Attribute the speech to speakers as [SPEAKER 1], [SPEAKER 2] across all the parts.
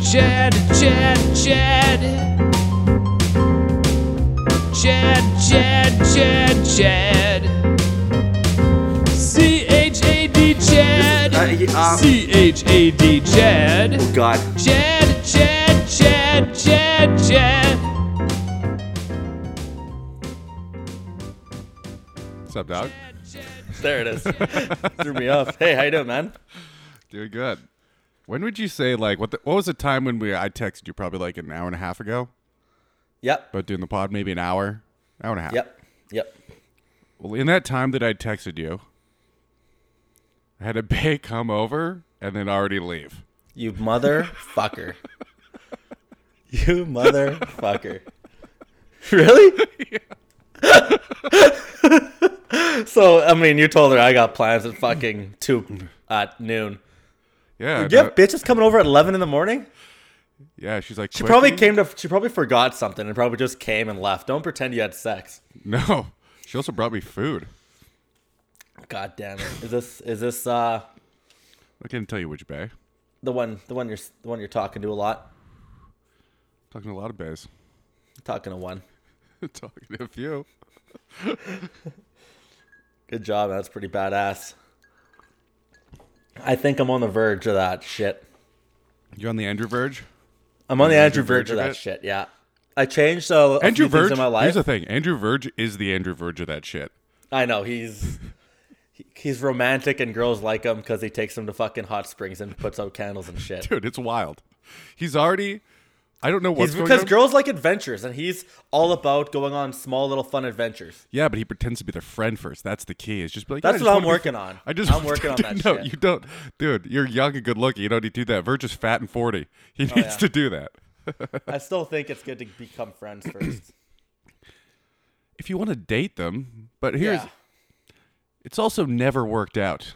[SPEAKER 1] Chad, Chad, Chad. Chad, Chad, Chad, Chad. C H A D, Chad.
[SPEAKER 2] Uh, y- uh,
[SPEAKER 1] C H A D, Chad.
[SPEAKER 3] uh,
[SPEAKER 2] God.
[SPEAKER 1] Chad, Chad, Chad, Chad, Chad.
[SPEAKER 4] What's up, dog?
[SPEAKER 3] There it is. Threw me off. Hey, how you doing, man?
[SPEAKER 4] Doing good. When would you say like what? The, what was the time when we I texted you probably like an hour and a half ago
[SPEAKER 3] Yep.
[SPEAKER 4] about doing the pod? Maybe an hour, hour and a half.
[SPEAKER 3] Yep. Yep.
[SPEAKER 4] Well, in that time that I texted you, I had a bay come over and then already leave.
[SPEAKER 3] You motherfucker. you motherfucker. Really? so I mean, you told her I got plans at fucking two at noon.
[SPEAKER 4] Yeah.
[SPEAKER 3] You have
[SPEAKER 4] no-
[SPEAKER 3] bitches coming over at eleven in the morning.
[SPEAKER 4] yeah. She's like.
[SPEAKER 3] She probably came to. She probably forgot something and probably just came and left. Don't pretend you had sex.
[SPEAKER 4] No. She also brought me food.
[SPEAKER 3] God damn it. Is this is this uh
[SPEAKER 4] I can't tell you which bay.
[SPEAKER 3] the one the one you're the one you're talking to a lot?
[SPEAKER 4] talking to a lot of bays.
[SPEAKER 3] talking to one.
[SPEAKER 4] talking to a few.
[SPEAKER 3] Good job. That's pretty badass. I think I'm on the verge of that shit.
[SPEAKER 4] You're on the Andrew Verge.
[SPEAKER 3] I'm on the Andrew
[SPEAKER 4] Andrew
[SPEAKER 3] verge
[SPEAKER 4] Verge
[SPEAKER 3] of
[SPEAKER 4] of
[SPEAKER 3] that
[SPEAKER 4] it?
[SPEAKER 3] shit. Yeah. I changed so a
[SPEAKER 4] Andrew
[SPEAKER 3] few things
[SPEAKER 4] Verge.
[SPEAKER 3] in my
[SPEAKER 4] Here's
[SPEAKER 3] life.
[SPEAKER 4] the thing. Andrew Verge is the Andrew Verge of that shit.
[SPEAKER 3] I know he's he- he's romantic and girls like him because he takes them to fucking hot springs and puts out candles and shit.
[SPEAKER 4] dude it's wild he's already i don't know
[SPEAKER 3] He's
[SPEAKER 4] what's going
[SPEAKER 3] because
[SPEAKER 4] on
[SPEAKER 3] girls like adventures and he's all about going on small little fun adventures.
[SPEAKER 4] yeah but he pretends to be their friend first that's the key is just be like
[SPEAKER 3] That's
[SPEAKER 4] yeah, I just
[SPEAKER 3] what I'm
[SPEAKER 4] wanna be
[SPEAKER 3] working
[SPEAKER 4] fr-
[SPEAKER 3] on.
[SPEAKER 4] i just
[SPEAKER 3] I'm working on
[SPEAKER 4] dude,
[SPEAKER 3] that
[SPEAKER 4] no
[SPEAKER 3] shit.
[SPEAKER 4] you don't dude you're young and good looking you don't need to do that verge is fat and 40 he needs
[SPEAKER 3] Oh, yeah.
[SPEAKER 4] to do that
[SPEAKER 3] I still think it's good to become friends first.
[SPEAKER 4] if you want to date them but here's
[SPEAKER 3] yeah.
[SPEAKER 4] it's also never worked out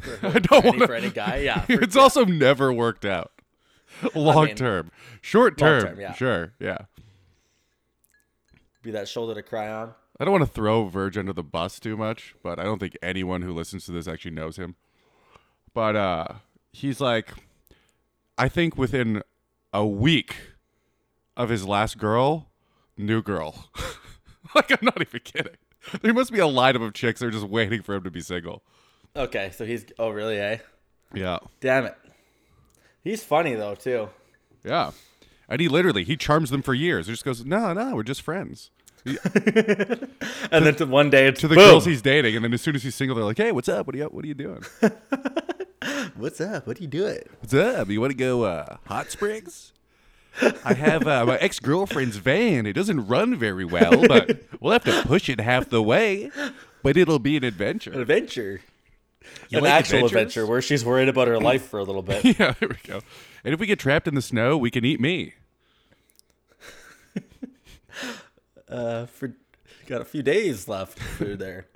[SPEAKER 3] For,
[SPEAKER 4] i don't
[SPEAKER 3] any,
[SPEAKER 4] want
[SPEAKER 3] for any guy, Ah, yeah. for-
[SPEAKER 4] it's also never worked out long term short term,
[SPEAKER 3] term, yeah.
[SPEAKER 4] sure yeah
[SPEAKER 3] be that shoulder to cry on.
[SPEAKER 4] i don't want to throw verge under the bus too much but i don't think anyone who listens to this actually knows him but uh he's like i think within a week of his last girl new girl like i'm not even kidding there must be a lineup of chicks that are just waiting for him to be single
[SPEAKER 3] Okay, so he's oh really, eh?
[SPEAKER 4] yeah
[SPEAKER 3] Damn it. He's funny though too.
[SPEAKER 4] yeah and he literally he charms them for years he just goes no no we're just friends
[SPEAKER 3] And then to one day it's
[SPEAKER 4] to the
[SPEAKER 3] boom.
[SPEAKER 4] girls he's dating and then as soon as he's single they're like hey what's up what are you, what are you doing
[SPEAKER 3] What's up? What do you do?
[SPEAKER 4] What's up? You want to go uh, hot springs? I have uh, my ex girlfriend's van. It doesn't run very well, but we'll have to push it half the way. But it'll be an
[SPEAKER 3] An
[SPEAKER 4] adventure.
[SPEAKER 3] adventure. An
[SPEAKER 4] like
[SPEAKER 3] actual
[SPEAKER 4] adventures?
[SPEAKER 3] adventure where she's worried about her life for a little bit.
[SPEAKER 4] Yeah, there we go. And if we get trapped in the snow, we can eat me.
[SPEAKER 3] Uh, for got a few days left through there.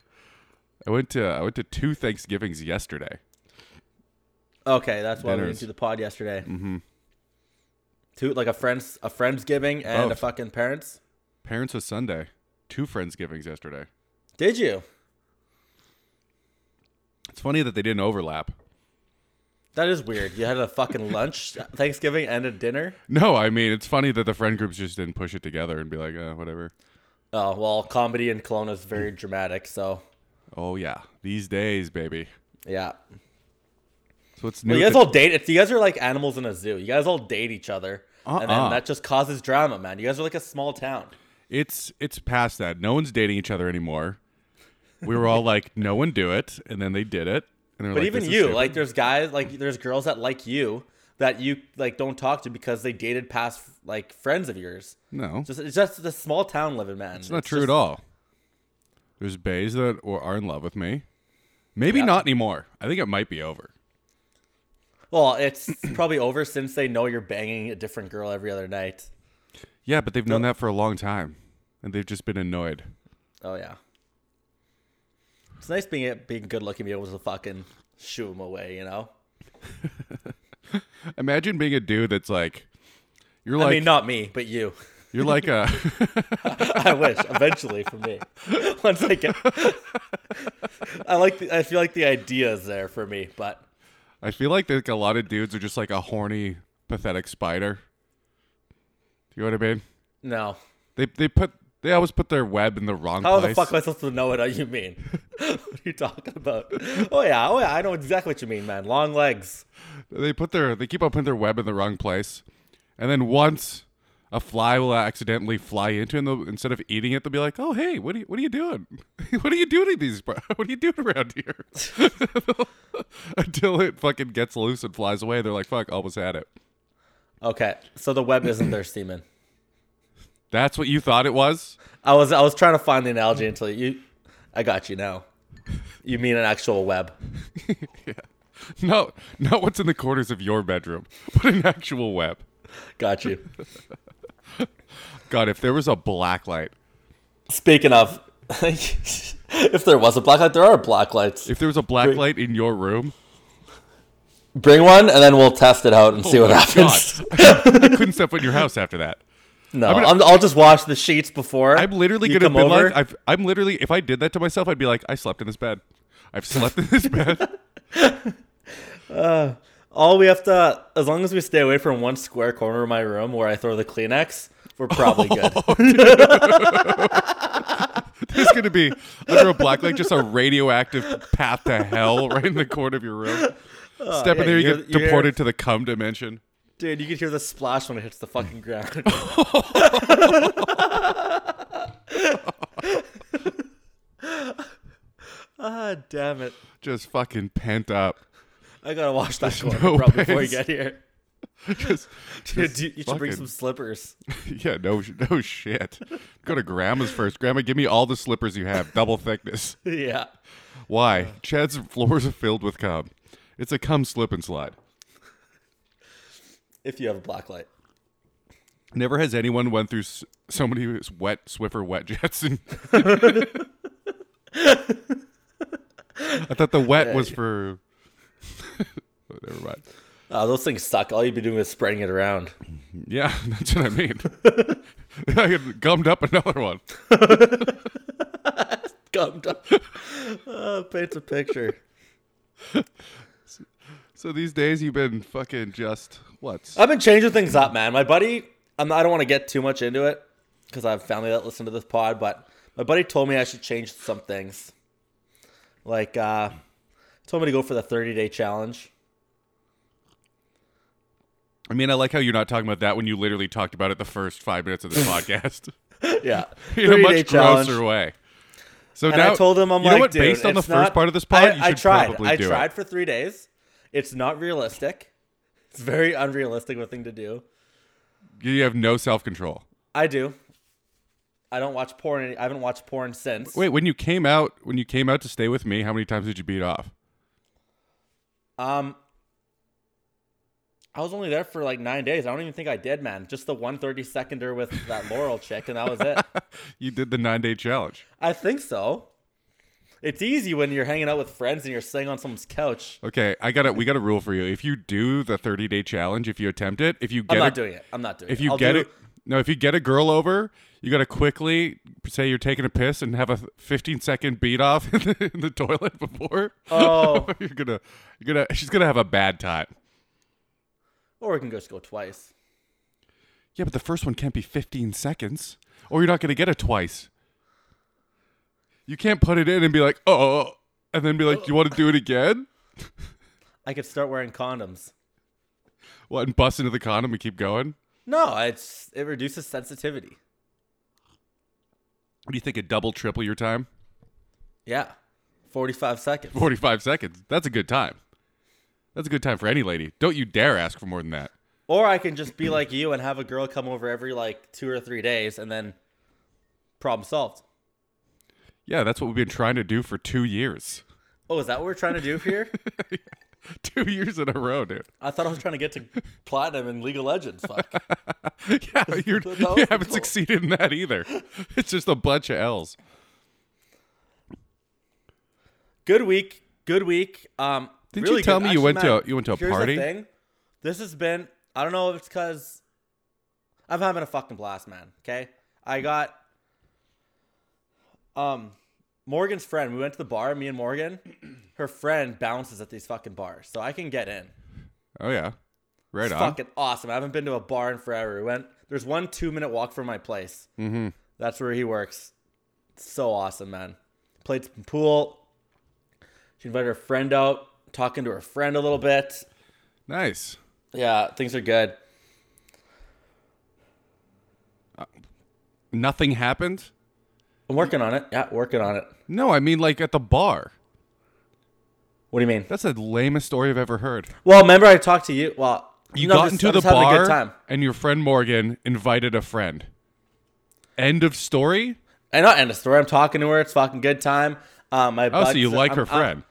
[SPEAKER 4] I went to I went to two Thanksgivings yesterday.
[SPEAKER 3] Okay, that's why we
[SPEAKER 4] Dinners.
[SPEAKER 3] didn't do the pod yesterday. Mm-hmm. Two like a friends a friends giving and a
[SPEAKER 4] Both.
[SPEAKER 3] fucking parents.
[SPEAKER 4] Parents was Sunday. Two Friendsgivings yesterday.
[SPEAKER 3] Did you?
[SPEAKER 4] It's funny that they didn't overlap.
[SPEAKER 3] That is weird. You had a fucking lunch, Thanksgiving, and a dinner.
[SPEAKER 4] No, I mean it's funny that the friend groups just didn't push it together and be like, uh, whatever.
[SPEAKER 3] Oh well, comedy in Kelowna is very dramatic. So
[SPEAKER 4] Oh yeah, these days, baby.
[SPEAKER 3] yeah,
[SPEAKER 4] So it's new.
[SPEAKER 3] Well, you
[SPEAKER 4] at
[SPEAKER 3] guys
[SPEAKER 4] the-
[SPEAKER 3] all date. If you guys are like animals in a zoo, you guys all date each other, and
[SPEAKER 4] Uh-uh.
[SPEAKER 3] then that just causes drama, man. You guys are like a small town.
[SPEAKER 4] It's it's past that. No one's dating each other anymore. We were all like, no one do it, and then they did it. And they're
[SPEAKER 3] But
[SPEAKER 4] like,
[SPEAKER 3] even
[SPEAKER 4] this is
[SPEAKER 3] you,
[SPEAKER 4] stupid.
[SPEAKER 3] like, there's guys, like, there's girls that like you that you like don't talk to because they dated past like friends of yours.
[SPEAKER 4] no,
[SPEAKER 3] Just it's just the small town living, man.
[SPEAKER 4] it's not true at all. There's bays that w- are in love with me. Maybe not anymore. I think it might be over.
[SPEAKER 3] Well, it's probably over since they know you're banging a different girl every other night.
[SPEAKER 4] Yeah, but they've known that for a long time, and they've just been annoyed.
[SPEAKER 3] Oh yeah. It's nice being being good looking, be able to fucking shoo them away, you know.
[SPEAKER 4] Imagine being a dude that's like, you're
[SPEAKER 3] I
[SPEAKER 4] like,
[SPEAKER 3] mean, not me, but you.
[SPEAKER 4] you're like a,
[SPEAKER 3] I wish eventually for me. Once I get, I like. The, I feel like the idea is there for me, but
[SPEAKER 4] I feel like like a lot of dudes are just like a horny pathetic spider. Do you know what I mean?
[SPEAKER 3] No.
[SPEAKER 4] They they put they always put their web in the wrong
[SPEAKER 3] How
[SPEAKER 4] place.
[SPEAKER 3] the fuck am I supposed to know what you mean? what are you talking about? Oh yeah, oh yeah, I know exactly what you mean, man. Long legs.
[SPEAKER 4] they put their they keep on putting their web in the wrong place, and then once a fly will accidentally fly into it, and they'll- instead of eating it, they'll be like, "Oh hey, what are you, what are you doing? what are you doing to these? bro- What are you doing around here?" Until it fucking gets loose and flies away, they're like, "Fuck, almost had it."
[SPEAKER 3] Okay, so the web isn't their semen.
[SPEAKER 4] That's what you thought it was.
[SPEAKER 3] I was I was trying to find the analogy until you. I got you now. You mean an actual web?
[SPEAKER 4] No, not what's in the corners of your bedroom, but an actual web.
[SPEAKER 3] Got you.
[SPEAKER 4] God, if there was a black light,
[SPEAKER 3] Speaking of, if there was a black light, there are black lights.
[SPEAKER 4] if there was a black light in your room,
[SPEAKER 3] Bring one, and then we'll test it out and see
[SPEAKER 4] oh
[SPEAKER 3] what
[SPEAKER 4] my
[SPEAKER 3] happens.
[SPEAKER 4] God, I couldn't step foot in your house after that.
[SPEAKER 3] No,
[SPEAKER 4] I'm
[SPEAKER 3] I'm
[SPEAKER 4] gonna-
[SPEAKER 3] I'll just wash the sheets before.
[SPEAKER 4] I'm literally
[SPEAKER 3] you
[SPEAKER 4] gonna
[SPEAKER 3] come
[SPEAKER 4] be
[SPEAKER 3] over.
[SPEAKER 4] like, I've, I'm literally. If I did that to myself, I'd be like, I slept in this bed. I've slept in this bed.
[SPEAKER 3] All we have to, as long as we stay away from one square corner of my room where I throw the Kleenex, we're probably good.
[SPEAKER 4] Oh. There's gonna be under a black light, just a radioactive path to hell right in the corner of your room. Step
[SPEAKER 3] Oh, yeah,
[SPEAKER 4] in there, you
[SPEAKER 3] you're-
[SPEAKER 4] get
[SPEAKER 3] you're-
[SPEAKER 4] deported to the cum dimension.
[SPEAKER 3] Dude, you can hear the splash when it hits the fucking ground. ah, damn it.
[SPEAKER 4] Just fucking pent up.
[SPEAKER 3] I gotta wash that
[SPEAKER 4] There's
[SPEAKER 3] corner
[SPEAKER 4] no
[SPEAKER 3] probably before you
[SPEAKER 4] ways.
[SPEAKER 3] get here.
[SPEAKER 4] Just,
[SPEAKER 3] Dude,
[SPEAKER 4] just
[SPEAKER 3] you, you should bring some
[SPEAKER 4] fucking-
[SPEAKER 3] slippers.
[SPEAKER 4] Yeah, no, sh- no shit. Go to grandma's first. Grandma, give me all the slippers you have, double thickness.
[SPEAKER 3] yeah.
[SPEAKER 4] Why? Chad's floors are filled with cum. It's a cum slip and slide.
[SPEAKER 3] If you have a black light.
[SPEAKER 4] Never has anyone went through s- so many s- wet Swiffer wet jets. And I thought the wet was for. Oh, Never mind.
[SPEAKER 3] Uh, those things suck. All you'd be doing is spreading it around.
[SPEAKER 4] Yeah, that's what I mean. I had gummed up another one.
[SPEAKER 3] Gummed up. oh, paint a picture.
[SPEAKER 4] So these days you've been fucking just what?
[SPEAKER 3] I've been changing things up, man. My buddy, I'm, I don't want to get too much into it because I have family that listen to this pod, but my buddy told me I should change some things. Like, uh, told me to go for the 30 day challenge.
[SPEAKER 4] I mean, I like how you're not talking about that when you literally talked about it the first five minutes of this podcast
[SPEAKER 3] Yeah.
[SPEAKER 4] in
[SPEAKER 3] 30
[SPEAKER 4] a
[SPEAKER 3] day
[SPEAKER 4] much
[SPEAKER 3] challenge.
[SPEAKER 4] grosser way. So
[SPEAKER 3] And
[SPEAKER 4] now
[SPEAKER 3] I told him, I'm
[SPEAKER 4] you
[SPEAKER 3] like,
[SPEAKER 4] know what?
[SPEAKER 3] dude,
[SPEAKER 4] Based on the
[SPEAKER 3] it's
[SPEAKER 4] first
[SPEAKER 3] not-
[SPEAKER 4] part of this pod,
[SPEAKER 3] I,
[SPEAKER 4] you
[SPEAKER 3] I
[SPEAKER 4] should
[SPEAKER 3] tried.
[SPEAKER 4] probably
[SPEAKER 3] I
[SPEAKER 4] do
[SPEAKER 3] tried
[SPEAKER 4] it.
[SPEAKER 3] for three days. It's not realistic. It's a very unrealistic of a thing to do.
[SPEAKER 4] You have no self control.
[SPEAKER 3] I do. I don't watch porn. any- I haven't watched porn since.
[SPEAKER 4] Wait, when you came out, when you came out to stay with me, how many times did you beat off?
[SPEAKER 3] Um, I was only there for like nine days. I don't even think I did, man. Just the one thirty seconder with that Laurel chick, and that was it.
[SPEAKER 4] You did the nine day challenge.
[SPEAKER 3] I think so. It's easy when you're hanging out with friends and you're sitting on someone's couch.
[SPEAKER 4] Okay, I got to We got a rule for you. If you do the thirty day challenge, if you attempt it, if you
[SPEAKER 3] I'm
[SPEAKER 4] get
[SPEAKER 3] not
[SPEAKER 4] a,
[SPEAKER 3] doing it. I'm not doing it.
[SPEAKER 4] if you
[SPEAKER 3] I'll
[SPEAKER 4] get
[SPEAKER 3] do-
[SPEAKER 4] it, no, if you get a girl over, you got to quickly say you're taking a piss and have a fifteen second beat off in the, in the toilet before.
[SPEAKER 3] Oh.
[SPEAKER 4] you're gonna, you're gonna. She's gonna have a bad time.
[SPEAKER 3] or we can just go twice.
[SPEAKER 4] Yeah, but the first one can't be 15 seconds, or you're not going to get it twice. You can't put it in and be like, oh, and then be like, you want to do it again?
[SPEAKER 3] I could start wearing condoms.
[SPEAKER 4] What, and bust into the condom and keep going?
[SPEAKER 3] No, it's it reduces sensitivity.
[SPEAKER 4] What do you think, a double, triple your time?
[SPEAKER 3] Yeah, forty-five seconds.
[SPEAKER 4] 45 seconds. That's a good time. That's a good time for any lady. Don't you dare ask for more than that.
[SPEAKER 3] Or I can just be like you and have a girl come over every like two or three days, and then problem solved.
[SPEAKER 4] Yeah, that's what we've been trying to do for two years.
[SPEAKER 3] Oh, is that what we're trying to do here?
[SPEAKER 4] two years in a row, dude.
[SPEAKER 3] I thought I was trying to get to platinum in League of Legends. Fuck.
[SPEAKER 4] Yeah, you're,
[SPEAKER 3] that
[SPEAKER 4] you
[SPEAKER 3] was
[SPEAKER 4] haven't
[SPEAKER 3] the goal.
[SPEAKER 4] succeeded in that either. It's just a bunch of L's.
[SPEAKER 3] Good week. Good week. Um,
[SPEAKER 4] Didn't
[SPEAKER 3] really
[SPEAKER 4] you tell
[SPEAKER 3] good-
[SPEAKER 4] me you went
[SPEAKER 3] Matt,
[SPEAKER 4] to a, you went to a
[SPEAKER 3] here's
[SPEAKER 4] party?
[SPEAKER 3] The thing. This has been. I don't know if it's because I'm having a fucking blast, man. Okay, I got um Morgan's friend. We went to the bar. Me and Morgan. Her friend bounces at these fucking bars, so I can get in.
[SPEAKER 4] Oh yeah. Right
[SPEAKER 3] It's
[SPEAKER 4] on.
[SPEAKER 3] fucking awesome. I haven't been to a bar in forever. We went. There's one two minute walk from my place. Mm-hmm. That's where he works. So awesome, man. Played some pool. She invited her friend out. Talking to her friend a little bit.
[SPEAKER 4] Nice.
[SPEAKER 3] Yeah, things are good.
[SPEAKER 4] Nothing happened?
[SPEAKER 3] I'm working on it. Yeah, working on it.
[SPEAKER 4] No, I mean like at the bar.
[SPEAKER 3] What do you mean?
[SPEAKER 4] That's the lamest story I've ever heard.
[SPEAKER 3] Well, remember I talked to you. Well,
[SPEAKER 4] You
[SPEAKER 3] no, I'm
[SPEAKER 4] got
[SPEAKER 3] just-
[SPEAKER 4] into
[SPEAKER 3] I'm
[SPEAKER 4] the
[SPEAKER 3] just having
[SPEAKER 4] bar
[SPEAKER 3] A good time.
[SPEAKER 4] and your friend Morgan invited a friend. End of story?
[SPEAKER 3] And not end of story. I'm talking to her. It's fucking good time. Uh, my
[SPEAKER 4] Oh, so
[SPEAKER 3] bud's-
[SPEAKER 4] you like
[SPEAKER 3] I'm-
[SPEAKER 4] her
[SPEAKER 3] I'm-
[SPEAKER 4] friend.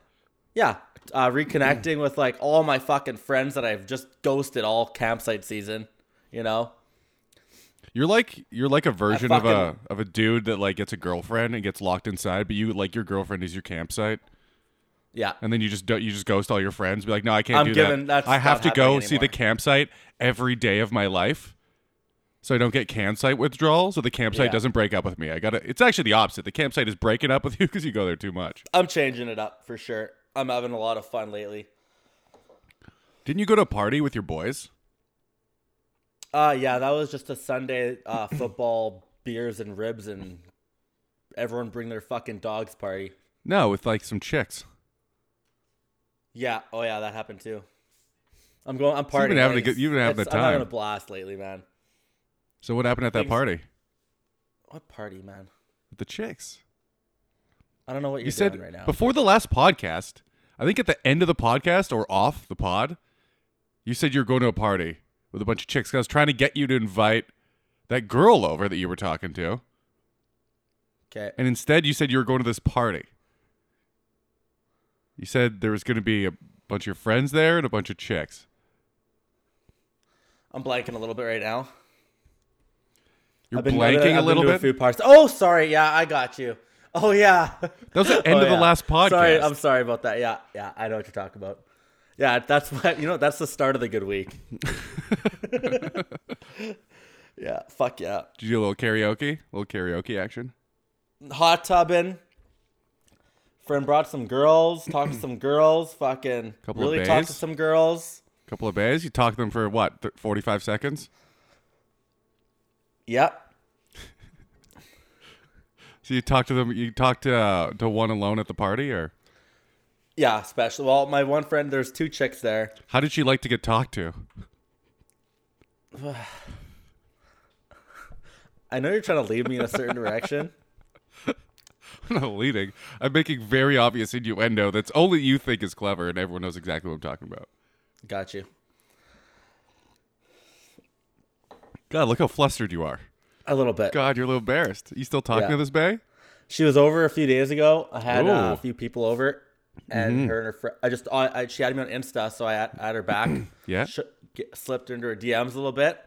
[SPEAKER 3] yeah, uh, reconnecting with like all my fucking friends that I've just ghosted all campsite season. You know,
[SPEAKER 4] You're like you're like a version of a
[SPEAKER 3] fucking-
[SPEAKER 4] of a dude that like gets a girlfriend and gets locked inside, but you like your girlfriend is your campsite,
[SPEAKER 3] yeah.
[SPEAKER 4] and then you just don't you just ghost all your friends, be like, no, I can't
[SPEAKER 3] I'm
[SPEAKER 4] do
[SPEAKER 3] given-
[SPEAKER 4] that.
[SPEAKER 3] that's
[SPEAKER 4] I have
[SPEAKER 3] not
[SPEAKER 4] to go
[SPEAKER 3] happening
[SPEAKER 4] see the
[SPEAKER 3] anymore."
[SPEAKER 4] campsite every day of my life, so I don't get campsite withdrawal, so the campsite
[SPEAKER 3] Yeah.
[SPEAKER 4] doesn't break up with me. I gotta. It's actually the opposite. The campsite is breaking up with you because you go there too much.
[SPEAKER 3] I'm changing it up for sure. I'm having a lot of fun lately.
[SPEAKER 4] Didn't you go to a party with your boys?
[SPEAKER 3] Uh yeah, that was just a Sunday uh, football beers and ribs and everyone bring their fucking dogs party.
[SPEAKER 4] No, with like some chicks.
[SPEAKER 3] Yeah. Oh yeah, that happened too. I'm going. I'm partying.
[SPEAKER 4] been having a
[SPEAKER 3] ladies.
[SPEAKER 4] good- you've been having
[SPEAKER 3] It's-
[SPEAKER 4] a
[SPEAKER 3] I'm having
[SPEAKER 4] time.
[SPEAKER 3] a blast lately, man.
[SPEAKER 4] So what happened at that
[SPEAKER 3] Things-
[SPEAKER 4] party?
[SPEAKER 3] What party, man?
[SPEAKER 4] With the chicks.
[SPEAKER 3] I don't know what you're
[SPEAKER 4] You said
[SPEAKER 3] doing right now.
[SPEAKER 4] before the last podcast, I think at the end of the podcast or off the pod, you said you were going to a party with a bunch of chicks. I was trying to get you to invite that girl over that you were talking to,
[SPEAKER 3] okay.
[SPEAKER 4] and instead you said you were going to this party. You said there was going to be a bunch of your friends there and a bunch of chicks.
[SPEAKER 3] I'm blanking a little bit right now.
[SPEAKER 4] You're
[SPEAKER 3] I've been- I've
[SPEAKER 4] blanking
[SPEAKER 3] been
[SPEAKER 4] a little
[SPEAKER 3] to
[SPEAKER 4] bit.
[SPEAKER 3] Food parts. Oh, sorry. Yeah, I got you. Oh yeah. That
[SPEAKER 4] was the end of the last podcast.
[SPEAKER 3] Oh, Sorry, I'm sorry about that. Yeah, yeah. I know what you're talking about. Yeah, that's what you know. That's the start of the good week. yeah. Fuck yeah.
[SPEAKER 4] Did you do a little karaoke? A little karaoke action?
[SPEAKER 3] Hot tubbing. Friend brought some girls. Talked to some girls. Fucking.
[SPEAKER 4] Couple of
[SPEAKER 3] really talked to
[SPEAKER 4] bays.
[SPEAKER 3] some girls.
[SPEAKER 4] couple of bays. You talked to them for what, th- 45 seconds?
[SPEAKER 3] Yep.
[SPEAKER 4] So you talked to them. You talked to uh, to one alone at the party, or
[SPEAKER 3] Yeah. Special. Well, my one friend. There's two chicks there.
[SPEAKER 4] how did she like to get talked to?
[SPEAKER 3] I know you're trying to lead me in a certain direction.
[SPEAKER 4] I'm not leading. I'm making very obvious innuendo that's only you think is clever, and everyone knows exactly what I'm talking about.
[SPEAKER 3] Got you.
[SPEAKER 4] God, look how flustered you are.
[SPEAKER 3] A little bit.
[SPEAKER 4] God, you're a little embarrassed. You still talking
[SPEAKER 3] Yeah.
[SPEAKER 4] to this bay?
[SPEAKER 3] She was over a few days ago. I had uh,
[SPEAKER 4] Ooh.
[SPEAKER 3] a few people over, and her and her friend. I just I, I, she added me on Insta, so I had, I had her back.
[SPEAKER 4] Yeah.
[SPEAKER 3] Sh- get, slipped into her DMs a little bit.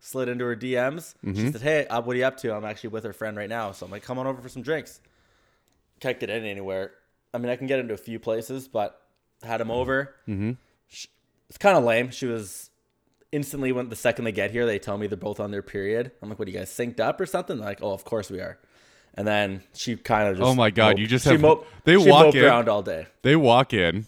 [SPEAKER 3] Slid into her DMs.
[SPEAKER 4] Mm-hmm.
[SPEAKER 3] She said, "Hey, uh, what are you up to?" I'm actually with her friend right now, so I'm like, "Come on over for some drinks." Can't get in anywhere. I mean, I can get into a few places, but had him over. Mm-hmm. She, it's kind of lame. She was instantly when the second they get here, they tell me they're both on their period. I'm like, "What are you guys synced up or something?" They're like, "Oh, of course we are." And then she kind of just
[SPEAKER 4] Oh my God,
[SPEAKER 3] moped-
[SPEAKER 4] you just
[SPEAKER 3] she
[SPEAKER 4] have-
[SPEAKER 3] moped-
[SPEAKER 4] they
[SPEAKER 3] she
[SPEAKER 4] walk
[SPEAKER 3] moped
[SPEAKER 4] in-
[SPEAKER 3] around all day.
[SPEAKER 4] They walk in,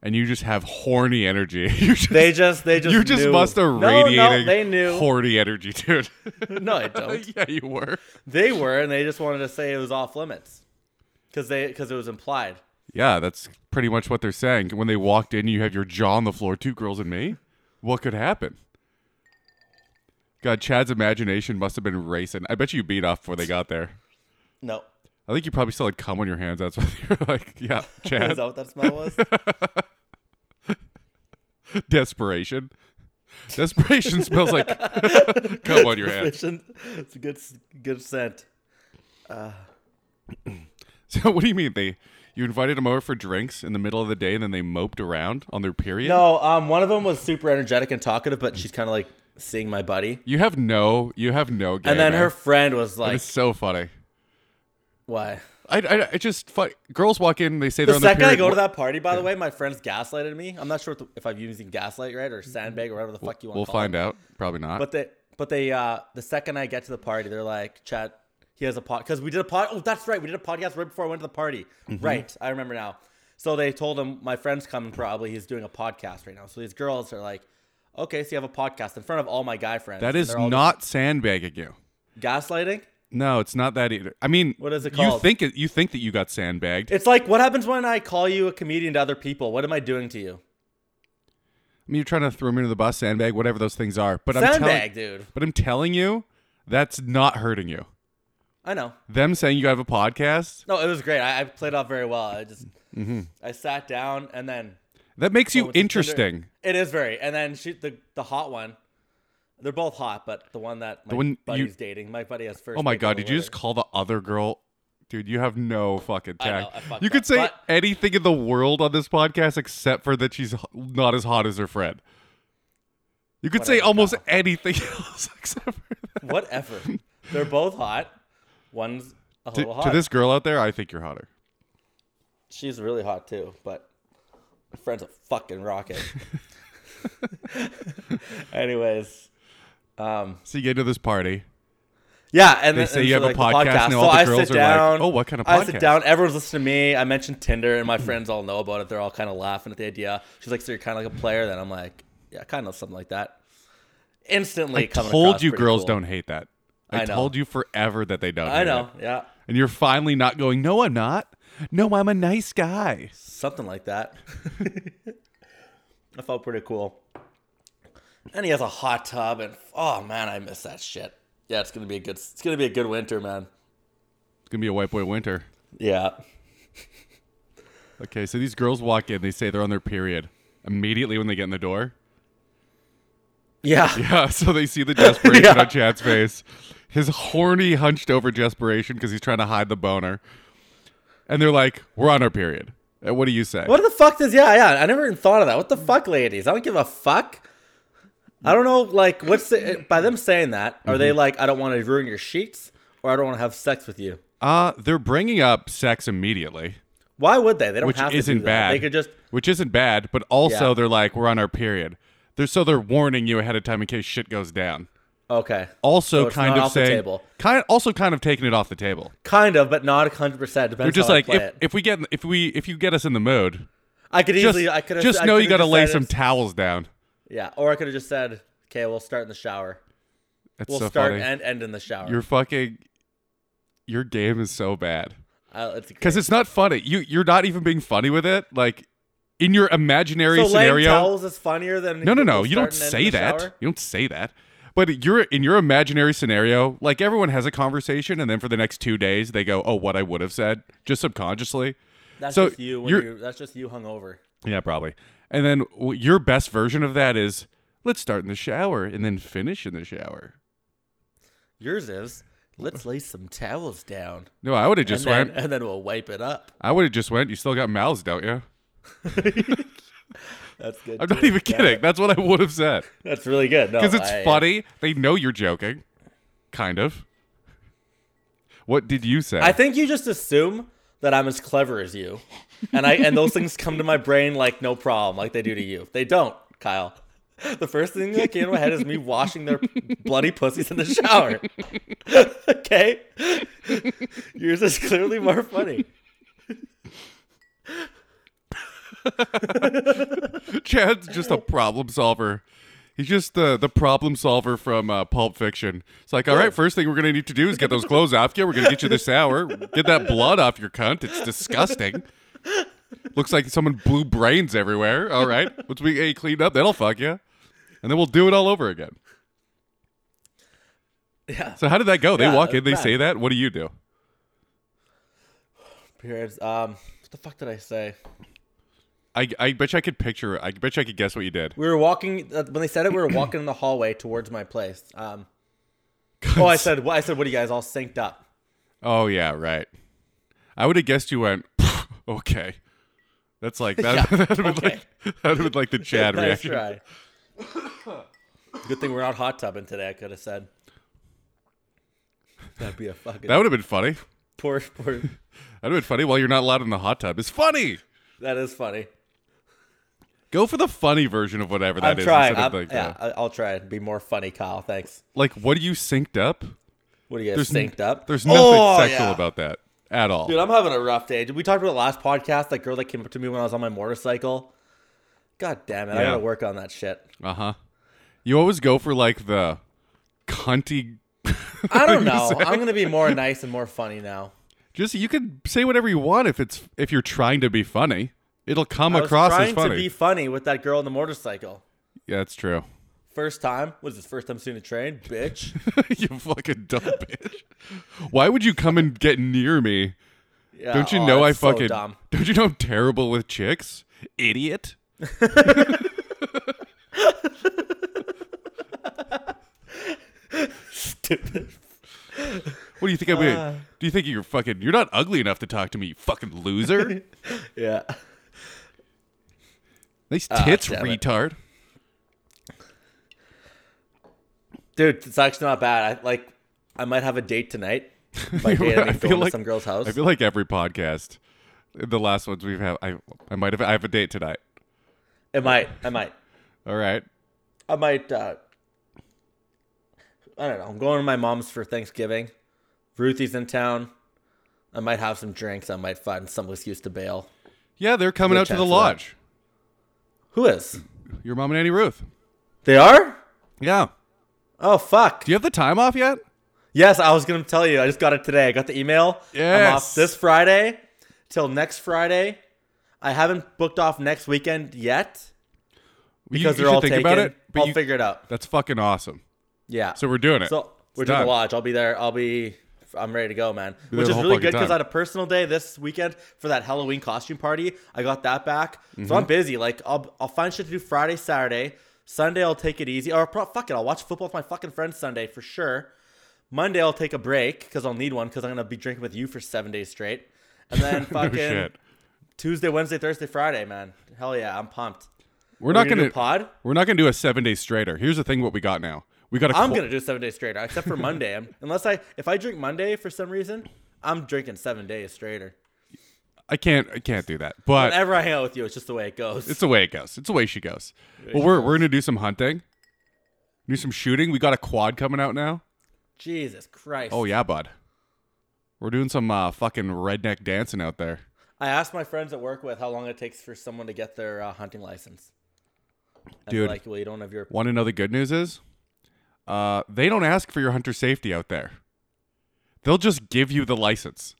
[SPEAKER 4] and you just have horny energy. You just,
[SPEAKER 3] They just they just
[SPEAKER 4] you just
[SPEAKER 3] knew.
[SPEAKER 4] must have
[SPEAKER 3] no, no,
[SPEAKER 4] radiated
[SPEAKER 3] they knew
[SPEAKER 4] horny energy, dude.
[SPEAKER 3] no I don't
[SPEAKER 4] yeah, you were.
[SPEAKER 3] they were and they just wanted to say it was off limits because they because it was implied
[SPEAKER 4] Yeah, that's pretty much what they're saying. When they walked in, you have your jaw on the floor, two girls and me. What could happen? God, Chad's imagination must have been racing. I bet you beat off before they got there.
[SPEAKER 3] no
[SPEAKER 4] I think you probably still had cum on your hands. That's why you're like, yeah,
[SPEAKER 3] is
[SPEAKER 4] Chad,
[SPEAKER 3] that what that smell was
[SPEAKER 4] desperation. Desperation smells like cum on your hands.
[SPEAKER 3] it's a good good scent
[SPEAKER 4] So what do you mean they? You invited them over for drinks in the middle of the day, and then they moped around on their period.
[SPEAKER 3] no um one of them was super energetic and talkative but she's kind of like seeing my buddy
[SPEAKER 4] you have no, you have no. Gay,
[SPEAKER 3] and then her
[SPEAKER 4] man.
[SPEAKER 3] friend was like
[SPEAKER 4] it's so funny.
[SPEAKER 3] why
[SPEAKER 4] I, I, I just fu- girls walk in, they say
[SPEAKER 3] the
[SPEAKER 4] they're on
[SPEAKER 3] second
[SPEAKER 4] their
[SPEAKER 3] I
[SPEAKER 4] period.
[SPEAKER 3] go to that party, by the way, my friends gaslighted me. I'm not sure if I'm using gaslight right or sandbag or whatever the fuck you want.
[SPEAKER 4] Mm-hmm. we'll
[SPEAKER 3] to call it.
[SPEAKER 4] find out. Probably not.
[SPEAKER 3] But they, but they, uh, the second I get to the party, they're like, "Chad, he has a pod." Because we did a pod. Oh, that's right, we did a podcast right before I went to the party.
[SPEAKER 4] Mm-hmm.
[SPEAKER 3] Right, I remember now. So they told him my friend's coming. Probably he's doing a podcast right now. So these girls are like, okay, so you have a podcast in front of all my guy friends.
[SPEAKER 4] That
[SPEAKER 3] and
[SPEAKER 4] is
[SPEAKER 3] they're all
[SPEAKER 4] not sandbagging you.
[SPEAKER 3] just gaslighting.
[SPEAKER 4] No, it's not that either. I mean,
[SPEAKER 3] What is it
[SPEAKER 4] You
[SPEAKER 3] called?
[SPEAKER 4] think it, you think that you got sandbagged?
[SPEAKER 3] It's like what happens when I call you a comedian to other people. What am I doing to you?
[SPEAKER 4] I mean, you're trying to throw me into the bus, sandbag, whatever those things are. But I'm
[SPEAKER 3] Sandbag,
[SPEAKER 4] telling,
[SPEAKER 3] dude.
[SPEAKER 4] but I'm telling you, that's not hurting you.
[SPEAKER 3] I know.
[SPEAKER 4] Them saying you have a podcast
[SPEAKER 3] No, it was great. I, I played off very well. I just
[SPEAKER 4] Mm-hmm.
[SPEAKER 3] I sat down and then
[SPEAKER 4] that makes you
[SPEAKER 3] went to Tinder.
[SPEAKER 4] interesting.
[SPEAKER 3] It is very. And then she the the hot one. They're both hot, but the one that my
[SPEAKER 4] one you-
[SPEAKER 3] buddy's dating, my buddy has first.
[SPEAKER 4] Oh my
[SPEAKER 3] date
[SPEAKER 4] god,
[SPEAKER 3] with
[SPEAKER 4] did you
[SPEAKER 3] her.
[SPEAKER 4] just call the other girl? Dude, you have no fucking
[SPEAKER 3] I know,
[SPEAKER 4] tact.
[SPEAKER 3] I fucked
[SPEAKER 4] you could
[SPEAKER 3] up,
[SPEAKER 4] say
[SPEAKER 3] but-
[SPEAKER 4] anything in the world on this podcast except for that she's h- not as hot as her friend. You could say
[SPEAKER 3] Whatever,
[SPEAKER 4] almost anything else except for that.
[SPEAKER 3] whatever? They're both hot. One's a
[SPEAKER 4] To,
[SPEAKER 3] little
[SPEAKER 4] to
[SPEAKER 3] hot.
[SPEAKER 4] this girl out there, I think you're hotter.
[SPEAKER 3] She's really hot too, but my friend's a fucking rocket. Anyways, um,
[SPEAKER 4] So you get to this party.
[SPEAKER 3] yeah, and
[SPEAKER 4] They
[SPEAKER 3] then
[SPEAKER 4] say
[SPEAKER 3] and
[SPEAKER 4] you
[SPEAKER 3] so, like,
[SPEAKER 4] have a
[SPEAKER 3] the
[SPEAKER 4] podcast, and all
[SPEAKER 3] so
[SPEAKER 4] the
[SPEAKER 3] I
[SPEAKER 4] girls
[SPEAKER 3] sit
[SPEAKER 4] are like,
[SPEAKER 3] down,
[SPEAKER 4] "Oh, what kind of
[SPEAKER 3] I sit
[SPEAKER 4] podcast?" Hmm.
[SPEAKER 3] down. Everyone's listening to me. I mentioned Tinder, and my friends all know about it. They're all kind of laughing at the idea. She's like, "So you're kind of like a player?" Then I'm like, "Yeah, kind of something like that." Instantly,
[SPEAKER 4] I
[SPEAKER 3] coming
[SPEAKER 4] told
[SPEAKER 3] across
[SPEAKER 4] you
[SPEAKER 3] pretty
[SPEAKER 4] girls
[SPEAKER 3] cool.
[SPEAKER 4] don't hate that. I,
[SPEAKER 3] I know.
[SPEAKER 4] told you forever that they don't.
[SPEAKER 3] I
[SPEAKER 4] hate
[SPEAKER 3] know.
[SPEAKER 4] it.
[SPEAKER 3] Yeah,
[SPEAKER 4] And you're finally not going, no, I'm not. No, I'm a nice guy.
[SPEAKER 3] something like that. I felt pretty cool. And he has a hot tub, and oh man, I miss that shit. Yeah, it's gonna be a good. It's gonna be a good winter, man.
[SPEAKER 4] It's going to be a white boy winter.
[SPEAKER 3] Yeah,
[SPEAKER 4] Okay, so these girls walk in, they say they're on their period immediately when they get in the door.
[SPEAKER 3] yeah.
[SPEAKER 4] Yeah, so they see the desperation
[SPEAKER 3] Yeah.
[SPEAKER 4] on Chad's face, his horny, hunched over desperation because he's trying to hide the boner. And they're like, we're on our period. And what do you say?
[SPEAKER 3] What the fuck does? Yeah, yeah. I never even thought of that. What the fuck, ladies? I don't give a fuck. I don't know. Like, what's the, by them saying that? Are
[SPEAKER 4] Mm-hmm.
[SPEAKER 3] they like, I don't want to ruin your sheets, or I don't want to have sex with you?
[SPEAKER 4] Uh, they're bringing up sex immediately,
[SPEAKER 3] Why would they? They don't
[SPEAKER 4] which
[SPEAKER 3] have to
[SPEAKER 4] isn't
[SPEAKER 3] do that.
[SPEAKER 4] bad.
[SPEAKER 3] They could just
[SPEAKER 4] Which isn't bad, but also
[SPEAKER 3] Yeah.
[SPEAKER 4] they're like, we're on our period. They're, so they're warning you ahead of time in case shit goes down.
[SPEAKER 3] okay.
[SPEAKER 4] Also,
[SPEAKER 3] So it's
[SPEAKER 4] kind
[SPEAKER 3] not
[SPEAKER 4] of
[SPEAKER 3] off the
[SPEAKER 4] saying,
[SPEAKER 3] table.
[SPEAKER 4] kind also kind of taking it off the table.
[SPEAKER 3] Kind of, but not hundred percent.
[SPEAKER 4] They're
[SPEAKER 3] Depends.
[SPEAKER 4] just
[SPEAKER 3] how I
[SPEAKER 4] like,
[SPEAKER 3] play
[SPEAKER 4] if,
[SPEAKER 3] it.
[SPEAKER 4] if we get, if we, if you get us in the mood,
[SPEAKER 3] I could
[SPEAKER 4] just,
[SPEAKER 3] easily, I could have
[SPEAKER 4] just know you got to lay some towels down.
[SPEAKER 3] yeah, or I could have just said, "Okay, we'll start in the shower.
[SPEAKER 4] It's
[SPEAKER 3] We'll
[SPEAKER 4] so
[SPEAKER 3] start
[SPEAKER 4] funny.
[SPEAKER 3] and end in the shower."
[SPEAKER 4] Your fucking, your game is so bad
[SPEAKER 3] uh, it's great.
[SPEAKER 4] because it's not funny. You you're not even being funny with it. Like in your imaginary
[SPEAKER 3] so laying
[SPEAKER 4] scenario,
[SPEAKER 3] towels is funnier than
[SPEAKER 4] no, no,
[SPEAKER 3] we'll
[SPEAKER 4] no. You
[SPEAKER 3] start
[SPEAKER 4] don't
[SPEAKER 3] and end in
[SPEAKER 4] say
[SPEAKER 3] the
[SPEAKER 4] that.
[SPEAKER 3] shower?
[SPEAKER 4] You don't say that. But you're in your imaginary scenario. Like everyone has a conversation, and then for the next two days, they go, "Oh, what I would have said," just subconsciously.
[SPEAKER 3] That's
[SPEAKER 4] So
[SPEAKER 3] just you. When
[SPEAKER 4] you're-
[SPEAKER 3] you that's just you hungover.
[SPEAKER 4] Yeah, probably. And then w- your best version of that is let's start in the shower and then finish in the shower.
[SPEAKER 3] Yours is let's lay some towels down
[SPEAKER 4] No, I would have just
[SPEAKER 3] and, then,
[SPEAKER 4] went.
[SPEAKER 3] and then we'll wipe it up.
[SPEAKER 4] I would have just went. You still got mouths, don't you?
[SPEAKER 3] That's good.
[SPEAKER 4] I'm
[SPEAKER 3] too.
[SPEAKER 4] not even
[SPEAKER 3] Yeah,
[SPEAKER 4] kidding. That's what I would have said
[SPEAKER 3] That's really good. No,
[SPEAKER 4] because it's
[SPEAKER 3] I-
[SPEAKER 4] funny. They know you're joking, kind of. What did you say?
[SPEAKER 3] I think you just assume that I'm as clever as you, and I and those things come to my brain like no problem, like they do to you. They don't, Kyle. The first thing that came to my head is me washing their bloody pussies in the shower. okay, yours is clearly more funny.
[SPEAKER 4] Chad's just a problem solver. He's just the the problem solver from uh, Pulp Fiction. It's like, all right, first thing we're gonna need to do is get those clothes off you. We're gonna get you this hour. Get that blood off your cunt. It's disgusting. Looks like someone blew brains everywhere. All right, once we get you cleaned up, that'll fuck you, and then we'll do it all over again.
[SPEAKER 3] Yeah,
[SPEAKER 4] So how did that go? They
[SPEAKER 3] Yeah,
[SPEAKER 4] walk in, they
[SPEAKER 3] bad.
[SPEAKER 4] say that. What do you do?
[SPEAKER 3] periods. Um, what the fuck did I say?
[SPEAKER 4] I I bet you I could picture. I bet you I could guess what you did.
[SPEAKER 3] We were walking uh, when they said it. We were walking in the hallway towards my place. Um, oh, I said, well, I said, what are you guys all synced up?
[SPEAKER 4] Oh yeah, right. I would have guessed you went "Pff, okay. That's like that.
[SPEAKER 3] Yeah,
[SPEAKER 4] that would
[SPEAKER 3] okay.
[SPEAKER 4] like that would like the Chad
[SPEAKER 3] nice
[SPEAKER 4] reaction.
[SPEAKER 3] try. Good thing we're not hot tubbing today. I could have said that'd be a fucking
[SPEAKER 4] That would have been funny.
[SPEAKER 3] poor, poor.
[SPEAKER 4] That would have been funny. While you're not allowed in the hot tub, it's funny.
[SPEAKER 3] That is funny.
[SPEAKER 4] Go for the funny version of whatever that
[SPEAKER 3] I'm
[SPEAKER 4] is.
[SPEAKER 3] trying.
[SPEAKER 4] instead
[SPEAKER 3] I'm,
[SPEAKER 4] of like, the-
[SPEAKER 3] yeah, I- I'll try and be more funny, Kyle. Thanks.
[SPEAKER 4] like what are you synced up?
[SPEAKER 3] What are you guys
[SPEAKER 4] There's n-
[SPEAKER 3] synced up?
[SPEAKER 4] There's nothing
[SPEAKER 3] Oh,
[SPEAKER 4] sexual
[SPEAKER 3] yeah.
[SPEAKER 4] about that at all.
[SPEAKER 3] Dude, I'm having a rough day. We talked about it last podcast that girl that came up to me when I was on my motorcycle. God damn it! I
[SPEAKER 4] Yeah.
[SPEAKER 3] gotta work on that shit.
[SPEAKER 4] Uh huh. You always go for like the cunty.
[SPEAKER 3] I don't know. I'm gonna be more nice and more funny now.
[SPEAKER 4] Just you could say whatever you want if it's if you're trying to be funny. It'll come
[SPEAKER 3] I was
[SPEAKER 4] across as
[SPEAKER 3] trying
[SPEAKER 4] funny.
[SPEAKER 3] to be funny with that girl on the motorcycle.
[SPEAKER 4] yeah, that's true.
[SPEAKER 3] First time was his first time seeing a train, bitch.
[SPEAKER 4] you fucking dumb bitch. Why would you come and get near me?
[SPEAKER 3] Yeah,
[SPEAKER 4] Don't you
[SPEAKER 3] oh,
[SPEAKER 4] know I
[SPEAKER 3] it's so
[SPEAKER 4] fucking
[SPEAKER 3] dumb.
[SPEAKER 4] Don't you know I'm terrible with chicks? Idiot.
[SPEAKER 3] stupid.
[SPEAKER 4] What do you think I'm
[SPEAKER 3] Uh.
[SPEAKER 4] gonna- Do you think you're fucking you're not ugly enough to talk to me, you fucking loser?
[SPEAKER 3] Yeah.
[SPEAKER 4] nice tits,
[SPEAKER 3] Ah, damn it.
[SPEAKER 4] retard.
[SPEAKER 3] Dude, it's actually not bad. I like I might have a date tonight. By date, I, mean going to some girl's house.
[SPEAKER 4] I feel like every podcast, the last ones we've had, I I might have I have a date tonight.
[SPEAKER 3] it might. I might.
[SPEAKER 4] All right,
[SPEAKER 3] I might. Uh, I don't know. I'm going to my mom's for Thanksgiving. Ruthie's in town. I might have some drinks. I might find some excuse to bail.
[SPEAKER 4] yeah, they're coming
[SPEAKER 3] Good
[SPEAKER 4] out to the
[SPEAKER 3] chance of that.
[SPEAKER 4] lodge.
[SPEAKER 3] Who is?
[SPEAKER 4] Your mom and Annie Ruth.
[SPEAKER 3] They are?
[SPEAKER 4] Yeah.
[SPEAKER 3] Oh fuck!
[SPEAKER 4] Do you have the time off yet?
[SPEAKER 3] Yes, I was gonna tell you. I just got it today. I got the email. I'm
[SPEAKER 4] Yes.
[SPEAKER 3] off this Friday till next Friday. I haven't booked off next weekend yet
[SPEAKER 4] You-
[SPEAKER 3] because
[SPEAKER 4] you
[SPEAKER 3] they're
[SPEAKER 4] should
[SPEAKER 3] all
[SPEAKER 4] think
[SPEAKER 3] taken.
[SPEAKER 4] about it. but
[SPEAKER 3] I'll
[SPEAKER 4] you-
[SPEAKER 3] figure it out.
[SPEAKER 4] That's fucking awesome.
[SPEAKER 3] Yeah.
[SPEAKER 4] So we're doing it.
[SPEAKER 3] So we're
[SPEAKER 4] It's
[SPEAKER 3] doing
[SPEAKER 4] done.
[SPEAKER 3] the lodge. I'll be there. I'll be. I'm ready to go, man. Which
[SPEAKER 4] the
[SPEAKER 3] is
[SPEAKER 4] whole
[SPEAKER 3] really
[SPEAKER 4] fucking
[SPEAKER 3] good because
[SPEAKER 4] time.
[SPEAKER 3] I had a personal day this weekend for that Halloween costume party. I got that back,
[SPEAKER 4] Mm-hmm.
[SPEAKER 3] so I'm busy. Like I'll I'll find shit to do Friday, Saturday, Sunday. I'll take it easy. Or pro- fuck it, I'll watch football with my fucking friends Sunday for sure. Monday I'll take a break because I'll need one because I'm gonna be drinking with you for seven days straight. And then
[SPEAKER 4] No
[SPEAKER 3] fucking
[SPEAKER 4] shit.
[SPEAKER 3] Tuesday, Wednesday, Thursday, Friday, man. Hell yeah, I'm pumped.
[SPEAKER 4] We're, not
[SPEAKER 3] we
[SPEAKER 4] gonna,
[SPEAKER 3] do a pod.
[SPEAKER 4] we're not gonna do a seven day straighter. Here's the thing: what we got now. We got a.
[SPEAKER 3] I'm
[SPEAKER 4] qu-
[SPEAKER 3] gonna do seven days straighter, except for Monday. I'm, unless I, if I drink Monday for some reason, I'm drinking seven days straighter.
[SPEAKER 4] I can't. I can't do that. But
[SPEAKER 3] Whenever I hang out with you, it's just the way it goes.
[SPEAKER 4] it's the way it goes. It's the way she goes. Well, we're we're gonna do some hunting, do some shooting. We got a quad coming out now.
[SPEAKER 3] Jesus Christ!
[SPEAKER 4] Oh yeah, bud. We're doing some uh, fucking redneck dancing out there.
[SPEAKER 3] I asked my friends at work with how long it takes for someone to get their uh, hunting license. And they're
[SPEAKER 4] Dude.
[SPEAKER 3] like, well, you don't have your.
[SPEAKER 4] Want to know the good news is? Uh, they don't ask for your hunter safety out there. They'll just give you the license.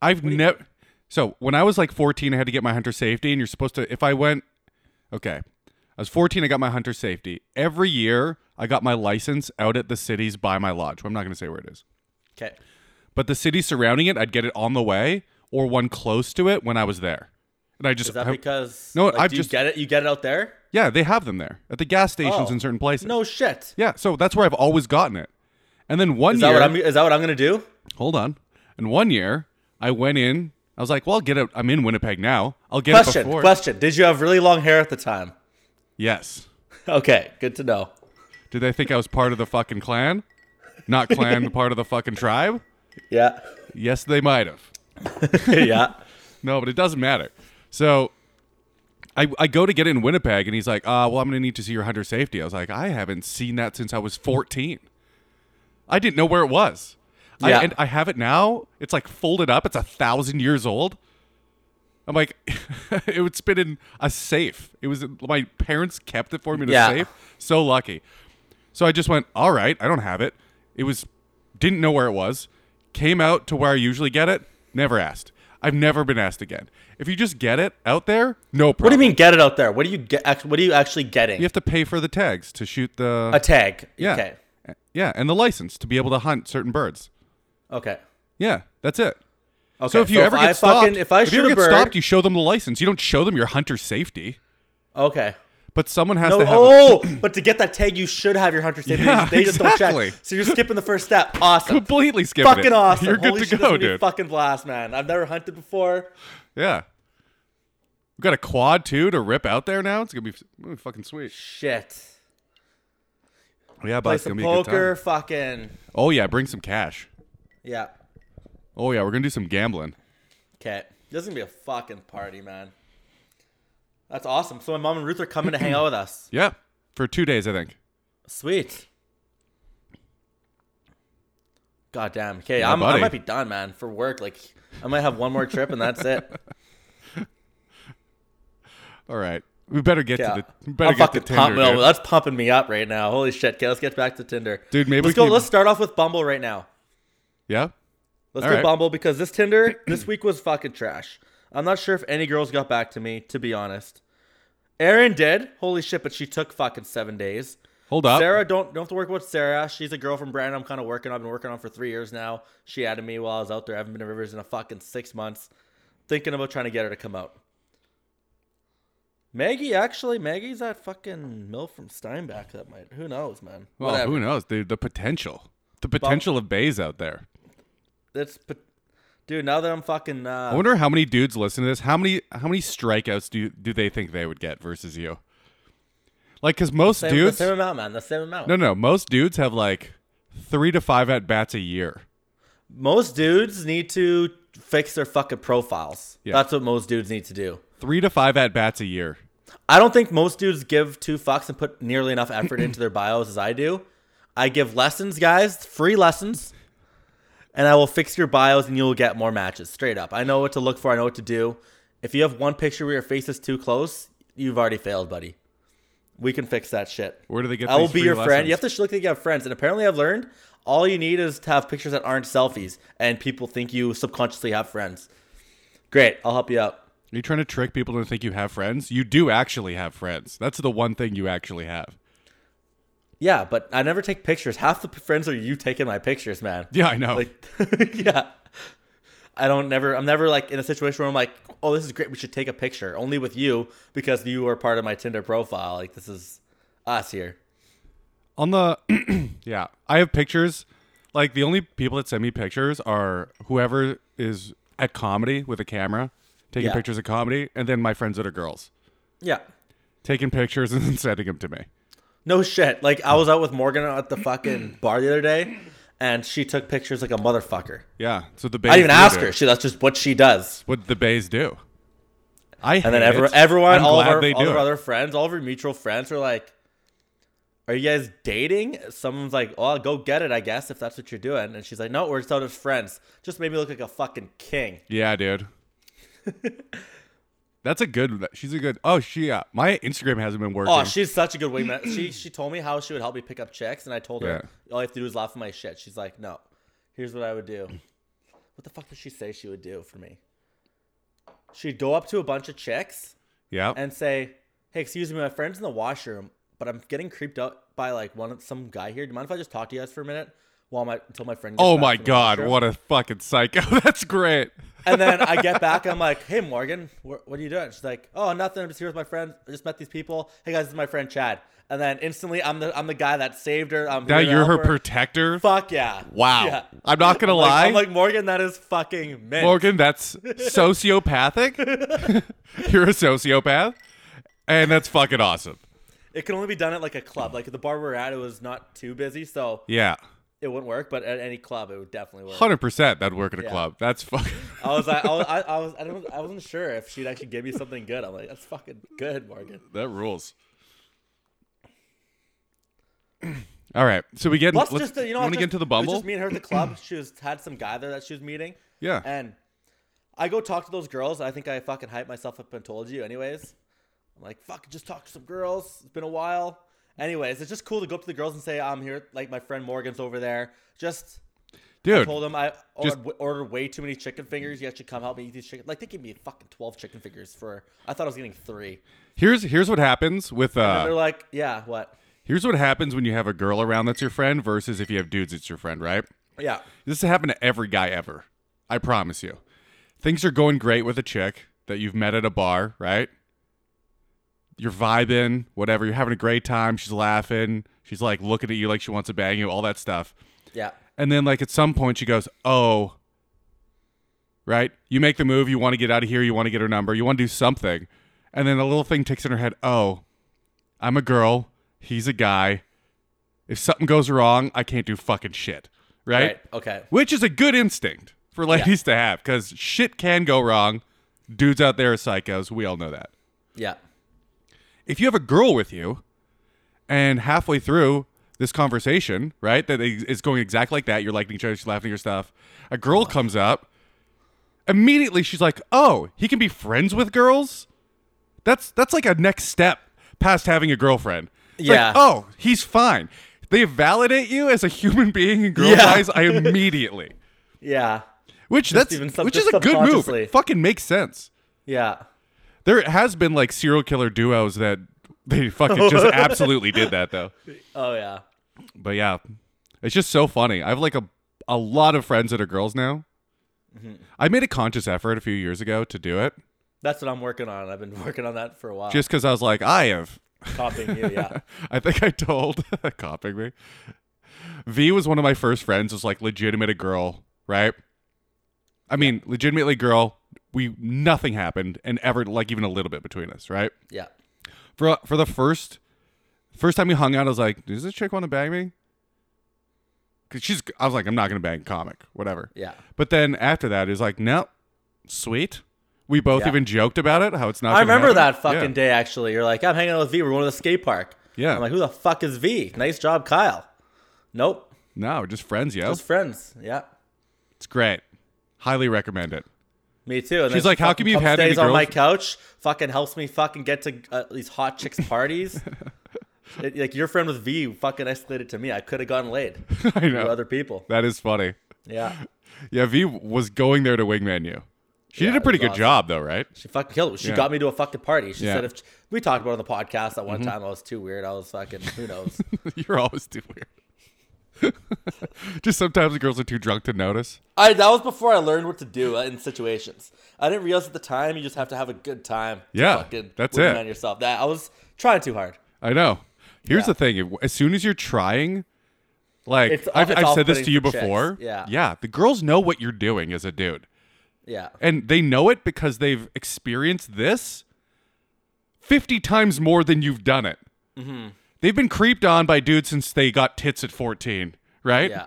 [SPEAKER 4] I've never. So when I was like 14, I had to get my hunter safety, and you're supposed to. If I went, okay, I was 14, I got my hunter safety. Every year, I got my license out at the cities by my lodge. I'm not going to say where it is,
[SPEAKER 3] Okay.
[SPEAKER 4] but the city surrounding it, I'd get it on the way or one close to it when I was there, and I just
[SPEAKER 3] Is that
[SPEAKER 4] I-
[SPEAKER 3] because?
[SPEAKER 4] No,
[SPEAKER 3] like,
[SPEAKER 4] I've
[SPEAKER 3] do
[SPEAKER 4] just-
[SPEAKER 3] You get it. You get it out there.
[SPEAKER 4] Yeah, they have them there at the gas stations
[SPEAKER 3] Oh.
[SPEAKER 4] in certain places.
[SPEAKER 3] No shit.
[SPEAKER 4] Yeah, so that's where I've always gotten it. And then one
[SPEAKER 3] Is that
[SPEAKER 4] year,
[SPEAKER 3] what I'm? Is that what I'm gonna do?
[SPEAKER 4] hold on. And one year, I went in. I was like, "Well, I'll get it. I'm in Winnipeg now. I'll get it
[SPEAKER 3] Question.
[SPEAKER 4] before."
[SPEAKER 3] Question. Did you have really long hair at the time?
[SPEAKER 4] Yes.
[SPEAKER 3] Okay. Good to know.
[SPEAKER 4] Did they think I was part of the fucking clan? Not clan, part of the fucking tribe?
[SPEAKER 3] Yeah.
[SPEAKER 4] Yes, they might have.
[SPEAKER 3] yeah.
[SPEAKER 4] No, but it doesn't matter. So I, I go to get it in Winnipeg, and he's like, uh, well, I'm going to need to see your hunter safety. I was like, I haven't seen that since I was 14. I didn't know where it was.
[SPEAKER 3] Yeah.
[SPEAKER 4] I, and I have it now. It's like folded up. It's a thousand years old. I'm like, it would spit in a safe. It was my parents kept it for me in
[SPEAKER 3] Yeah.
[SPEAKER 4] a safe. So lucky. So I just went, all right, I don't have it. It was, didn't know where it was. Came out to where I usually get it. Never asked. I've never been asked again. If you just get it out there, no problem.
[SPEAKER 3] What do you mean get it out there? What do you get? act- What are you actually getting?
[SPEAKER 4] You have to pay for the tags to shoot the.
[SPEAKER 3] a tag.
[SPEAKER 4] yeah.
[SPEAKER 3] Okay.
[SPEAKER 4] Yeah, and the license to be able to hunt certain birds.
[SPEAKER 3] Okay.
[SPEAKER 4] Yeah, that's it.
[SPEAKER 3] Okay.
[SPEAKER 4] So if you ever
[SPEAKER 3] I
[SPEAKER 4] get stopped,
[SPEAKER 3] fucking, if I shoot
[SPEAKER 4] you ever
[SPEAKER 3] a
[SPEAKER 4] get
[SPEAKER 3] bird,
[SPEAKER 4] stopped, you show them the license. You don't show them your hunter safety,
[SPEAKER 3] okay.
[SPEAKER 4] but someone has
[SPEAKER 3] No,
[SPEAKER 4] to have.
[SPEAKER 3] oh, but to get that tag, you should have your hunter safety.
[SPEAKER 4] Yeah,
[SPEAKER 3] they just
[SPEAKER 4] exactly.
[SPEAKER 3] don't check. So you're skipping the first step. Awesome.
[SPEAKER 4] completely skip it.
[SPEAKER 3] fucking awesome.
[SPEAKER 4] You're good
[SPEAKER 3] Holy
[SPEAKER 4] to
[SPEAKER 3] shit,
[SPEAKER 4] go,
[SPEAKER 3] this is gonna be
[SPEAKER 4] dude.
[SPEAKER 3] Fucking blast, man. I've never hunted before.
[SPEAKER 4] yeah, we got a quad too to rip out there now. It's gonna be, it's gonna be fucking sweet.
[SPEAKER 3] Shit.
[SPEAKER 4] Yeah, but
[SPEAKER 3] Play
[SPEAKER 4] it's gonna
[SPEAKER 3] some
[SPEAKER 4] be a
[SPEAKER 3] poker.
[SPEAKER 4] good time.
[SPEAKER 3] Fucking
[SPEAKER 4] Oh yeah, bring some cash.
[SPEAKER 3] yeah.
[SPEAKER 4] Oh yeah, we're gonna do some gambling.
[SPEAKER 3] Okay. This is gonna be a fucking party, man. That's awesome. So my mom and Ruth are coming to hang out with us.
[SPEAKER 4] Yeah, for two days I think.
[SPEAKER 3] Sweet. God damn. Okay,
[SPEAKER 4] Yeah,
[SPEAKER 3] I'm, I
[SPEAKER 4] buddy.
[SPEAKER 3] might be done, man, for work. Like, I might have one more trip and that's it.
[SPEAKER 4] All right, We better get
[SPEAKER 3] Yeah.
[SPEAKER 4] to the we better
[SPEAKER 3] I'm
[SPEAKER 4] get to
[SPEAKER 3] fucking
[SPEAKER 4] Tinder.
[SPEAKER 3] pumping.
[SPEAKER 4] dude.
[SPEAKER 3] That's pumping me up right now. Holy shit. Okay, let's get back to Tinder.
[SPEAKER 4] Dude, maybe
[SPEAKER 3] let's
[SPEAKER 4] we
[SPEAKER 3] go.
[SPEAKER 4] can-
[SPEAKER 3] Let's start off with Bumble right now.
[SPEAKER 4] Yeah.
[SPEAKER 3] Let's
[SPEAKER 4] All
[SPEAKER 3] go
[SPEAKER 4] right.
[SPEAKER 3] Bumble because this Tinder this week was fucking trash. I'm not sure if any girls got back to me, to be honest. Erin did. Holy shit, but she took fucking seven days.
[SPEAKER 4] Hold up.
[SPEAKER 3] Sarah, don't don't have to work with Sarah. She's a girl from Brandon. I'm kind of working. on. I've been working on for three years now. She added me while I was out there. I haven't been to Rivers in a fucking six months. Thinking about trying to get her to come out. Maggie, actually, Maggie's that fucking mill from Steinbach. That might. Who knows, man.
[SPEAKER 4] Well,
[SPEAKER 3] Whatever.
[SPEAKER 4] who knows, dude? The potential, the potential of bays out there.
[SPEAKER 3] That's. but- Dude, now that I'm fucking. Uh,
[SPEAKER 4] I wonder how many dudes listen to this. How many how many strikeouts do do they think they would get versus you? Like, cause most
[SPEAKER 3] same,
[SPEAKER 4] dudes,
[SPEAKER 3] The same amount, man. The same amount.
[SPEAKER 4] no, no, most dudes have like three to five at bats a year.
[SPEAKER 3] Most dudes need to fix their fucking profiles.
[SPEAKER 4] Yeah.
[SPEAKER 3] That's what most dudes need to do.
[SPEAKER 4] Three to five at bats a year.
[SPEAKER 3] I don't think most dudes give two fucks and put nearly enough effort into their bios as I do. I give lessons, guys, free lessons, and I will fix your bios and you'll get more matches straight up. I know what to look for, I know what to do. If you have one picture where your face is too close, you've already failed, buddy. We can fix that shit.
[SPEAKER 4] Where do they get?
[SPEAKER 3] I will
[SPEAKER 4] these
[SPEAKER 3] be
[SPEAKER 4] free
[SPEAKER 3] your friend. You have
[SPEAKER 4] lessons?
[SPEAKER 3] to sh- look like you have friends. And apparently, I've learned all you need is to have pictures that aren't selfies, and people think you subconsciously have friends. Great, I'll help you out.
[SPEAKER 4] Are you trying to trick people to think you have friends? You do actually have friends. That's the one thing you actually have.
[SPEAKER 3] Yeah, but I never take pictures. Half the p- friends are you taking my pictures, man.
[SPEAKER 4] Yeah, I know.
[SPEAKER 3] Like, yeah. I don't never. I'm never like in a situation where I'm like, oh, this is great. We should take a picture only with you because you are part of my Tinder profile. Like this is us here.
[SPEAKER 4] On the yeah, I have pictures. Like the only people that send me pictures are whoever is at comedy with a camera, taking
[SPEAKER 3] Yeah.
[SPEAKER 4] pictures of comedy, and then my friends that are girls
[SPEAKER 3] Yeah.
[SPEAKER 4] taking pictures and then sending them to me.
[SPEAKER 3] No shit. Like I was out with Morgan at the fucking bar the other day, and she took pictures like a motherfucker.
[SPEAKER 4] Yeah, so the bays
[SPEAKER 3] I didn't even
[SPEAKER 4] do
[SPEAKER 3] ask
[SPEAKER 4] do.
[SPEAKER 3] her. She that's just what she does.
[SPEAKER 4] what the bays do. I
[SPEAKER 3] And then
[SPEAKER 4] hate
[SPEAKER 3] every,
[SPEAKER 4] it.
[SPEAKER 3] everyone,
[SPEAKER 4] I'm
[SPEAKER 3] all of
[SPEAKER 4] glad
[SPEAKER 3] our,
[SPEAKER 4] they
[SPEAKER 3] all
[SPEAKER 4] do
[SPEAKER 3] of
[SPEAKER 4] it.
[SPEAKER 3] our other friends, all of our mutual friends are like, "Are you guys dating?" Someone's like, "Oh, I'll go get it, I guess, if that's what you're doing." And she's like, "No, we're just out as friends. Just made me look like a fucking king."
[SPEAKER 4] Yeah, dude. That's a good. She's a good. Oh, she. Uh, my Instagram hasn't been working.
[SPEAKER 3] Oh, she's such a good wingman. she she told me how she would help me pick up chicks, and I told her all you have to do is laugh at my shit. She's like, "No, here's what I would do." What the fuck did she say she would do for me? She'd go up to a bunch of chicks.
[SPEAKER 4] yeah.
[SPEAKER 3] and say, "Hey, excuse me, my friend's in the washroom, but I'm getting creeped out by like one of some guy here. Do you mind if I just talk to you guys for a minute while my until my friend?" Gets
[SPEAKER 4] oh
[SPEAKER 3] back
[SPEAKER 4] my
[SPEAKER 3] from the
[SPEAKER 4] god,
[SPEAKER 3] washroom?"
[SPEAKER 4] what a fucking psycho. That's great.
[SPEAKER 3] And then I get back, I'm like, "Hey, Morgan, wh- what are you doing?" She's like, "Oh, nothing. I'm just here with my friend. I just met these people. Hey guys, this is my friend Chad." And then instantly, I'm the I'm the guy that saved her. I'm
[SPEAKER 4] Now
[SPEAKER 3] here to
[SPEAKER 4] you're her
[SPEAKER 3] help
[SPEAKER 4] protector.
[SPEAKER 3] Fuck yeah!
[SPEAKER 4] Wow.
[SPEAKER 3] Yeah.
[SPEAKER 4] I'm not gonna
[SPEAKER 3] Like,
[SPEAKER 4] lie,
[SPEAKER 3] I'm like Morgan. That is fucking mint.
[SPEAKER 4] Morgan. That's sociopathic. you're a sociopath, and that's fucking awesome.
[SPEAKER 3] It can only be done at like a club. Like the bar we're at, it was not too busy, so
[SPEAKER 4] Yeah,
[SPEAKER 3] it wouldn't work. But at any club, it would definitely work.
[SPEAKER 4] hundred percent. That'd work at a
[SPEAKER 3] Yeah.
[SPEAKER 4] club. That's fucking.
[SPEAKER 3] I was like, I was, I, I was, I, don't, I wasn't sure if she'd actually give me something good. I'm like, that's fucking good, Morgan.
[SPEAKER 4] that rules. All right, so we get.
[SPEAKER 3] Plus,
[SPEAKER 4] let's-
[SPEAKER 3] just the, you know,
[SPEAKER 4] wanna
[SPEAKER 3] just-
[SPEAKER 4] get into the
[SPEAKER 3] it was
[SPEAKER 4] bumble?
[SPEAKER 3] Just me and her at the club. She was had some guy there that she was meeting,
[SPEAKER 4] yeah.
[SPEAKER 3] and I go talk to those girls. I think I fucking hyped myself up and told you, anyways. I'm like, fuck, just talk to some girls. It's been a while. Anyways, it's just cool to go up to the girls and say, I'm here. Like my friend Morgan's over there. Just
[SPEAKER 4] Dude,
[SPEAKER 3] told them I or-
[SPEAKER 4] just-
[SPEAKER 3] ordered way too many chicken fingers. You actually come help me eat these chicken. Like they gave me fucking twelve chicken fingers for. I thought I was getting three.
[SPEAKER 4] here's here's what happens with
[SPEAKER 3] And they're
[SPEAKER 4] uh
[SPEAKER 3] like, yeah, what?
[SPEAKER 4] here's what happens when you have a girl around that's your friend versus if you have dudes it's your friend, right?
[SPEAKER 3] Yeah.
[SPEAKER 4] This has happened to every guy ever. I promise you. Things are going great with a chick that you've met at a bar, right? You're vibing, whatever, you're having a great time, she's laughing, she's like looking at you like she wants to bang you, all that stuff.
[SPEAKER 3] Yeah.
[SPEAKER 4] And then like at some point she goes, "Oh." Right? You make the move, you want to get out of here, you want to get her number, you want to do something. And then the little thing ticks in her head, "Oh, I'm a girl, he's a guy. If something goes wrong, I can't do fucking shit." Right?
[SPEAKER 3] Right. Okay.
[SPEAKER 4] Which is a good instinct for ladies to have cuz shit can go wrong. Dudes out there are psychos, we all know that.
[SPEAKER 3] Yeah.
[SPEAKER 4] If you have a girl with you and halfway through this conversation, right, that is going exactly like that, you're liking each other, she's laughing at your stuff, a girl
[SPEAKER 3] Uh-huh.
[SPEAKER 4] comes up, immediately she's like, oh, he can be friends with girls? That's that's like a next step past having a girlfriend. It's
[SPEAKER 3] Yeah.
[SPEAKER 4] Like, oh, he's fine. They validate you as a human being in girls'
[SPEAKER 3] Yeah.
[SPEAKER 4] eyes I immediately.
[SPEAKER 3] Yeah.
[SPEAKER 4] Which that's
[SPEAKER 3] even sub-
[SPEAKER 4] which is
[SPEAKER 3] just
[SPEAKER 4] a good move.
[SPEAKER 3] subconsciously.
[SPEAKER 4] It fucking makes sense.
[SPEAKER 3] Yeah.
[SPEAKER 4] There has been like serial killer duos that they fucking just absolutely did that though.
[SPEAKER 3] Oh yeah.
[SPEAKER 4] But yeah, it's just so funny. I have like a a lot of friends that are girls now. I made a conscious effort a few years ago to do it,
[SPEAKER 3] That's what I'm working on. I've been working on that for a while.
[SPEAKER 4] just because I was like, I have.
[SPEAKER 3] copying you, yeah.
[SPEAKER 4] I think I told copying me. V was one of my first friends. Was like legitimate a girl, right? I mean, legitimately girl. We nothing happened, and ever like even a little bit between us, right?
[SPEAKER 3] Yeah.
[SPEAKER 4] for for the first first time we hung out, I was like, "Does this chick want to bang me?" Cause she's, I was like, "I'm not gonna bang comic, whatever."
[SPEAKER 3] Yeah.
[SPEAKER 4] But then after that, it was like, "No, sweet." We both
[SPEAKER 3] Yeah.
[SPEAKER 4] even joked about it, how it's not.
[SPEAKER 3] I
[SPEAKER 4] gonna
[SPEAKER 3] remember
[SPEAKER 4] happen.
[SPEAKER 3] that fucking
[SPEAKER 4] Yeah.
[SPEAKER 3] day actually. You're like, I'm hanging out with V. We're going to the skate park.
[SPEAKER 4] Yeah.
[SPEAKER 3] I'm like, who the fuck is V? Nice job, Kyle. Nope.
[SPEAKER 4] No, we're just friends, yo.
[SPEAKER 3] Just friends. Yeah.
[SPEAKER 4] It's great. Highly recommend it.
[SPEAKER 3] Me too. And
[SPEAKER 4] She's
[SPEAKER 3] then
[SPEAKER 4] like,
[SPEAKER 3] she
[SPEAKER 4] how
[SPEAKER 3] fucking
[SPEAKER 4] come you've
[SPEAKER 3] comes
[SPEAKER 4] had any
[SPEAKER 3] stays on my
[SPEAKER 4] girls-
[SPEAKER 3] couch? Fucking helps me fucking get to uh, these hot chicks parties. It- like your friend with V fucking isolated to me. I could have gotten laid
[SPEAKER 4] I
[SPEAKER 3] to
[SPEAKER 4] know
[SPEAKER 3] other people.
[SPEAKER 4] that is funny.
[SPEAKER 3] Yeah.
[SPEAKER 4] Yeah, V was going there to wingman you. She
[SPEAKER 3] Yeah,
[SPEAKER 4] did a
[SPEAKER 3] it
[SPEAKER 4] pretty
[SPEAKER 3] was
[SPEAKER 4] good
[SPEAKER 3] awesome.
[SPEAKER 4] job though, right?
[SPEAKER 3] She fucking killed it. She
[SPEAKER 4] Yeah.
[SPEAKER 3] got me to a fucking party. She
[SPEAKER 4] Yeah. Mm-hmm.
[SPEAKER 3] said if we talked about it on the podcast that one time I was too weird. I was fucking who knows.
[SPEAKER 4] You're always too weird. just sometimes the girls are too drunk to notice.
[SPEAKER 3] I that was before I learned what to do uh, in situations. I didn't realize at the time you just have to have a good time. to
[SPEAKER 4] Yeah,
[SPEAKER 3] fucking
[SPEAKER 4] that's
[SPEAKER 3] win
[SPEAKER 4] it.
[SPEAKER 3] On yourself. That I was trying too hard.
[SPEAKER 4] I know. Here's
[SPEAKER 3] Yeah.
[SPEAKER 4] the thing: if- as soon as you're trying, like
[SPEAKER 3] It's-
[SPEAKER 4] I've,
[SPEAKER 3] it's
[SPEAKER 4] I've said this
[SPEAKER 3] off-putting
[SPEAKER 4] to you
[SPEAKER 3] for chicks.
[SPEAKER 4] before,
[SPEAKER 3] Yeah.
[SPEAKER 4] yeah, the girls know what you're doing as a dude,
[SPEAKER 3] Yeah,
[SPEAKER 4] and they know it because they've experienced this fifty times more than you've done it.
[SPEAKER 3] Mm-hmm.
[SPEAKER 4] They've been creeped on by dudes since they got tits at fourteen, right?
[SPEAKER 3] yeah,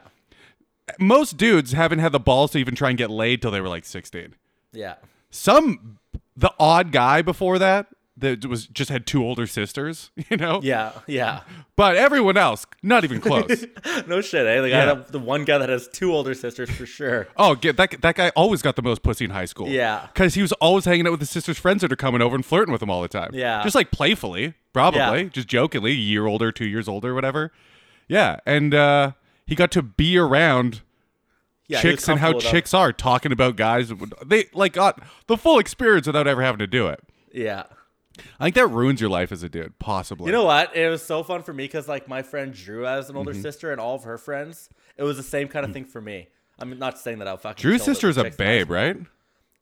[SPEAKER 4] Most dudes haven't had the balls to even try and get laid till they were like sixteen.
[SPEAKER 3] yeah,
[SPEAKER 4] Some, the odd guy before that that was just had two older sisters, you know.
[SPEAKER 3] yeah, yeah.
[SPEAKER 4] But everyone else, not even close.
[SPEAKER 3] no shit, eh? Like I
[SPEAKER 4] Yeah.
[SPEAKER 3] had a- the one guy that has two older sisters for sure.
[SPEAKER 4] Oh, get that that guy always got the most pussy in high school.
[SPEAKER 3] Yeah.
[SPEAKER 4] because he was always hanging out with his sister's friends that are coming over and flirting with him all the time.
[SPEAKER 3] Yeah.
[SPEAKER 4] just like playfully, probably,
[SPEAKER 3] Yeah.
[SPEAKER 4] just jokingly, a year older, two years older, whatever. Yeah, and uh, he got to be around
[SPEAKER 3] Yeah, he was
[SPEAKER 4] chicks and how
[SPEAKER 3] comfortable
[SPEAKER 4] chicks are talking about guys. They like got the full experience without ever having to do it.
[SPEAKER 3] enough. Yeah.
[SPEAKER 4] I think that ruins your life as a dude, possibly.
[SPEAKER 3] You know what? It was so fun for me because like my friend Drew has an
[SPEAKER 4] Mm-hmm.
[SPEAKER 3] older sister and all of her friends. It was the same kind of thing for me. I'm not saying that I fucking.
[SPEAKER 4] Mm. Drew's
[SPEAKER 3] killed it
[SPEAKER 4] sister
[SPEAKER 3] with
[SPEAKER 4] is a
[SPEAKER 3] chicks in high
[SPEAKER 4] babe, right?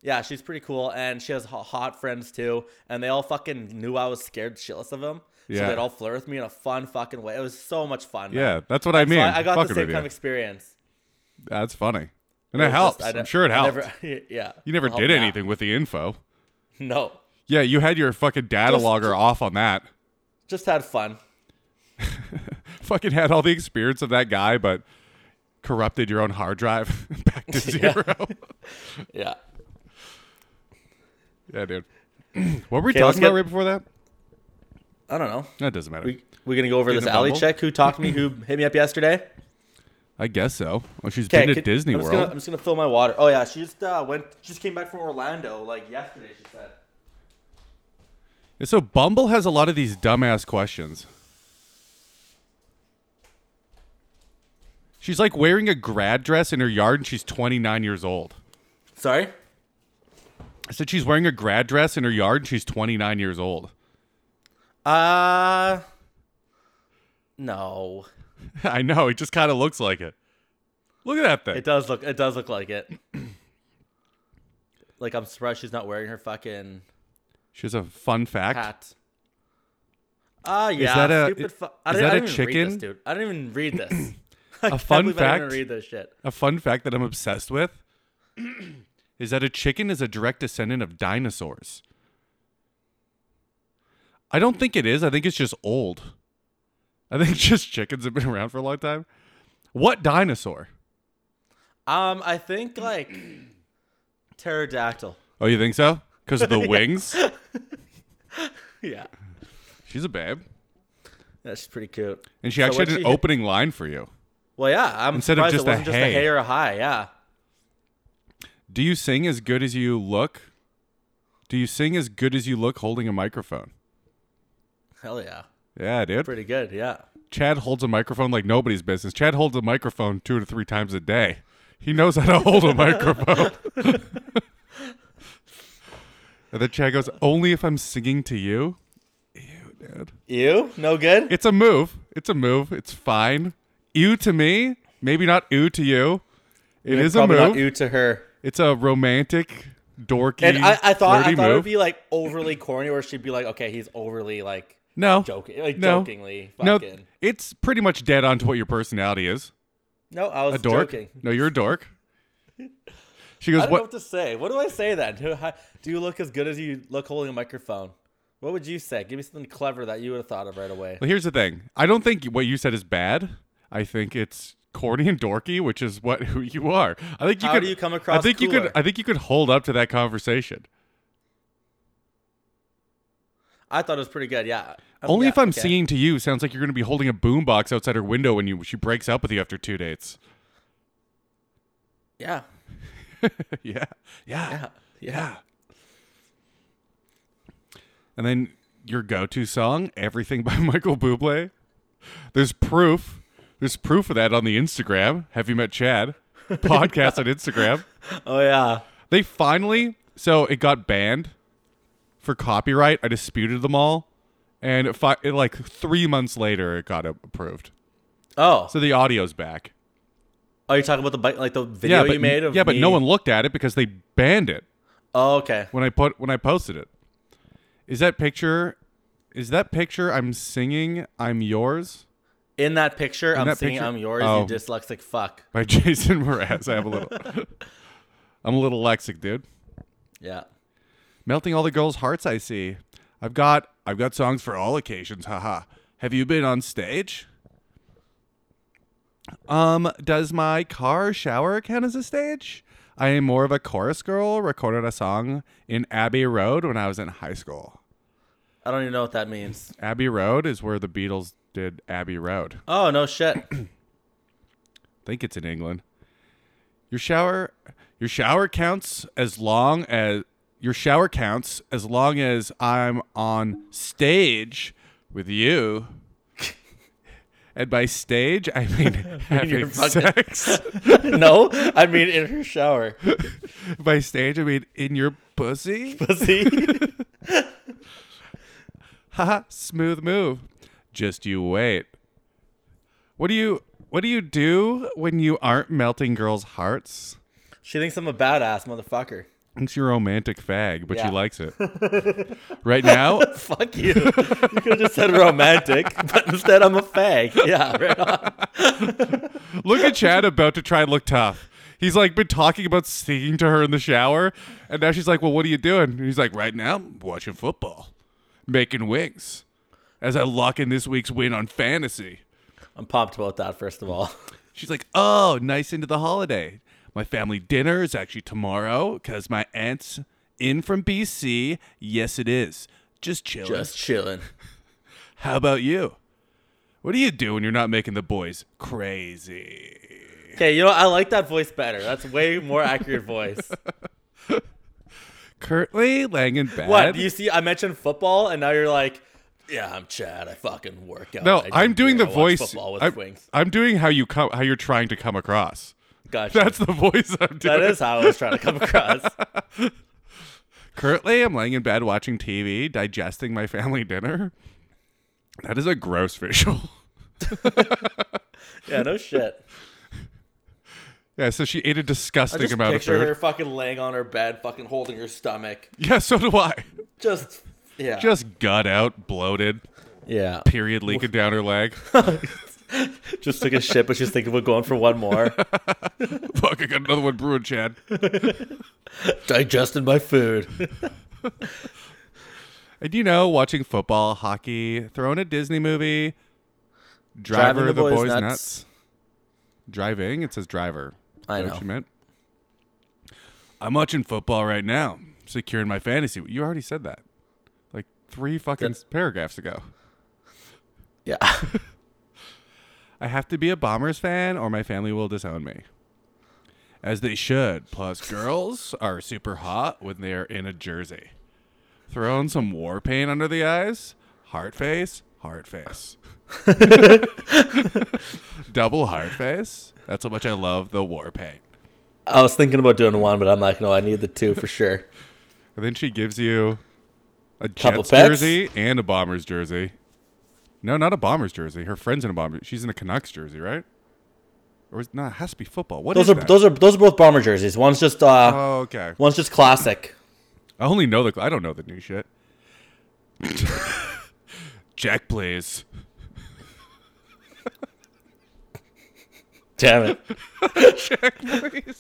[SPEAKER 3] Yeah, she's pretty cool, and she has ho- hot friends too, and they all fucking knew I was scared shitless of them. So
[SPEAKER 4] Yeah.
[SPEAKER 3] they'd all flirt with me in a fun fucking way. It was so much fun. man.
[SPEAKER 4] Yeah, that's what I
[SPEAKER 3] So
[SPEAKER 4] mean.
[SPEAKER 3] I, I got the
[SPEAKER 4] Fucking
[SPEAKER 3] same
[SPEAKER 4] with
[SPEAKER 3] kind of
[SPEAKER 4] you.
[SPEAKER 3] experience.
[SPEAKER 4] That's funny, and
[SPEAKER 3] It
[SPEAKER 4] it,
[SPEAKER 3] was
[SPEAKER 4] helps.
[SPEAKER 3] just- I
[SPEAKER 4] I'm
[SPEAKER 3] don't-
[SPEAKER 4] sure it
[SPEAKER 3] I
[SPEAKER 4] helped.
[SPEAKER 3] Never, yeah.
[SPEAKER 4] you never
[SPEAKER 3] It helped
[SPEAKER 4] did
[SPEAKER 3] me out.
[SPEAKER 4] anything with the info.
[SPEAKER 3] No,
[SPEAKER 4] Yeah, you had your fucking data
[SPEAKER 3] Just-
[SPEAKER 4] logger off on that.
[SPEAKER 3] just had fun.
[SPEAKER 4] Fucking had all the experience of that guy, but corrupted your own hard drive back to
[SPEAKER 3] Yeah.
[SPEAKER 4] zero. Yeah,
[SPEAKER 3] Yeah.
[SPEAKER 4] dude. what were we
[SPEAKER 3] Okay, let's
[SPEAKER 4] talking
[SPEAKER 3] get-
[SPEAKER 4] about right before that?
[SPEAKER 3] I don't know.
[SPEAKER 4] That doesn't matter.
[SPEAKER 3] We we gonna go over
[SPEAKER 4] Getting
[SPEAKER 3] this
[SPEAKER 4] a
[SPEAKER 3] alley
[SPEAKER 4] bumble?
[SPEAKER 3] check who talked to me who hit me up yesterday.
[SPEAKER 4] I guess so. Well, she's
[SPEAKER 3] Okay,
[SPEAKER 4] been
[SPEAKER 3] could-
[SPEAKER 4] at Disney
[SPEAKER 3] I'm
[SPEAKER 4] World.
[SPEAKER 3] Just gonna, I'm just gonna fill my water. Oh yeah, she just uh, went. She just came back from Orlando like yesterday. She said.
[SPEAKER 4] And So Bumble has a lot of these dumbass questions. She's like wearing a grad dress in her yard, and she's 29 years old.
[SPEAKER 3] Sorry.
[SPEAKER 4] I said she's wearing a grad dress in her yard, and she's 29 years old.
[SPEAKER 3] Uh. No.
[SPEAKER 4] I know. It just kind of looks like it. Look at that thing.
[SPEAKER 3] It does look. It does look like it. like I'm surprised she's not wearing her fucking
[SPEAKER 4] she has a fun fact.
[SPEAKER 3] hat. Ah, yeah.
[SPEAKER 4] that a-
[SPEAKER 3] stupid fu- I
[SPEAKER 4] is
[SPEAKER 3] didn't- I
[SPEAKER 4] that a
[SPEAKER 3] didn't even read
[SPEAKER 4] chicken?
[SPEAKER 3] this, dude? I didn't even read this. I
[SPEAKER 4] A fun
[SPEAKER 3] didn't even
[SPEAKER 4] fact.
[SPEAKER 3] read this shit.
[SPEAKER 4] A fun fact that I'm obsessed with is that a chicken is a direct descendant of dinosaurs. I don't think it is. I think it's just old. I think just chickens have been around for a long time. What dinosaur?
[SPEAKER 3] Um, I think like pterodactyl.
[SPEAKER 4] Oh, you think so? Because of the wings?
[SPEAKER 3] Yeah.
[SPEAKER 4] She's a babe.
[SPEAKER 3] That's pretty cute.
[SPEAKER 4] And she actually
[SPEAKER 3] what'd
[SPEAKER 4] had an
[SPEAKER 3] she hit?
[SPEAKER 4] opening line for you.
[SPEAKER 3] Well, yeah. I'm
[SPEAKER 4] Instead of
[SPEAKER 3] surprised
[SPEAKER 4] just
[SPEAKER 3] it
[SPEAKER 4] a
[SPEAKER 3] wasn't just a
[SPEAKER 4] hey.
[SPEAKER 3] hey or a hi. Yeah.
[SPEAKER 4] Do you sing as good as you look? Do you sing as good as you look holding a microphone?
[SPEAKER 3] Hell yeah.
[SPEAKER 4] Yeah, dude.
[SPEAKER 3] Pretty good, yeah.
[SPEAKER 4] Chad holds a microphone like nobody's business. Chad holds a microphone two to three times a day. He knows how to hold a microphone. and then Chad goes, "Only if I'm singing to you." Ew, dude.
[SPEAKER 3] You? No good?
[SPEAKER 4] It's a move. It's a move. It's fine. Ew to me, maybe not ew to you. It is a
[SPEAKER 3] Probably
[SPEAKER 4] move.
[SPEAKER 3] not you to her.
[SPEAKER 4] It's a romantic, dorky,
[SPEAKER 3] And I, I thought I
[SPEAKER 4] flirty
[SPEAKER 3] thought it
[SPEAKER 4] move.
[SPEAKER 3] would be like overly corny or she'd be like, okay, he's overly like
[SPEAKER 4] no,
[SPEAKER 3] joking like
[SPEAKER 4] no,
[SPEAKER 3] jokingly
[SPEAKER 4] no.
[SPEAKER 3] fucking.
[SPEAKER 4] It's pretty much dead on to what your personality is.
[SPEAKER 3] No, I was
[SPEAKER 4] A dork.
[SPEAKER 3] joking.
[SPEAKER 4] No, you're a dork.
[SPEAKER 3] I
[SPEAKER 4] She goes,
[SPEAKER 3] don't know
[SPEAKER 4] "What?
[SPEAKER 3] what to say. What do I say then? Do, I- do you look as good as you look holding a microphone? What would you say? Give me something clever that you would have thought of right away.
[SPEAKER 4] Well, here's the thing. I don't think what you said is bad. I think it's corny and dorky, which is what who you are. I think you
[SPEAKER 3] How
[SPEAKER 4] could.
[SPEAKER 3] do you come
[SPEAKER 4] I
[SPEAKER 3] across
[SPEAKER 4] think you could.
[SPEAKER 3] cooler?
[SPEAKER 4] I think you could hold up to that conversation.
[SPEAKER 3] I thought it was pretty good. Yeah. Um,
[SPEAKER 4] Only
[SPEAKER 3] yeah,
[SPEAKER 4] if I'm
[SPEAKER 3] okay.
[SPEAKER 4] singing to you sounds like you're going to be holding a boombox outside her window when you she breaks up with you after two dates.
[SPEAKER 3] Yeah.
[SPEAKER 4] yeah. yeah,
[SPEAKER 3] Yeah. Yeah.
[SPEAKER 4] And then your go-to song, "Everything" by Michael Bublé. There's proof. There's proof of that on the Instagram. Have you met Chad? Podcast on Instagram.
[SPEAKER 3] Oh yeah.
[SPEAKER 4] They finally, so it got banned for copyright. I disputed them all, and it fi- it, like three months later, it got approved.
[SPEAKER 3] Oh.
[SPEAKER 4] So the audio's back.
[SPEAKER 3] oh, you're talking about the bike, like the video
[SPEAKER 4] but,
[SPEAKER 3] you made of
[SPEAKER 4] yeah, but no
[SPEAKER 3] me-
[SPEAKER 4] one looked at it because they banned it
[SPEAKER 3] Oh, okay.
[SPEAKER 4] when I put when I posted it. Is that picture? Is that picture? I'm singing. I'm yours
[SPEAKER 3] In that picture, I'm
[SPEAKER 4] that
[SPEAKER 3] singing
[SPEAKER 4] picture-
[SPEAKER 3] "I'm Yours."
[SPEAKER 4] Oh.
[SPEAKER 3] You dyslexic fuck.
[SPEAKER 4] by Jason Mraz. I have a little. I'm a little lexic, dude.
[SPEAKER 3] Yeah.
[SPEAKER 4] melting all the girls' hearts I see. I've got I've got songs for all occasions, haha. Have you been on stage? Um, does my car shower count as a stage? I am more of a chorus girl, recorded a song in Abbey Road when I was in high school.
[SPEAKER 3] I don't even know what that means.
[SPEAKER 4] Abbey Road is where the Beatles did Abbey Road.
[SPEAKER 3] Oh no shit.
[SPEAKER 4] think it's in England. Your shower your shower counts as long as your shower counts as long as I'm on stage with you. and by stage I mean
[SPEAKER 3] your
[SPEAKER 4] having
[SPEAKER 3] bucket.
[SPEAKER 4] sex.
[SPEAKER 3] no, I mean in her shower.
[SPEAKER 4] by stage I mean in your pussy.
[SPEAKER 3] Pussy.
[SPEAKER 4] Haha, smooth move. Just you wait. What do you what do you do when you aren't melting girls' hearts?
[SPEAKER 3] she thinks I'm a badass motherfucker.
[SPEAKER 4] Thinks you're a romantic fag, but
[SPEAKER 3] Yeah.
[SPEAKER 4] she likes it. right now,
[SPEAKER 3] Fuck you. You could have just said romantic, but instead I'm a fag. Yeah, right on.
[SPEAKER 4] look at Chad about to try and look tough. He's like been talking about singing to her in the shower, and now she's like, "Well, what are you doing?" And he's like, "Right now, I'm watching football, making wings, as I lock in this week's win on fantasy."
[SPEAKER 3] I'm pumped about that, first of all.
[SPEAKER 4] She's like, "Oh, nice into the holiday. My family dinner is actually tomorrow because my aunt's in from BC. Yes, it is. Just chilling.
[SPEAKER 3] Just chilling.
[SPEAKER 4] How about you? What do you do when you're not making the boys crazy?
[SPEAKER 3] Okay, you know, what? I like that voice better. That's way more accurate voice.
[SPEAKER 4] Currently laying in bed.
[SPEAKER 3] What? Do you see? I mentioned football, and now you're like, yeah, I'm Chad. I fucking work out.
[SPEAKER 4] no,
[SPEAKER 3] I drink
[SPEAKER 4] I'm doing
[SPEAKER 3] beer,
[SPEAKER 4] the
[SPEAKER 3] I watch
[SPEAKER 4] voice.
[SPEAKER 3] Football with
[SPEAKER 4] I'm,
[SPEAKER 3] wings.
[SPEAKER 4] I'm doing how you come, how you're trying to come across.
[SPEAKER 3] Gotcha.
[SPEAKER 4] That's the voice I'm doing.
[SPEAKER 3] that is how I was trying to come across.
[SPEAKER 4] Currently, I'm laying in bed watching TV, digesting my family dinner. That is a gross visual.
[SPEAKER 3] yeah, no shit.
[SPEAKER 4] Yeah, so she ate a
[SPEAKER 3] I
[SPEAKER 4] disgusting
[SPEAKER 3] just
[SPEAKER 4] amount of
[SPEAKER 3] picture
[SPEAKER 4] food.
[SPEAKER 3] her fucking laying on her bed, fucking holding her stomach.
[SPEAKER 4] Yeah, so do I.
[SPEAKER 3] Just, yeah.
[SPEAKER 4] Just gut out, bloated,
[SPEAKER 3] yeah.
[SPEAKER 4] period leaking down her leg.
[SPEAKER 3] Just took a shit, but she's thinking about going for one more.
[SPEAKER 4] Fuck, I got another one brewing, Chad.
[SPEAKER 3] Digested my food.
[SPEAKER 4] And you know, watching football, hockey, throwing a Disney movie, driver
[SPEAKER 3] Driving
[SPEAKER 4] the, boys, nuts. Driving, it says driver.
[SPEAKER 3] I
[SPEAKER 4] Is that
[SPEAKER 3] know.
[SPEAKER 4] What you meant? I'm watching football right now, securing my fantasy. You already said that, like three fucking
[SPEAKER 3] That's-
[SPEAKER 4] paragraphs ago.
[SPEAKER 3] Yeah.
[SPEAKER 4] I have to be a Bombers fan, or my family will disown me. As they should. Plus, girls are super hot when they're in a jersey. Throwing some war paint under the eyes. Heart face, heart face. Double heart face. That's how much I love the war paint.
[SPEAKER 3] I was thinking about doing one, but I'm like, no, I need the two for sure.
[SPEAKER 4] And then she gives you a
[SPEAKER 3] Couple
[SPEAKER 4] Jets
[SPEAKER 3] pets?
[SPEAKER 4] jersey and a Bombers jersey. No, not a Bombers jersey. Her friend's in a Bombers. She's in a Canucks jersey, right? Or is, no, it has to be football. What is
[SPEAKER 3] Those are
[SPEAKER 4] that?
[SPEAKER 3] those are those are both bomber jerseys. One's just uh,
[SPEAKER 4] Oh, okay.
[SPEAKER 3] one's just classic.
[SPEAKER 4] I only know the. I don't know the new shit. Jack Blaze.
[SPEAKER 3] Damn it.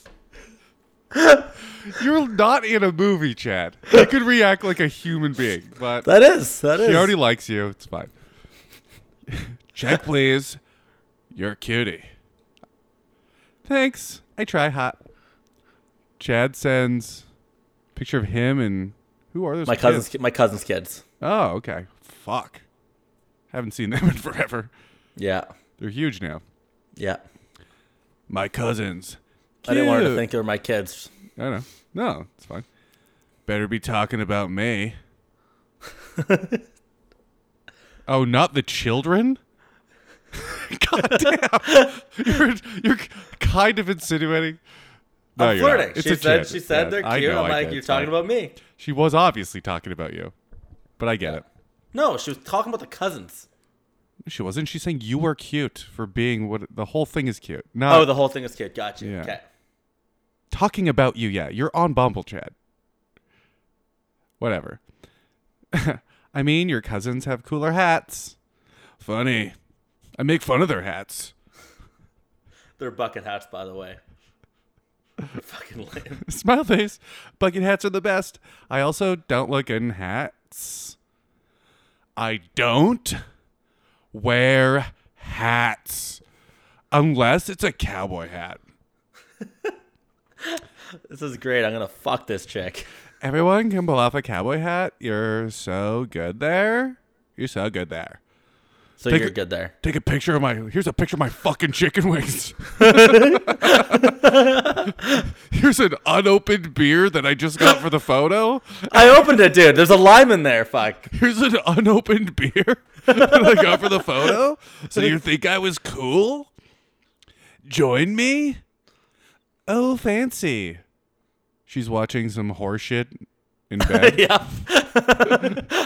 [SPEAKER 4] You're not in a movie, Chad. You could react like a human being, but
[SPEAKER 3] That is that is.
[SPEAKER 4] she already likes you. It's fine. Check, please. You're a cutie. Thanks. I try hot. Chad sends picture of him and who are those?
[SPEAKER 3] my
[SPEAKER 4] kids?
[SPEAKER 3] cousins, my cousins' kids.
[SPEAKER 4] Oh, okay. Fuck. Haven't seen them in forever.
[SPEAKER 3] Yeah,
[SPEAKER 4] They're huge now.
[SPEAKER 3] yeah.
[SPEAKER 4] My cousins.
[SPEAKER 3] I didn't want her to
[SPEAKER 4] Cute.
[SPEAKER 3] think they were my kids.
[SPEAKER 4] I don't know. No, it's fine. Better be talking about me. oh, not the children? God damn. you're, you're kind of insinuating. No,
[SPEAKER 3] I'm
[SPEAKER 4] you're not.
[SPEAKER 3] flirting.
[SPEAKER 4] It's
[SPEAKER 3] She
[SPEAKER 4] a
[SPEAKER 3] said
[SPEAKER 4] chat.
[SPEAKER 3] she said
[SPEAKER 4] Yeah,
[SPEAKER 3] they're
[SPEAKER 4] I
[SPEAKER 3] cute.
[SPEAKER 4] know,
[SPEAKER 3] I'm
[SPEAKER 4] I
[SPEAKER 3] like,
[SPEAKER 4] did.
[SPEAKER 3] you're
[SPEAKER 4] It's fine.
[SPEAKER 3] talking about me.
[SPEAKER 4] She was obviously talking about you. But I get it.
[SPEAKER 3] No, she was talking about the cousins.
[SPEAKER 4] She wasn't. She's saying you were cute for being what the whole thing is cute. No,
[SPEAKER 3] Oh, the whole thing is cute. Gotcha.
[SPEAKER 4] Uh, Yeah.
[SPEAKER 3] Okay.
[SPEAKER 4] talking about you. Yeah, you're on Bumble, Chad. Whatever. I mean, your cousins have cooler hats. Funny. I make fun of their hats.
[SPEAKER 3] They're bucket hats, by the way. Fucking lame.
[SPEAKER 4] Smile face. Bucket hats are the best. I also don't look in hats. I don't wear hats unless it's a cowboy hat.
[SPEAKER 3] This is great. I'm gonna fuck this chick.
[SPEAKER 4] Everyone can pull off a cowboy hat. You're so good there. You're so good there.
[SPEAKER 3] So
[SPEAKER 4] Take
[SPEAKER 3] you're
[SPEAKER 4] a-
[SPEAKER 3] good there.
[SPEAKER 4] take a picture of my here's a picture of my fucking chicken wings here's an unopened beer that i just got for the photo
[SPEAKER 3] I opened it, dude. There's a lime in there. Fuck.
[SPEAKER 4] here's an unopened beer that i got for the photo so you think i was cool join me oh fancy she's watching some horseshit in bed
[SPEAKER 3] yeah.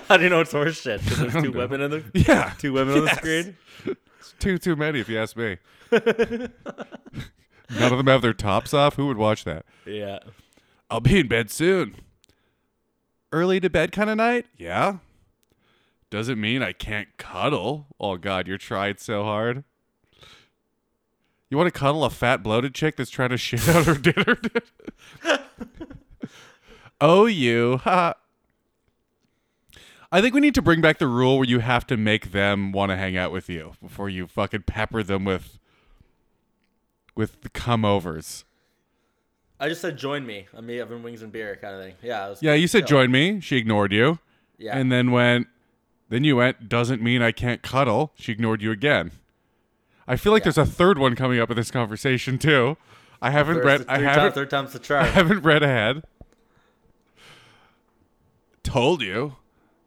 [SPEAKER 3] How do you know it's horseshit? Because there's two women in the
[SPEAKER 4] yeah
[SPEAKER 3] two women on the
[SPEAKER 4] Yes.
[SPEAKER 3] screen.
[SPEAKER 4] too too many if you ask me none of them have their tops off who would watch that
[SPEAKER 3] Yeah.
[SPEAKER 4] I'll be in bed soon. Early to bed kind of night? Yeah. Doesn't mean I can't cuddle. Oh, God, you're trying so hard. You want to cuddle a fat, bloated chick that's trying to shit out her dinner? oh, you. Ha. I think we need to bring back the rule where you have to make them want to hang out with you before you fucking pepper them with with the come overs.
[SPEAKER 3] I just said join me. I'm me having wings and beer kind of thing. Yeah. it was-
[SPEAKER 4] Yeah, you said
[SPEAKER 3] chill.
[SPEAKER 4] join me. She ignored you.
[SPEAKER 3] Yeah.
[SPEAKER 4] And then went, then you went, doesn't mean I can't cuddle. She ignored you again. I feel like
[SPEAKER 3] Yeah.
[SPEAKER 4] there's a third one coming up in this conversation too. I haven't
[SPEAKER 3] First-
[SPEAKER 4] read I
[SPEAKER 3] three
[SPEAKER 4] haven't
[SPEAKER 3] times, third time's the charm.
[SPEAKER 4] I haven't read ahead. Told you.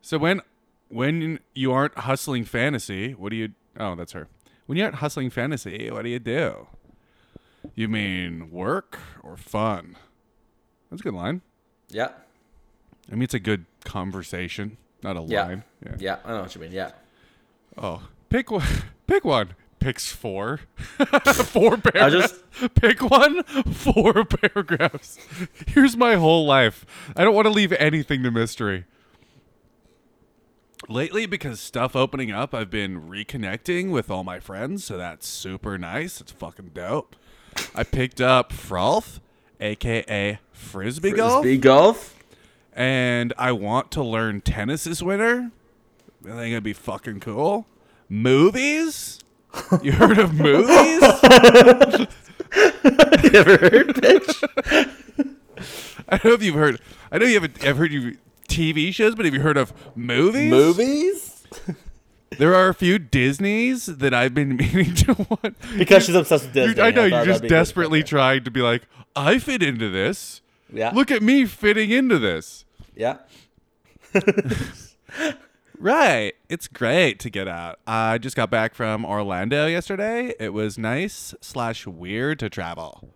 [SPEAKER 4] So when when you aren't hustling fantasy, what do you Oh, that's her. When you aren't hustling fantasy, what do you do? You mean work or fun? That's a good line.
[SPEAKER 3] yeah.
[SPEAKER 4] I mean, it's a good conversation, not a
[SPEAKER 3] Yeah.
[SPEAKER 4] line. Yeah.
[SPEAKER 3] Yeah. I know what you mean. Yeah.
[SPEAKER 4] Oh, pick one. Pick one. Picks four. four
[SPEAKER 3] I
[SPEAKER 4] paragraphs.
[SPEAKER 3] just-
[SPEAKER 4] Pick one. Four paragraphs. Here's my whole life. I don't want to leave anything to mystery. Lately, because stuff opening up, I've been reconnecting with all my friends, so that's super nice. It's fucking dope. I picked up Frolf, aka Frisbee, Golf
[SPEAKER 3] Frisbee golf.
[SPEAKER 4] and I want to learn tennis this winter. I think it'd be fucking cool. Movies? You heard of movies?
[SPEAKER 3] you ever heard, bitch?
[SPEAKER 4] I don't know if you've heard. I know you haven't. I've heard you TV shows, but have you heard of movies?
[SPEAKER 3] Movies?
[SPEAKER 4] There are a few Disney's that I've been meaning to want.
[SPEAKER 3] Because she's obsessed with Disney.
[SPEAKER 4] You- I know
[SPEAKER 3] thought
[SPEAKER 4] you're
[SPEAKER 3] that'd
[SPEAKER 4] just
[SPEAKER 3] be good.
[SPEAKER 4] desperately trying to be like, I fit into this.
[SPEAKER 3] Yeah.
[SPEAKER 4] Look at me fitting into this.
[SPEAKER 3] Yeah.
[SPEAKER 4] Right. It's great to get out. I just got back from Orlando yesterday. It was nice slash weird to travel.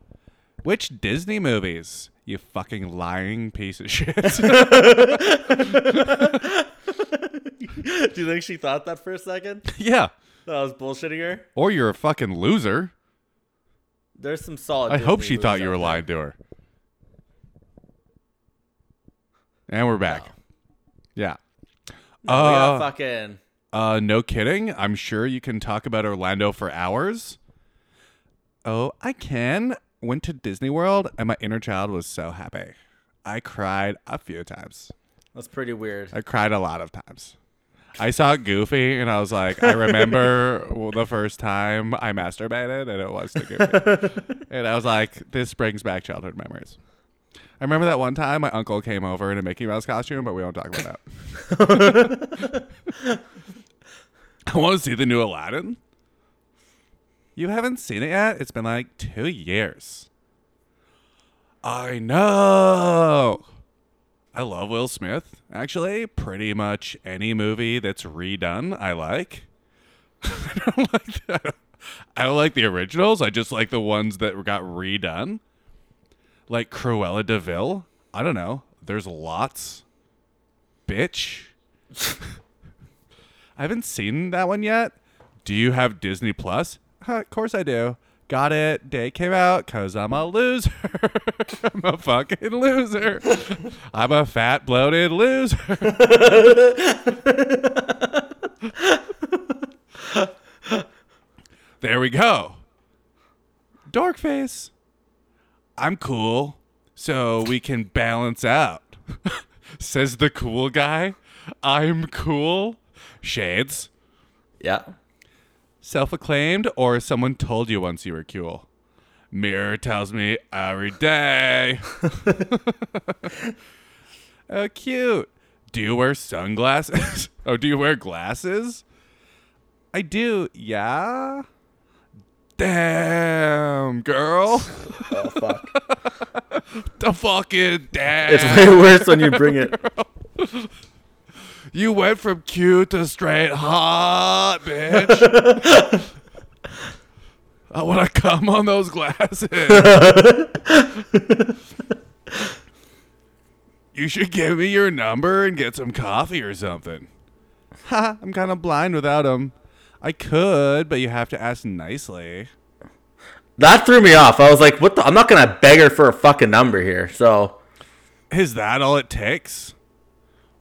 [SPEAKER 4] Which Disney movies? You fucking lying piece of shit.
[SPEAKER 3] Do you think she thought that for a second?
[SPEAKER 4] yeah.
[SPEAKER 3] That I was bullshitting her.
[SPEAKER 4] Or you're a fucking loser.
[SPEAKER 3] There's some solid.
[SPEAKER 4] I hope she
[SPEAKER 3] Disney
[SPEAKER 4] thought
[SPEAKER 3] movies
[SPEAKER 4] you were
[SPEAKER 3] out
[SPEAKER 4] lying to her. And we're back. Yeah.
[SPEAKER 3] there. We got
[SPEAKER 4] Uh,
[SPEAKER 3] fucking.
[SPEAKER 4] Uh, no kidding. I'm sure you can talk about Orlando for hours. Oh, I can. Went to Disney World and my inner child was so happy. I cried a few times.
[SPEAKER 3] That's pretty weird.
[SPEAKER 4] I cried a lot of times. I saw Goofy and I was like, I remember the first time I masturbated and it was to Goofy. and I was like, this brings back childhood memories. I remember that one time my uncle came over in a Mickey Mouse costume, but we won't talk about that. I want to see the new Aladdin. You haven't seen it yet? It's been like two years. I know. I love Will Smith. Actually, pretty much any movie that's redone, I like. I don't like that. I don't like the originals. I just like the ones that got redone. Like Cruella de Vil. I don't know. There's lots. Bitch. I haven't seen that one yet. Do you have Disney Plus? Huh, of course I do. Got it. Day came out because I'm a loser. I'm a fucking loser. I'm a fat, bloated loser. there we go. Dork face. I'm cool, so we can balance out. Says the cool guy. I'm cool. Shades.
[SPEAKER 3] Yeah.
[SPEAKER 4] Self acclaimed, or someone told you once you were cool? Mirror tells me every day. oh, cute. Do you wear sunglasses? oh, do you wear glasses? I do, yeah. Damn, girl.
[SPEAKER 3] Oh fuck.
[SPEAKER 4] The fucking damn.
[SPEAKER 3] it's way worse when you bring it.
[SPEAKER 4] You went from cute to straight hot, bitch. I want to come on those glasses. you should give me your number and get some coffee or something. Ha, I'm kind of blind without them. I could, but you have to ask nicely.
[SPEAKER 3] That threw me off. I was like, "What the? I'm not gonna beg her for a fucking number here." So
[SPEAKER 4] Is that all it takes?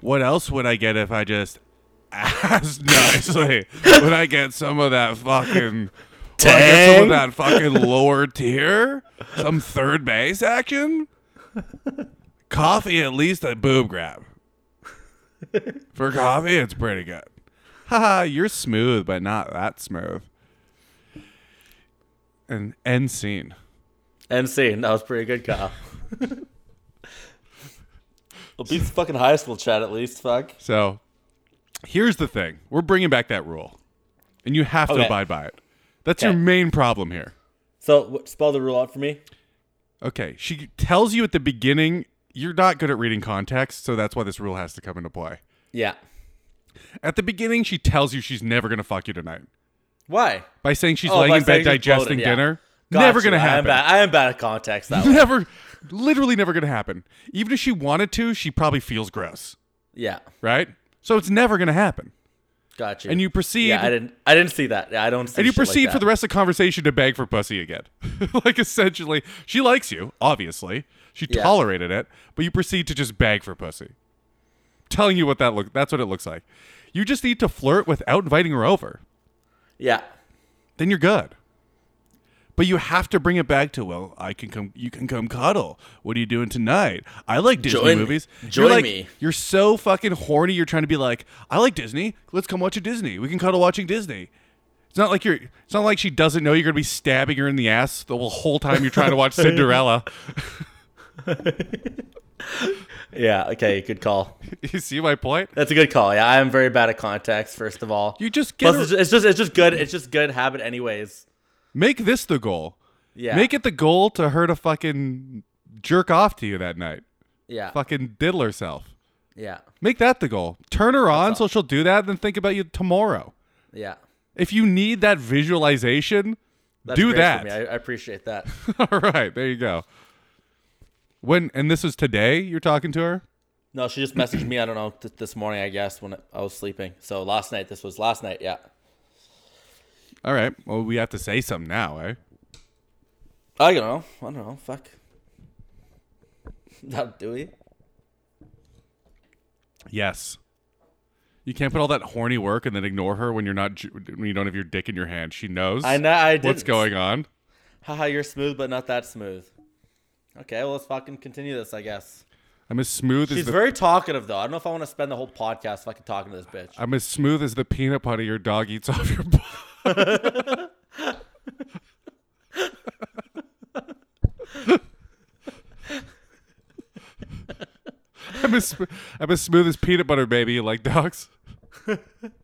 [SPEAKER 4] What else would I get if I just asked nicely? would I get some of that fucking would I get some
[SPEAKER 3] Tang?
[SPEAKER 4] of that fucking lower tier? Some third base action? Coffee at least a boob grab. For coffee, it's pretty good. Haha, you're smooth, but not that smooth. And end scene.
[SPEAKER 3] NC, that was pretty good, Kyle. well, beats fucking high school chat at least. Fuck.
[SPEAKER 4] So here's the thing we're bringing back that rule, and you have to
[SPEAKER 3] Okay.
[SPEAKER 4] abide by it. That's your
[SPEAKER 3] Okay.
[SPEAKER 4] main problem here.
[SPEAKER 3] So w- spell the rule out for me.
[SPEAKER 4] Okay, she tells you at the beginning you're not good at reading context, so that's why this rule has to come into play.
[SPEAKER 3] Yeah.
[SPEAKER 4] At the beginning, she tells you she's never gonna fuck you tonight
[SPEAKER 3] Why?
[SPEAKER 4] by saying she's
[SPEAKER 3] Oh,
[SPEAKER 4] laying
[SPEAKER 3] by
[SPEAKER 4] in
[SPEAKER 3] saying she's
[SPEAKER 4] bed
[SPEAKER 3] bloated,
[SPEAKER 4] digesting
[SPEAKER 3] yeah.
[SPEAKER 4] dinner.
[SPEAKER 3] Got
[SPEAKER 4] never
[SPEAKER 3] you.
[SPEAKER 4] gonna
[SPEAKER 3] I
[SPEAKER 4] happen.
[SPEAKER 3] am bad, I am bad at context that way.
[SPEAKER 4] Never, literally never gonna happen. Even if she wanted to, she probably feels gross,
[SPEAKER 3] Yeah.
[SPEAKER 4] right? So it's never gonna happen.
[SPEAKER 3] Got you.
[SPEAKER 4] And you proceed
[SPEAKER 3] Yeah, I didn't. I didn't see that. Yeah, I don't. See
[SPEAKER 4] and you
[SPEAKER 3] shit like
[SPEAKER 4] proceed for
[SPEAKER 3] that.
[SPEAKER 4] the rest of the conversation to beg for pussy again. like essentially, she likes you, obviously. She
[SPEAKER 3] Yeah.
[SPEAKER 4] tolerated it, but you proceed to just beg for pussy. Telling you what that look that's what it looks like. You just need to flirt without inviting her over.
[SPEAKER 3] Yeah.
[SPEAKER 4] Then you're good. But you have to bring it back to well, I can come you can come cuddle. What are you doing tonight? I like Disney
[SPEAKER 3] Join-
[SPEAKER 4] movies. You're
[SPEAKER 3] join
[SPEAKER 4] like-
[SPEAKER 3] me.
[SPEAKER 4] You're so fucking horny you're trying to be like, I like Disney. Let's come watch a Disney. We can cuddle watching Disney. It's not like you're. It's not like she doesn't know you're gonna be stabbing her in the ass the whole time you're trying to watch Cinderella.
[SPEAKER 3] Yeah. Okay. Good call.
[SPEAKER 4] you see my point?
[SPEAKER 3] That's a good call. Yeah, I am very bad at context. First of all,
[SPEAKER 4] You just get
[SPEAKER 3] Plus,
[SPEAKER 4] her-
[SPEAKER 3] it's, it's just it's just good. It's just good habit, anyways.
[SPEAKER 4] make this the goal.
[SPEAKER 3] Yeah.
[SPEAKER 4] Make it the goal to her to fucking jerk off to you that night.
[SPEAKER 3] Yeah.
[SPEAKER 4] Fucking diddle herself.
[SPEAKER 3] Yeah.
[SPEAKER 4] Make that the goal. Turn her on so she'll do that, then think about you tomorrow.
[SPEAKER 3] Yeah.
[SPEAKER 4] If you need that visualization, do
[SPEAKER 3] great for
[SPEAKER 4] that.
[SPEAKER 3] me. I, I appreciate that.
[SPEAKER 4] All right, there you go. When and this is today you're talking to her?
[SPEAKER 3] No, she just messaged me. I don't know th- this morning. I guess when I was sleeping. So last night. This was last night. Yeah.
[SPEAKER 4] All right. Well, we have to say something now, eh?
[SPEAKER 3] I don't know. I don't know. Fuck. Not do we?
[SPEAKER 4] Yes. You can't put all that horny work and then ignore her when you're not ju- when you don't have your dick in your hand. She knows.
[SPEAKER 3] I know. I did.
[SPEAKER 4] What's going on?
[SPEAKER 3] Haha, you're smooth, but not that smooth. Okay, well let's fucking continue this. I guess
[SPEAKER 4] I'm as smooth as
[SPEAKER 3] she's
[SPEAKER 4] the,
[SPEAKER 3] very talkative though. I don't know if I want to spend the whole podcast fucking talking to this bitch.
[SPEAKER 4] I'm as smooth as the peanut butter your dog eats off your butt. I'm as, sm- I'm as smooth as peanut butter, baby. You like dogs?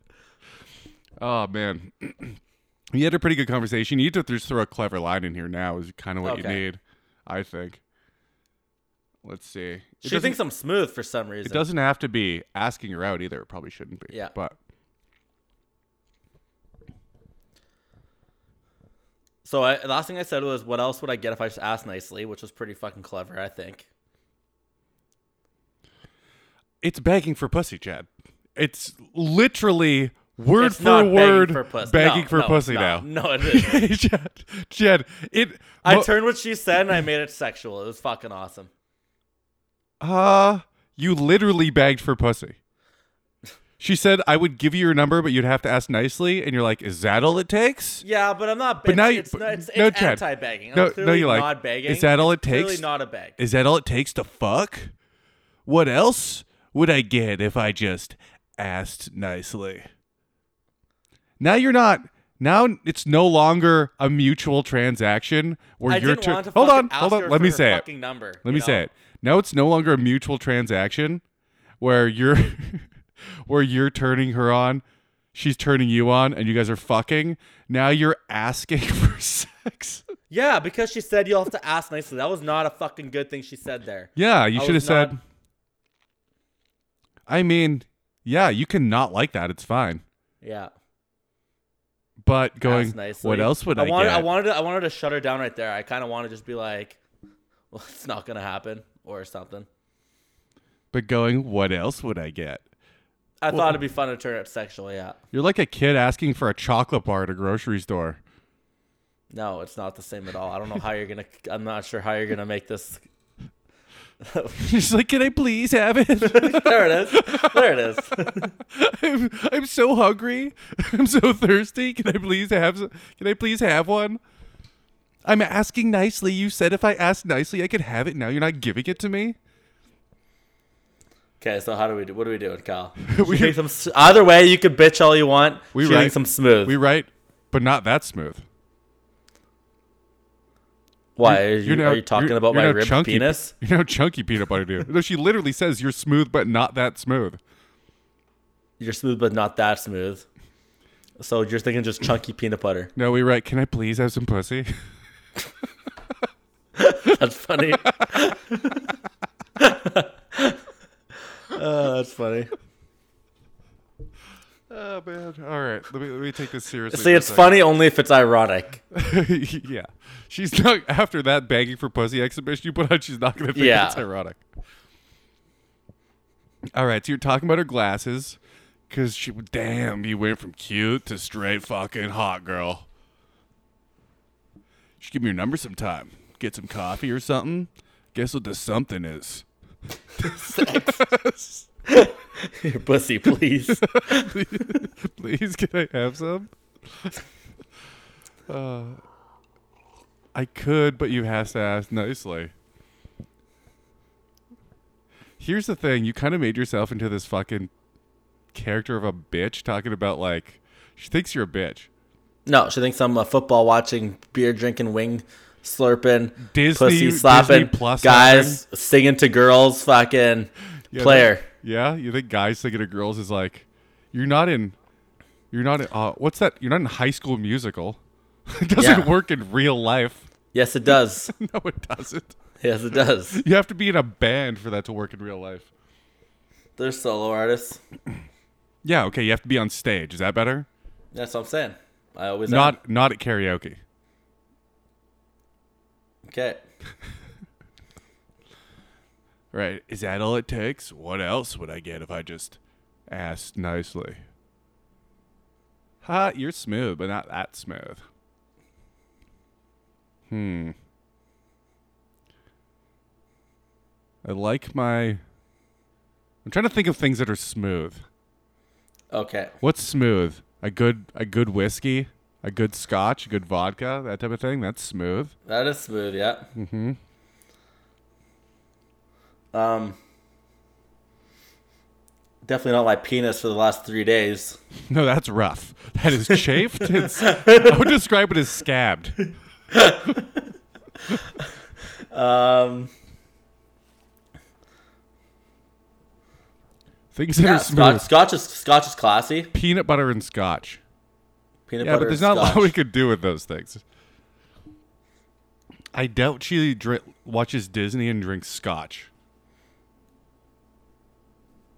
[SPEAKER 4] oh, man. you had a pretty good conversation. You need to just throw a clever line in here now, is kind of what
[SPEAKER 3] Okay.
[SPEAKER 4] you need, I think. Let's see. It
[SPEAKER 3] she
[SPEAKER 4] doesn't-
[SPEAKER 3] thinks I'm smooth for some
[SPEAKER 4] it
[SPEAKER 3] reason.
[SPEAKER 4] doesn't have to be asking her out either. It probably shouldn't be.
[SPEAKER 3] Yeah.
[SPEAKER 4] But
[SPEAKER 3] So I, the last thing I said was, "What else would I get if I just asked nicely?" Which was pretty fucking clever, I think.
[SPEAKER 4] it's begging for pussy, Chad. It's literally word
[SPEAKER 3] It's
[SPEAKER 4] for
[SPEAKER 3] not
[SPEAKER 4] word
[SPEAKER 3] begging for pussy.
[SPEAKER 4] begging
[SPEAKER 3] No,
[SPEAKER 4] for
[SPEAKER 3] no,
[SPEAKER 4] pussy
[SPEAKER 3] no,
[SPEAKER 4] now.
[SPEAKER 3] No, it is.
[SPEAKER 4] Chad, Chad, it.
[SPEAKER 3] I
[SPEAKER 4] mo-
[SPEAKER 3] turned what she said and I made it sexual. It was fucking awesome.
[SPEAKER 4] Uh, you literally begged for pussy. She said, "I would give you your number, but you'd have to ask nicely." And you're like, "Is that all it takes?"
[SPEAKER 3] Yeah, but I'm not.
[SPEAKER 4] But now you-
[SPEAKER 3] it's,
[SPEAKER 4] but-
[SPEAKER 3] no, it's,
[SPEAKER 4] no,
[SPEAKER 3] it's
[SPEAKER 4] Chad.
[SPEAKER 3] anti-bagging.
[SPEAKER 4] No-
[SPEAKER 3] I'm
[SPEAKER 4] no,
[SPEAKER 3] clearly
[SPEAKER 4] you're like,
[SPEAKER 3] not bagging.
[SPEAKER 4] "Is that all it
[SPEAKER 3] It's clearly
[SPEAKER 4] takes?"
[SPEAKER 3] not a bag.
[SPEAKER 4] Is that all it takes to fuck? What else would I get if I just asked nicely? Now you're not. Now it's no longer a mutual transaction where
[SPEAKER 3] I
[SPEAKER 4] you're.
[SPEAKER 3] didn't
[SPEAKER 4] tur-
[SPEAKER 3] want to
[SPEAKER 4] hold
[SPEAKER 3] fucking
[SPEAKER 4] on,
[SPEAKER 3] ask
[SPEAKER 4] hold on.
[SPEAKER 3] her
[SPEAKER 4] Let
[SPEAKER 3] for
[SPEAKER 4] me
[SPEAKER 3] her
[SPEAKER 4] say it.
[SPEAKER 3] fucking Number,
[SPEAKER 4] Let me say it. Now it's no longer a mutual transaction where you're where you're turning her on, she's turning you on, and you guys are fucking. Now you're asking for sex.
[SPEAKER 3] Yeah, because she said you'll have to ask nicely. That was not a fucking good thing she said there.
[SPEAKER 4] Yeah, you
[SPEAKER 3] I
[SPEAKER 4] should have
[SPEAKER 3] was not-
[SPEAKER 4] said. I mean, yeah, you can not like that. It's fine.
[SPEAKER 3] Yeah.
[SPEAKER 4] But going,
[SPEAKER 3] ask nicely.
[SPEAKER 4] what else would I,
[SPEAKER 3] wanted,
[SPEAKER 4] get?
[SPEAKER 3] I wanted, to, I wanted to shut her down right there. I kind of want to just be like, "Well, it's not gonna happen" or something.
[SPEAKER 4] but going, what else would I get?
[SPEAKER 3] I thought it'd be fun to turn it sexual. Yeah.
[SPEAKER 4] You're like a kid asking for a chocolate bar at a grocery store.
[SPEAKER 3] No, it's not the same at all. I don't know how you're gonna. I'm not sure how you're gonna make this.
[SPEAKER 4] She's like, can I please have it?
[SPEAKER 3] There it is. There it is.
[SPEAKER 4] I'm, I'm so hungry. I'm so thirsty. Can I please have? s- Can I please have one? I'm asking nicely. You said if I asked nicely, I could have it. Now you're not giving it to me.
[SPEAKER 3] Okay, so how do we do? What are we doing, Kyle?
[SPEAKER 4] We-
[SPEAKER 3] we think some, s- either way, you could bitch all you want.
[SPEAKER 4] We
[SPEAKER 3] We write
[SPEAKER 4] right-
[SPEAKER 3] some smooth.
[SPEAKER 4] We right, but not that smooth.
[SPEAKER 3] Why are you,
[SPEAKER 4] You're now-
[SPEAKER 3] are you talking
[SPEAKER 4] you're-
[SPEAKER 3] about
[SPEAKER 4] you're
[SPEAKER 3] my
[SPEAKER 4] now
[SPEAKER 3] ripped
[SPEAKER 4] chunky,
[SPEAKER 3] penis?
[SPEAKER 4] You're now chunky peanut butter dude. No, she literally says you're smooth, but not that smooth.
[SPEAKER 3] You're smooth, but not that smooth. So you're thinking just chunky peanut butter.
[SPEAKER 4] No, we right. Can I please have some pussy?
[SPEAKER 3] That's funny. Uh, that's funny.
[SPEAKER 4] Oh man. All right. Let me let me take this seriously.
[SPEAKER 3] See, it's funny only if it's ironic.
[SPEAKER 4] funny. yeah. She's not after that begging for pussy exhibition you put on. She's not gonna think
[SPEAKER 3] Yeah.
[SPEAKER 4] that's ironic. All right. So you're talking about her glasses, because she. Damn, you went from cute to straight fucking hot girl. Just give me your number sometime. Get some coffee or something. Guess what the something is.
[SPEAKER 3] Your pussy, please.
[SPEAKER 4] Please, can I have some? Uh, I could, but you have to ask nicely. Here's the thing: you kind of made yourself into this fucking character of a bitch, talking about like she thinks you're a bitch.
[SPEAKER 3] no, she thinks I'm a football watching, beer drinking, wing slurping,
[SPEAKER 4] Disney-
[SPEAKER 3] pussy
[SPEAKER 4] Disney
[SPEAKER 3] slapping,
[SPEAKER 4] Plus
[SPEAKER 3] guys singing to girls, fucking
[SPEAKER 4] Yeah,
[SPEAKER 3] player.
[SPEAKER 4] that- yeah, you think guys thinking of girls is like, you're not in, you're not in. Uh, what's that? You're not in High School Musical. it doesn't
[SPEAKER 3] Yeah.
[SPEAKER 4] work in real life.
[SPEAKER 3] Yes, it does.
[SPEAKER 4] No, it doesn't.
[SPEAKER 3] yes, it does.
[SPEAKER 4] You have to be in a band for that to work in real life.
[SPEAKER 3] They're solo artists.
[SPEAKER 4] Yeah, okay, you have to be on stage. Is that better?
[SPEAKER 3] That's what I'm saying. I always am.
[SPEAKER 4] Not not at karaoke.
[SPEAKER 3] okay.
[SPEAKER 4] Right. Is that all it takes? What else would I get if I just asked nicely? Ha, you're smooth, but not that smooth. Hmm. I like my I'm trying to think of things that are smooth.
[SPEAKER 3] Okay.
[SPEAKER 4] What's smooth? A good a good whiskey, a good scotch, a good vodka, that type of thing. That's smooth.
[SPEAKER 3] That is smooth, yeah.
[SPEAKER 4] Mm-hmm.
[SPEAKER 3] Um Definitely not my penis for the last three days.
[SPEAKER 4] No, that's rough. That is chafed. It's, I would describe it as scabbed.
[SPEAKER 3] Um
[SPEAKER 4] Things that
[SPEAKER 3] yeah,
[SPEAKER 4] are smooth.
[SPEAKER 3] scotch, scotch is scotch is classy.
[SPEAKER 4] Peanut butter and scotch.
[SPEAKER 3] Peanut
[SPEAKER 4] Yeah,
[SPEAKER 3] butter.
[SPEAKER 4] but there's
[SPEAKER 3] and
[SPEAKER 4] not a lot
[SPEAKER 3] scotch.
[SPEAKER 4] we could do with those things. I doubt she dri- watches Disney and drinks scotch.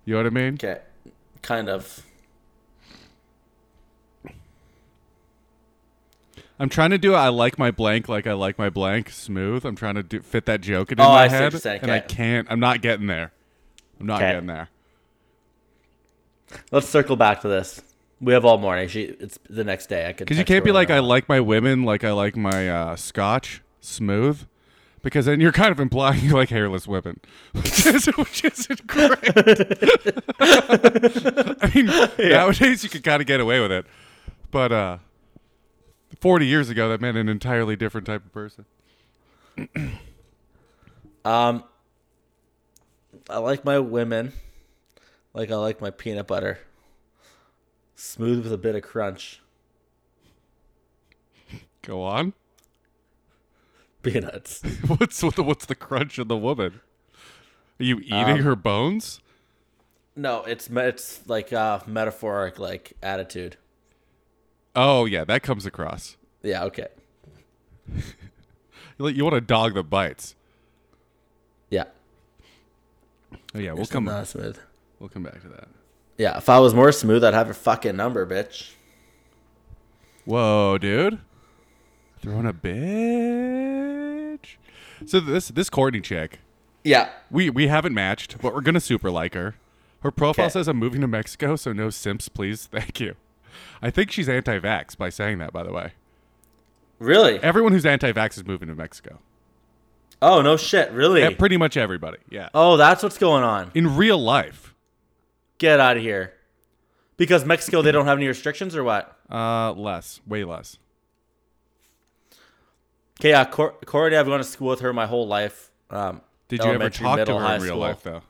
[SPEAKER 4] You know what I mean?
[SPEAKER 3] Okay. Kind of.
[SPEAKER 4] I'm trying to do I like my blank like I like my blank smooth. I'm trying to do, fit that joke into
[SPEAKER 3] Oh,
[SPEAKER 4] my
[SPEAKER 3] I see what
[SPEAKER 4] head,
[SPEAKER 3] you're saying.
[SPEAKER 4] and I
[SPEAKER 3] Okay.
[SPEAKER 4] can't. I'm not getting there. I'm not
[SPEAKER 3] Okay.
[SPEAKER 4] getting there.
[SPEAKER 3] Let's circle back to this. We have all morning. She it's the next day. I could
[SPEAKER 4] Because you
[SPEAKER 3] text her
[SPEAKER 4] can't be
[SPEAKER 3] when
[SPEAKER 4] like,
[SPEAKER 3] I'm
[SPEAKER 4] I
[SPEAKER 3] up.
[SPEAKER 4] like my women like I like my uh, scotch smooth, because then you're kind of implying you like hairless women, which is- which isn't correct. I mean, nowadays you could kind of get away with it, but uh, 40 years ago that meant an entirely different type of person.
[SPEAKER 3] Um, I like my women like I like my peanut butter. Smooth with a bit of crunch.
[SPEAKER 4] Go on.
[SPEAKER 3] Peanuts.
[SPEAKER 4] What's what the, what's the crunch of the woman? Are you eating her bones?
[SPEAKER 3] No, it's me- it's like uh metaphoric like attitude.
[SPEAKER 4] Oh yeah, that comes across.
[SPEAKER 3] Yeah, okay.
[SPEAKER 4] You, you want a dog that bites.
[SPEAKER 3] Yeah.
[SPEAKER 4] Oh yeah, we'll come
[SPEAKER 3] Not smooth.
[SPEAKER 4] we'll come back to that.
[SPEAKER 3] Yeah, if I was more smooth, I'd have your fucking number, bitch.
[SPEAKER 4] Whoa, dude. Throwing a bitch. So this this Courtney chick,
[SPEAKER 3] Yeah.
[SPEAKER 4] we we haven't matched, but we're gonna super like her. Her profile
[SPEAKER 3] Okay.
[SPEAKER 4] says I'm moving to Mexico, so no simps, please. Thank you. I think she's anti-vax by saying that, by the way.
[SPEAKER 3] Really?
[SPEAKER 4] Everyone who's anti-vax is moving to Mexico.
[SPEAKER 3] Oh, no shit, really?
[SPEAKER 4] Eh, Pretty much everybody. Yeah.
[SPEAKER 3] oh, that's what's going on.
[SPEAKER 4] In real life,
[SPEAKER 3] Get out of here. Because Mexico, they don't have any restrictions or what?
[SPEAKER 4] uh, less, way less.
[SPEAKER 3] Okay, yeah, Cor- Cordy, I've gone to school with her my whole life. Um,
[SPEAKER 4] Did you ever
[SPEAKER 3] elementary,
[SPEAKER 4] talk to
[SPEAKER 3] middle,
[SPEAKER 4] her
[SPEAKER 3] high
[SPEAKER 4] in real
[SPEAKER 3] school.
[SPEAKER 4] life though?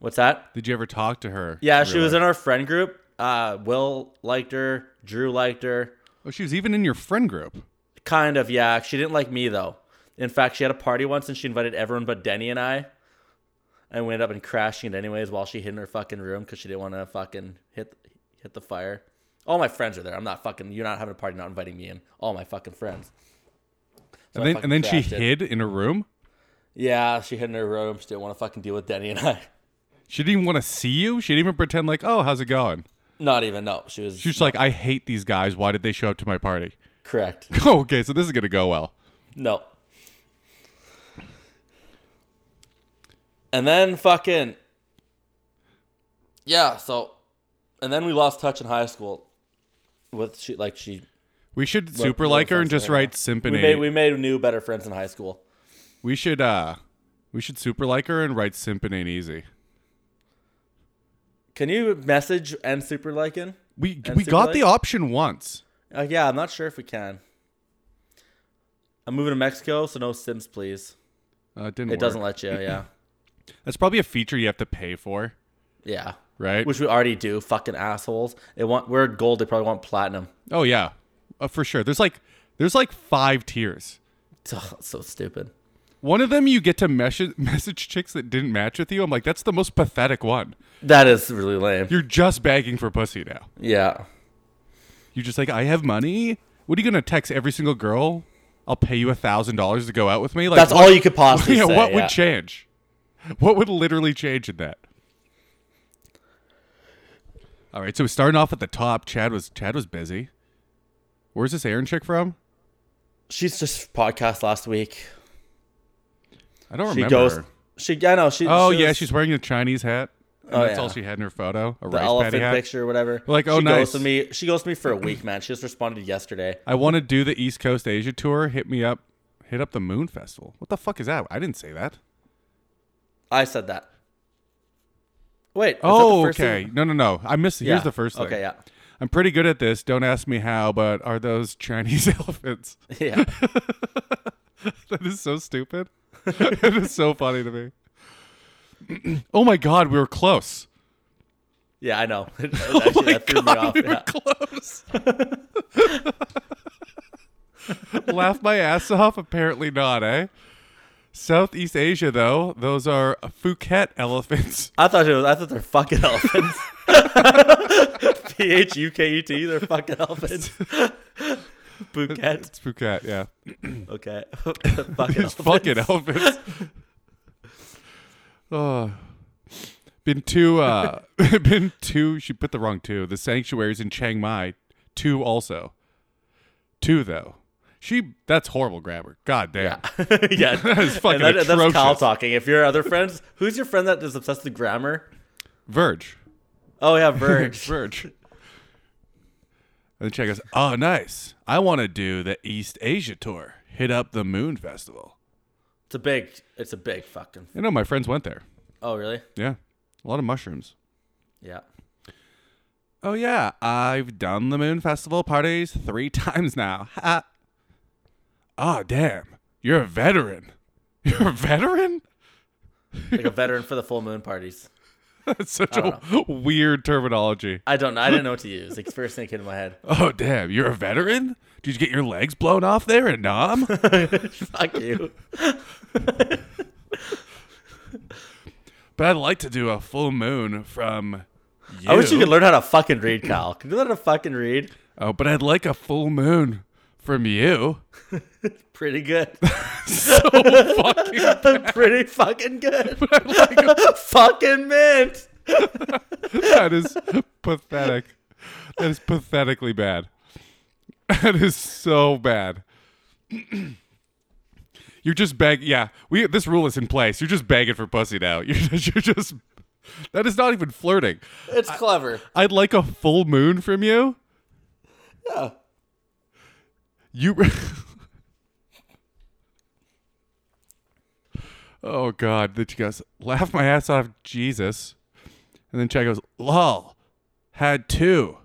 [SPEAKER 3] What's that?
[SPEAKER 4] Did you ever talk to her?
[SPEAKER 3] Yeah,
[SPEAKER 4] in
[SPEAKER 3] she
[SPEAKER 4] real
[SPEAKER 3] was
[SPEAKER 4] life?
[SPEAKER 3] in our friend group. Uh, Will liked her. Drew liked her.
[SPEAKER 4] Oh, she was even in your friend group.
[SPEAKER 3] Kind of, yeah. She didn't like me though. In fact, she had a party once and she invited everyone but Denny and I. And we ended up in crashing it anyways while she hid in her fucking room because she didn't want to fucking hit hit the fire. All my friends are there. I'm not fucking. You're not having a party, not inviting me in. All my fucking friends. So I
[SPEAKER 4] and then
[SPEAKER 3] fucking
[SPEAKER 4] and then she
[SPEAKER 3] crashed it.
[SPEAKER 4] hid in a room.
[SPEAKER 3] Yeah, she hid in her room. She didn't want to fucking deal with Denny and I.
[SPEAKER 4] She didn't even want to see you. She didn't even pretend like, "Oh, how's it going?"
[SPEAKER 3] Not even. No, she was.
[SPEAKER 4] She was like, "I hate these guys. Why did they show up to my party?"
[SPEAKER 3] correct.
[SPEAKER 4] Oh, okay, so this is gonna go well.
[SPEAKER 3] No. And then fucking Yeah, so and then we lost touch in high school with she like she
[SPEAKER 4] We should super
[SPEAKER 3] we're
[SPEAKER 4] like her and
[SPEAKER 3] friends
[SPEAKER 4] just
[SPEAKER 3] right now.
[SPEAKER 4] write simp and
[SPEAKER 3] we
[SPEAKER 4] eight.
[SPEAKER 3] made we made new better friends in high school.
[SPEAKER 4] We should uh, we should super like her and write simp and ain't easy.
[SPEAKER 3] Can you message and super liken?
[SPEAKER 4] We
[SPEAKER 3] And
[SPEAKER 4] we
[SPEAKER 3] super
[SPEAKER 4] got
[SPEAKER 3] like?
[SPEAKER 4] the option once.
[SPEAKER 3] Uh, yeah, I'm not sure if we can. I'm moving to Mexico, so no Sims, please.
[SPEAKER 4] Uh, it didn't.
[SPEAKER 3] It
[SPEAKER 4] work.
[SPEAKER 3] doesn't let you, yeah.
[SPEAKER 4] That's probably a feature you have to pay for,
[SPEAKER 3] Yeah.
[SPEAKER 4] right?
[SPEAKER 3] Which we already do, fucking assholes. They want we're gold, they probably want platinum.
[SPEAKER 4] oh yeah, uh, for sure. There's like there's like five tiers.
[SPEAKER 3] Ugh, so stupid.
[SPEAKER 4] One of them you get to message message chicks that didn't match with you. I'm like, that's the most pathetic one.
[SPEAKER 3] That is really lame.
[SPEAKER 4] You're just begging for pussy now.
[SPEAKER 3] Yeah.
[SPEAKER 4] You're just like, I have money. What are you gonna text every single girl? I'll pay you a thousand dollars to go out with me. Like,
[SPEAKER 3] That's all you could possibly
[SPEAKER 4] yeah,
[SPEAKER 3] say.
[SPEAKER 4] what would
[SPEAKER 3] yeah.
[SPEAKER 4] change? What would literally change in that? All right, so starting off at the top, Chad was Chad was busy. Where's this Aaron chick from?
[SPEAKER 3] She's just podcast last week.
[SPEAKER 4] I don't
[SPEAKER 3] She
[SPEAKER 4] remember.
[SPEAKER 3] goes. She. I know. She.
[SPEAKER 4] oh
[SPEAKER 3] she
[SPEAKER 4] yeah,
[SPEAKER 3] was
[SPEAKER 4] she's wearing a Chinese hat. And
[SPEAKER 3] Oh,
[SPEAKER 4] that's
[SPEAKER 3] yeah.
[SPEAKER 4] all she had in her photo. A
[SPEAKER 3] the
[SPEAKER 4] rice paddy
[SPEAKER 3] elephant
[SPEAKER 4] hat.
[SPEAKER 3] picture, or whatever.
[SPEAKER 4] Like, oh,
[SPEAKER 3] she Goes
[SPEAKER 4] nice.
[SPEAKER 3] to me. She goes to me for a week, man. She just responded yesterday.
[SPEAKER 4] I want to do the East Coast Asia tour. Hit me up. Hit up the Moon Festival. What the fuck is that? I didn't say that.
[SPEAKER 3] I said that. Wait. was that the
[SPEAKER 4] Oh,
[SPEAKER 3] first
[SPEAKER 4] okay.
[SPEAKER 3] thing?
[SPEAKER 4] No, no, no. I missed.
[SPEAKER 3] Yeah.
[SPEAKER 4] Here's the first thing.
[SPEAKER 3] Okay. Yeah.
[SPEAKER 4] I'm pretty good at this. Don't ask me how, but are those Chinese elephants?
[SPEAKER 3] Yeah.
[SPEAKER 4] that is so stupid. it is so funny to me. oh my god, we were close.
[SPEAKER 3] Yeah. I know. It- actually, that threw me off.
[SPEAKER 4] Oh we
[SPEAKER 3] yeah.
[SPEAKER 4] were close. Laugh my ass off? Apparently not, eh? Southeast Asia, though, those are Phuket elephants.
[SPEAKER 3] I thought it was. I thought they're fucking elephants. P h u k e t. They're fucking elephants. Phuket.
[SPEAKER 4] It's Phuket, yeah.
[SPEAKER 3] Okay. fucking
[SPEAKER 4] These
[SPEAKER 3] elephants.
[SPEAKER 4] fucking elephants. oh. Been to, uh, been to, she put the wrong two, the sanctuaries in Chiang Mai. Two also. Two, though. She, that's horrible grammar. God damn.
[SPEAKER 3] yeah, that
[SPEAKER 4] is fucking
[SPEAKER 3] That's Kyle
[SPEAKER 4] atrocious.
[SPEAKER 3] talking. If your other friends, who's your friend that is obsessed with grammar?
[SPEAKER 4] Verge.
[SPEAKER 3] Oh yeah, Verge.
[SPEAKER 4] Verge. And the check goes, Oh, nice. I want to do the East Asia tour. Hit up the Moon Festival.
[SPEAKER 3] It's a big. It's a big fucking.
[SPEAKER 4] You know, my friends went there.
[SPEAKER 3] Oh really?
[SPEAKER 4] Yeah. A lot of mushrooms.
[SPEAKER 3] Yeah.
[SPEAKER 4] Oh, yeah. I've done the Moon Festival parties three times now. Ha. oh, damn. You're a veteran. You're a veteran?
[SPEAKER 3] Like a veteran for the full moon parties.
[SPEAKER 4] That's such a weird terminology.
[SPEAKER 3] I don't know. I didn't know what to use. Like first thing that came to my head.
[SPEAKER 4] Oh, damn. You're a veteran? Did you get your legs blown off there in Nam?
[SPEAKER 3] Fuck you.
[SPEAKER 4] But I'd like to do a full moon from. You.
[SPEAKER 3] I wish you could learn how to fucking read, Kyle. Can you learn how to fucking read?
[SPEAKER 4] Oh, but I'd like a full moon from you.
[SPEAKER 3] Pretty good.
[SPEAKER 4] So fucking.
[SPEAKER 3] Pretty fucking good. fucking mint.
[SPEAKER 4] That is pathetic. That is pathetically bad. That is so bad. You're just begging. Yeah, we. This rule is in place. You're just begging for pussy now. You're just. You're just that is not even flirting.
[SPEAKER 3] It's clever.
[SPEAKER 4] I'd like a full moon from you.
[SPEAKER 3] Yeah.
[SPEAKER 4] You. oh God! Then she goes, "Laugh my ass off, Jesus," and then Chad goes, "Lol, had two,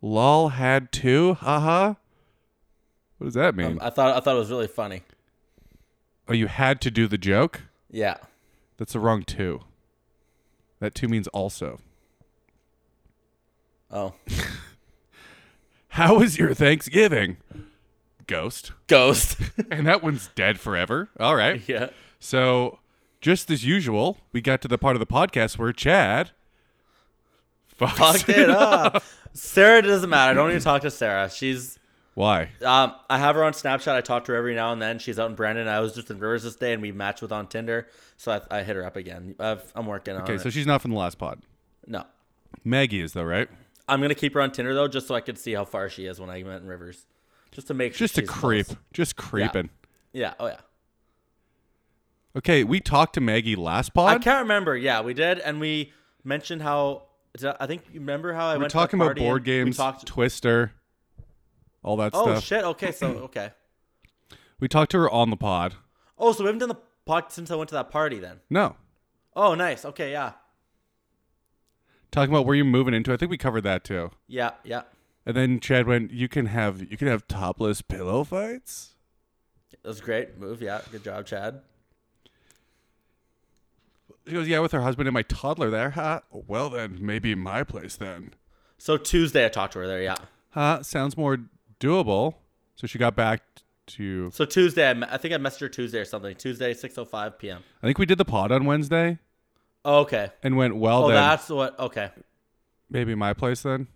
[SPEAKER 4] lol had two, haha." What does that mean?
[SPEAKER 3] Um, I thought I thought it was really funny.
[SPEAKER 4] oh, you had to do the joke.
[SPEAKER 3] Yeah.
[SPEAKER 4] That's the wrong two. That two means also.
[SPEAKER 3] Oh.
[SPEAKER 4] How was your Thanksgiving? Ghost.
[SPEAKER 3] Ghost.
[SPEAKER 4] And that one's dead forever. All right.
[SPEAKER 3] yeah.
[SPEAKER 4] So, just as usual, we got to the part of the podcast where Chad fucks
[SPEAKER 3] Fucked it up. Sarah it doesn't matter. I don't need to talk to Sarah. She's
[SPEAKER 4] Why?
[SPEAKER 3] um, I have her on Snapchat. I talk to her every now and then. She's out in Brandon. I was just in Rivers this day, and we matched with on Tinder. So I, I hit her up again. I've, I'm working on
[SPEAKER 4] Okay,
[SPEAKER 3] it.
[SPEAKER 4] so she's not from the last pod.
[SPEAKER 3] no,
[SPEAKER 4] Maggie is though, right?
[SPEAKER 3] I'm gonna keep her on Tinder though, just so I could see how far she is when I met in Rivers, just to make sure.
[SPEAKER 4] Just a
[SPEAKER 3] she's
[SPEAKER 4] creep,
[SPEAKER 3] close.
[SPEAKER 4] just creeping.
[SPEAKER 3] Yeah. Oh yeah.
[SPEAKER 4] Okay, we talked to Maggie last
[SPEAKER 3] I
[SPEAKER 4] pod.
[SPEAKER 3] can't remember. Yeah, we did, and we mentioned how. did I I think you remember how I
[SPEAKER 4] We're
[SPEAKER 3] went
[SPEAKER 4] talking
[SPEAKER 3] to a
[SPEAKER 4] about
[SPEAKER 3] party and
[SPEAKER 4] board
[SPEAKER 3] we
[SPEAKER 4] games,
[SPEAKER 3] talked-
[SPEAKER 4] Twister, all that
[SPEAKER 3] oh
[SPEAKER 4] stuff.
[SPEAKER 3] shit! Okay, so okay.
[SPEAKER 4] We talked to her on the pod.
[SPEAKER 3] Oh, so we haven't done the pod since I went to that party then.
[SPEAKER 4] No,
[SPEAKER 3] Oh, nice. Okay, yeah,
[SPEAKER 4] talking about where you're moving into. I think we covered that too.
[SPEAKER 3] yeah, yeah.
[SPEAKER 4] And then Chad went, "You can have you can have topless pillow fights."
[SPEAKER 3] That was a great move. Yeah, good job, Chad.
[SPEAKER 4] She goes, "Yeah, with her husband and my toddler there." Huh? Well, then maybe my place then.
[SPEAKER 3] So Tuesday, I talked to her there. Yeah.
[SPEAKER 4] Huh? Sounds more doable. So she got back to.
[SPEAKER 3] So Tuesday, I, me- I think I messaged her Tuesday or something. Tuesday, six oh five p.m.
[SPEAKER 4] I think we did the pod on Wednesday
[SPEAKER 3] Oh, okay.
[SPEAKER 4] and went well.
[SPEAKER 3] Oh,
[SPEAKER 4] then
[SPEAKER 3] that's what. Okay,
[SPEAKER 4] maybe my place then.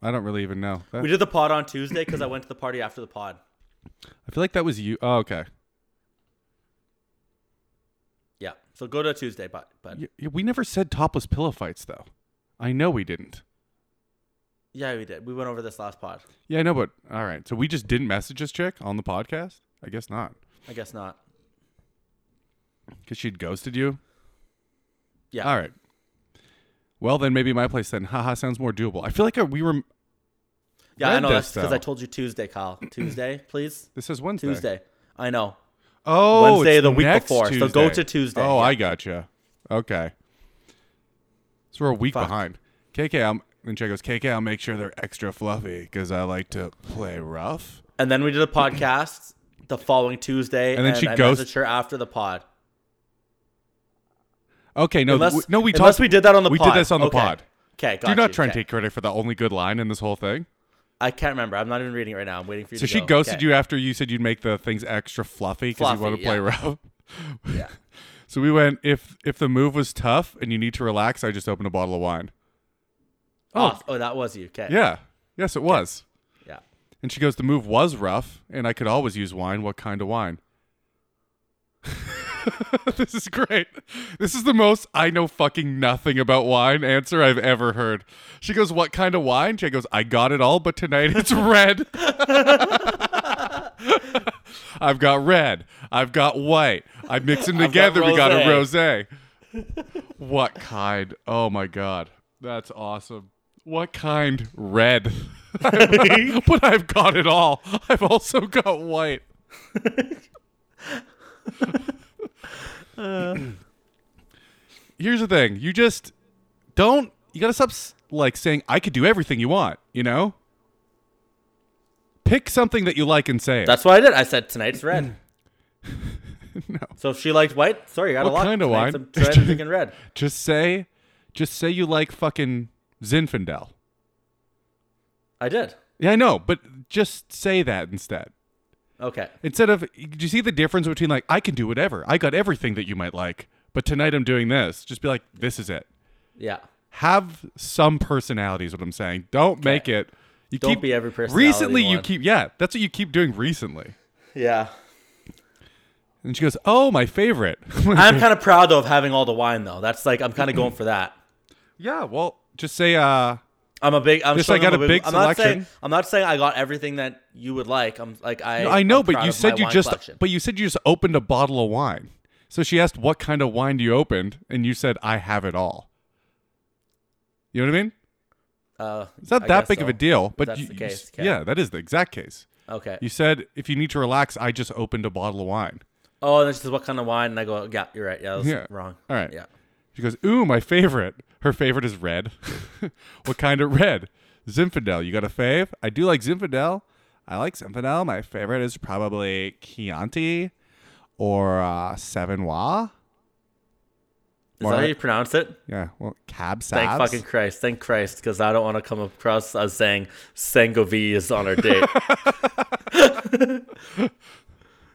[SPEAKER 4] I don't really even know. That-
[SPEAKER 3] we did the pod on Tuesday because I went to the party after the pod.
[SPEAKER 4] I feel like that was you. Oh, okay.
[SPEAKER 3] Yeah. So go to Tuesday, but but
[SPEAKER 4] Y- y- We never said topless pillow fights though. I know we didn't.
[SPEAKER 3] Yeah, we did. We went over this last pod.
[SPEAKER 4] Yeah, I know, but all right. So we just didn't message this chick on the podcast? I guess not.
[SPEAKER 3] I guess not.
[SPEAKER 4] Because she'd ghosted you?
[SPEAKER 3] Yeah.
[SPEAKER 4] All right. Well, then maybe my place then. Haha sounds more doable. I feel like uh, we were.
[SPEAKER 3] Yeah, I
[SPEAKER 4] Read
[SPEAKER 3] know.
[SPEAKER 4] this,
[SPEAKER 3] That's because
[SPEAKER 4] though.
[SPEAKER 3] I told you Tuesday, Kyle. Tuesday, please.
[SPEAKER 4] This is Wednesday.
[SPEAKER 3] Tuesday. I know.
[SPEAKER 4] Oh,
[SPEAKER 3] Wednesday
[SPEAKER 4] it's
[SPEAKER 3] the week
[SPEAKER 4] next
[SPEAKER 3] before, so go to Tuesday.
[SPEAKER 4] Oh,
[SPEAKER 3] Yeah.
[SPEAKER 4] I gotcha. Okay. So we're a week
[SPEAKER 3] Fuck.
[SPEAKER 4] behind. KK, I'm, and Jay goes, KK, I'll make sure they're extra fluffy because I like to play rough.
[SPEAKER 3] And then we did a podcast the following Tuesday,
[SPEAKER 4] And then she
[SPEAKER 3] I
[SPEAKER 4] ghost-
[SPEAKER 3] messaged her after the pod.
[SPEAKER 4] Okay, no,
[SPEAKER 3] Unless
[SPEAKER 4] we, no, we
[SPEAKER 3] unless
[SPEAKER 4] talked.
[SPEAKER 3] we did that on the
[SPEAKER 4] we
[SPEAKER 3] pod.
[SPEAKER 4] did this on the
[SPEAKER 3] Okay.
[SPEAKER 4] pod.
[SPEAKER 3] Okay, got
[SPEAKER 4] Do not
[SPEAKER 3] you.
[SPEAKER 4] try and
[SPEAKER 3] Okay.
[SPEAKER 4] take credit for the only good line in this whole thing.
[SPEAKER 3] I can't remember. I'm not even reading it right now. I'm waiting for you.
[SPEAKER 4] So
[SPEAKER 3] to
[SPEAKER 4] she
[SPEAKER 3] go.
[SPEAKER 4] ghosted
[SPEAKER 3] Okay.
[SPEAKER 4] you after you said you'd make the things extra fluffy because you
[SPEAKER 3] Fluffy,
[SPEAKER 4] want to play
[SPEAKER 3] yeah.
[SPEAKER 4] rough.
[SPEAKER 3] Yeah.
[SPEAKER 4] So we went if if the move was tough and you need to relax, I just opened a bottle of wine.
[SPEAKER 3] Oh, oh, that was you. Okay.
[SPEAKER 4] Yeah. Yes, it was.
[SPEAKER 3] Yeah.
[SPEAKER 4] And she goes, The move was rough, and I could always use wine. What kind of wine? this is great. This is the most I know fucking nothing about wine answer I've ever heard. She goes, What kind of wine? Jay goes, I got it all, but tonight it's red. I've got red. I've got white. I mix them together. We got a rose. what kind? Oh my God. That's awesome. What kind? Red. but I've got it all. I've also got white. Uh. Here's the thing. You just don't. You gotta stop s- like saying I could do everything you want. You know. Pick something that you like and say it.
[SPEAKER 3] That's what I did. I said tonight's red.
[SPEAKER 4] No.
[SPEAKER 3] So if she liked white, sorry, you got a
[SPEAKER 4] What
[SPEAKER 3] lot.
[SPEAKER 4] kind of
[SPEAKER 3] Tonight's
[SPEAKER 4] wine?
[SPEAKER 3] I'm red and drinking red.
[SPEAKER 4] Just say, just say you like fucking Zinfandel.
[SPEAKER 3] I did.
[SPEAKER 4] Yeah, I know, but just say that instead.
[SPEAKER 3] Okay.
[SPEAKER 4] Instead of, do you see the difference between like I can do whatever, I got everything that you might like, but tonight I'm doing this. Just be like, this is it.
[SPEAKER 3] Yeah.
[SPEAKER 4] Have some personality is what I'm saying. Don't make it. You
[SPEAKER 3] Don't
[SPEAKER 4] keep,
[SPEAKER 3] be every personality
[SPEAKER 4] Recently, you
[SPEAKER 3] one.
[SPEAKER 4] keep yeah. That's what you keep doing recently.
[SPEAKER 3] Yeah.
[SPEAKER 4] And she goes, "Oh, my favorite."
[SPEAKER 3] I'm kind of proud though of having all the wine though. That's like I'm kind of going for that.
[SPEAKER 4] yeah, well, just say uh,
[SPEAKER 3] I'm a big. I'm
[SPEAKER 4] Just
[SPEAKER 3] showing
[SPEAKER 4] like
[SPEAKER 3] them
[SPEAKER 4] at a big
[SPEAKER 3] I'm not saying.
[SPEAKER 4] selection.
[SPEAKER 3] I'm not saying I got everything that you would like. I'm like I.
[SPEAKER 4] I know,
[SPEAKER 3] I'm
[SPEAKER 4] but
[SPEAKER 3] proud
[SPEAKER 4] you
[SPEAKER 3] of my
[SPEAKER 4] said you
[SPEAKER 3] wine
[SPEAKER 4] just
[SPEAKER 3] collection.
[SPEAKER 4] but you said you just opened a bottle of wine. So she asked what kind of wine do you opened and you said I have it all. You know what I mean?
[SPEAKER 3] Uh,
[SPEAKER 4] It's not
[SPEAKER 3] I
[SPEAKER 4] that
[SPEAKER 3] guess
[SPEAKER 4] big of
[SPEAKER 3] so.
[SPEAKER 4] a deal, but
[SPEAKER 3] that's
[SPEAKER 4] you,
[SPEAKER 3] the
[SPEAKER 4] you
[SPEAKER 3] case,
[SPEAKER 4] s-
[SPEAKER 3] okay.
[SPEAKER 4] yeah, that is the exact case.
[SPEAKER 3] Okay.
[SPEAKER 4] You said if you need to relax, I just opened a bottle of wine.
[SPEAKER 3] oh, and this is what kind of wine? And I go, yeah, you're right. Yeah, that's
[SPEAKER 4] Yeah.
[SPEAKER 3] wrong.
[SPEAKER 4] All right.
[SPEAKER 3] Yeah.
[SPEAKER 4] She goes, "Ooh, my favorite." Her favorite is red. what kind of red? Zinfandel. You got a fave? I do like Zinfandel. I like Zinfandel. My favorite is probably Chianti or uh, Sevenois.
[SPEAKER 3] Is that how you pronounce it?
[SPEAKER 4] Yeah, well, cab sabs.
[SPEAKER 3] Thank fucking Christ. Thank Christ, because I don't want to come across as saying Sangovie is on our date.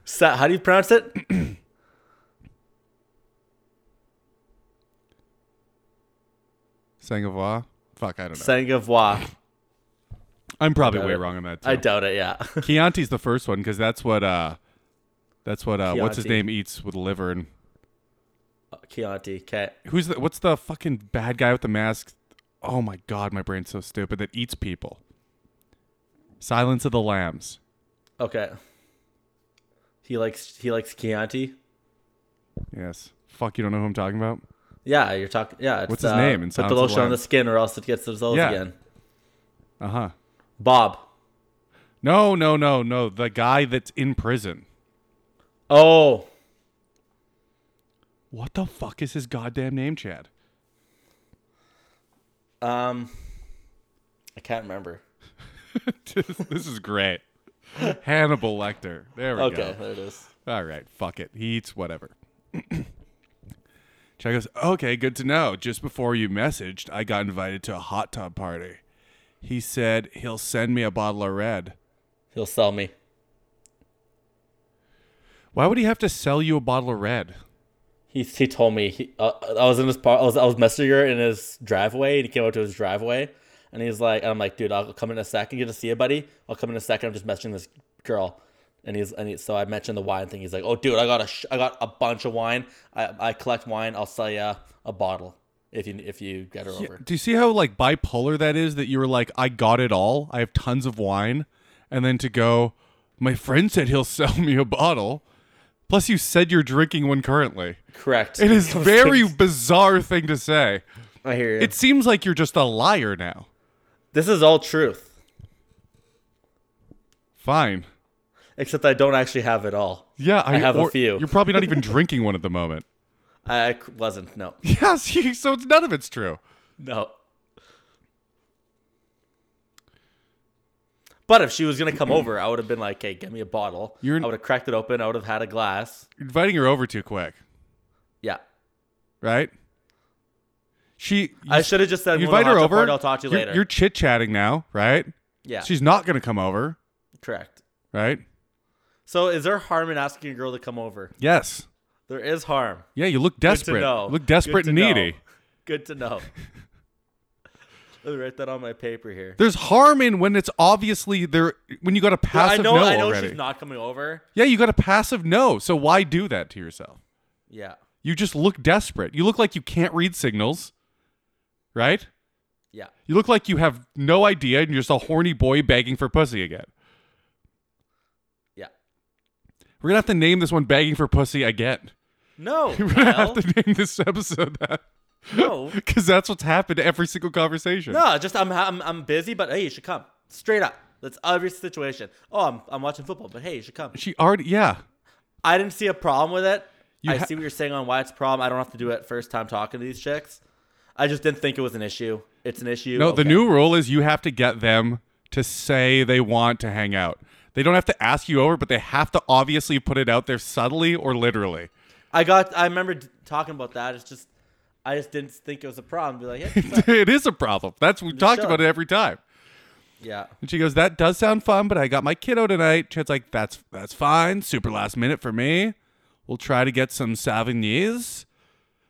[SPEAKER 3] Sa- how do you pronounce it?
[SPEAKER 4] Sangovois. Fuck, I don't know.
[SPEAKER 3] Sangovois.
[SPEAKER 4] I'm probably
[SPEAKER 3] Got
[SPEAKER 4] way
[SPEAKER 3] it.
[SPEAKER 4] wrong on that. Too.
[SPEAKER 3] I doubt it, yeah.
[SPEAKER 4] Chianti's the first one because that's what uh, that's what uh, what's his
[SPEAKER 3] Chianti.
[SPEAKER 4] name eats with liver and
[SPEAKER 3] Chianti. Okay.
[SPEAKER 4] who's the what's the fucking bad guy with the mask? Oh my god, my brain's so stupid that eats people. Silence of the Lambs.
[SPEAKER 3] Okay. He likes he likes Chianti.
[SPEAKER 4] Yes. Fuck, you don't know who I'm talking about?
[SPEAKER 3] Yeah, you're talking. Yeah, it's,
[SPEAKER 4] What's his
[SPEAKER 3] uh,
[SPEAKER 4] name in
[SPEAKER 3] Put
[SPEAKER 4] Silence
[SPEAKER 3] the
[SPEAKER 4] of the
[SPEAKER 3] lotion on the
[SPEAKER 4] Lambs?
[SPEAKER 3] skin, or else it gets dissolved
[SPEAKER 4] Yeah.
[SPEAKER 3] again.
[SPEAKER 4] Uh huh.
[SPEAKER 3] Bob.
[SPEAKER 4] No, no, no, no. The guy that's in prison.
[SPEAKER 3] Oh,
[SPEAKER 4] What the fuck is his goddamn name, Chad?
[SPEAKER 3] um, I can't remember.
[SPEAKER 4] this is great. Hannibal Lecter. There we
[SPEAKER 3] Okay,
[SPEAKER 4] go.
[SPEAKER 3] there it is.
[SPEAKER 4] All right, fuck it. He eats whatever. Chad goes, okay, good to know. Just before you messaged, I got invited to a hot tub party. He said he'll send me a bottle of red.
[SPEAKER 3] He'll sell me.
[SPEAKER 4] Why would he have to sell you a bottle of red?
[SPEAKER 3] He, he told me he, uh, I was in his par- I was I was messaging her in his driveway and he came out to his driveway and he's like and I'm like dude I'll come in a second get to see you buddy I'll come in a second I'm just messaging this girl and he's and he, so I mentioned the wine thing he's like oh dude I got a sh- I got a bunch of wine I I collect wine I'll sell you a bottle if you if you get her over.
[SPEAKER 4] Do you see how like bipolar that is? That you were like, I got it all. I have tons of wine, and then to go, my friend said he'll sell me a bottle. Plus, you said you're drinking one currently.
[SPEAKER 3] Correct.
[SPEAKER 4] It is very bizarre thing to say.
[SPEAKER 3] I hear you.
[SPEAKER 4] It seems like you're just a liar now.
[SPEAKER 3] this is all truth,
[SPEAKER 4] Fine.
[SPEAKER 3] except I don't actually have it all.
[SPEAKER 4] Yeah,
[SPEAKER 3] I have a few.
[SPEAKER 4] You're probably not even drinking one at the moment.
[SPEAKER 3] I c- wasn't. No,
[SPEAKER 4] Yes, you- so it's, none of it's true.
[SPEAKER 3] no. But if she was gonna come over, I would have been like, "Hey, get me a bottle."
[SPEAKER 4] You're-
[SPEAKER 3] I would have cracked it open. I would have had a glass.
[SPEAKER 4] You're inviting her over too quick,
[SPEAKER 3] Yeah,
[SPEAKER 4] right? She.
[SPEAKER 3] I should have just said,
[SPEAKER 4] you
[SPEAKER 3] "Well, no,
[SPEAKER 4] invite her
[SPEAKER 3] after
[SPEAKER 4] over.
[SPEAKER 3] party, I'll talk to you
[SPEAKER 4] you're,
[SPEAKER 3] later."
[SPEAKER 4] You're chit chatting now, right?
[SPEAKER 3] yeah,
[SPEAKER 4] She's not gonna come over,
[SPEAKER 3] correct.
[SPEAKER 4] right?
[SPEAKER 3] So, is there harm in asking a girl to come over?
[SPEAKER 4] Yes.
[SPEAKER 3] There is harm.
[SPEAKER 4] Yeah, you look
[SPEAKER 3] Good
[SPEAKER 4] desperate.
[SPEAKER 3] to know.
[SPEAKER 4] You Look desperate
[SPEAKER 3] Good
[SPEAKER 4] and
[SPEAKER 3] to
[SPEAKER 4] needy.
[SPEAKER 3] know. Good to know. Let me write that on my paper here.
[SPEAKER 4] There's harm in when it's obviously there when you got a
[SPEAKER 3] I
[SPEAKER 4] passive
[SPEAKER 3] know,
[SPEAKER 4] no
[SPEAKER 3] I know
[SPEAKER 4] already.
[SPEAKER 3] she's not coming over.
[SPEAKER 4] yeah, you got a passive no. So why do that to yourself?
[SPEAKER 3] Yeah,
[SPEAKER 4] You just look desperate. You look like you can't read signals, right?
[SPEAKER 3] yeah.
[SPEAKER 4] You look like you have no idea and you're just a horny boy begging for pussy again.
[SPEAKER 3] Yeah.
[SPEAKER 4] We're gonna have to name this one "Begging for Pussy" again.
[SPEAKER 3] No.
[SPEAKER 4] We're gonna
[SPEAKER 3] Kyle.
[SPEAKER 4] have to name this episode that
[SPEAKER 3] no.
[SPEAKER 4] because that's what's happened to every single conversation.
[SPEAKER 3] No, just I'm, I'm I'm busy, but hey, you should come. Straight up. That's every situation. Oh, I'm I'm watching football, but hey, you should come.
[SPEAKER 4] She already, yeah,
[SPEAKER 3] I didn't see a problem with it.
[SPEAKER 4] You
[SPEAKER 3] I
[SPEAKER 4] ha-
[SPEAKER 3] see what you're saying on why it's a problem. I don't have to do it first time talking to these chicks. I just didn't think it was an issue. It's an issue.
[SPEAKER 4] No, the
[SPEAKER 3] Okay.
[SPEAKER 4] new rule is you have to get them to say they want to hang out. They don't have to ask you over, but they have to obviously put it out there subtly or literally.
[SPEAKER 3] I got. I remember d- talking about that. It's just, I just didn't think it was a problem. Be like, hey, what's up?
[SPEAKER 4] it is a problem. That's we talked about
[SPEAKER 3] should.
[SPEAKER 4] it every time.
[SPEAKER 3] yeah,
[SPEAKER 4] And she goes, "That does sound fun, but I got my kiddo tonight." Chad's like, "That's that's fine. Super last minute for me. We'll try to get some Sauvignons,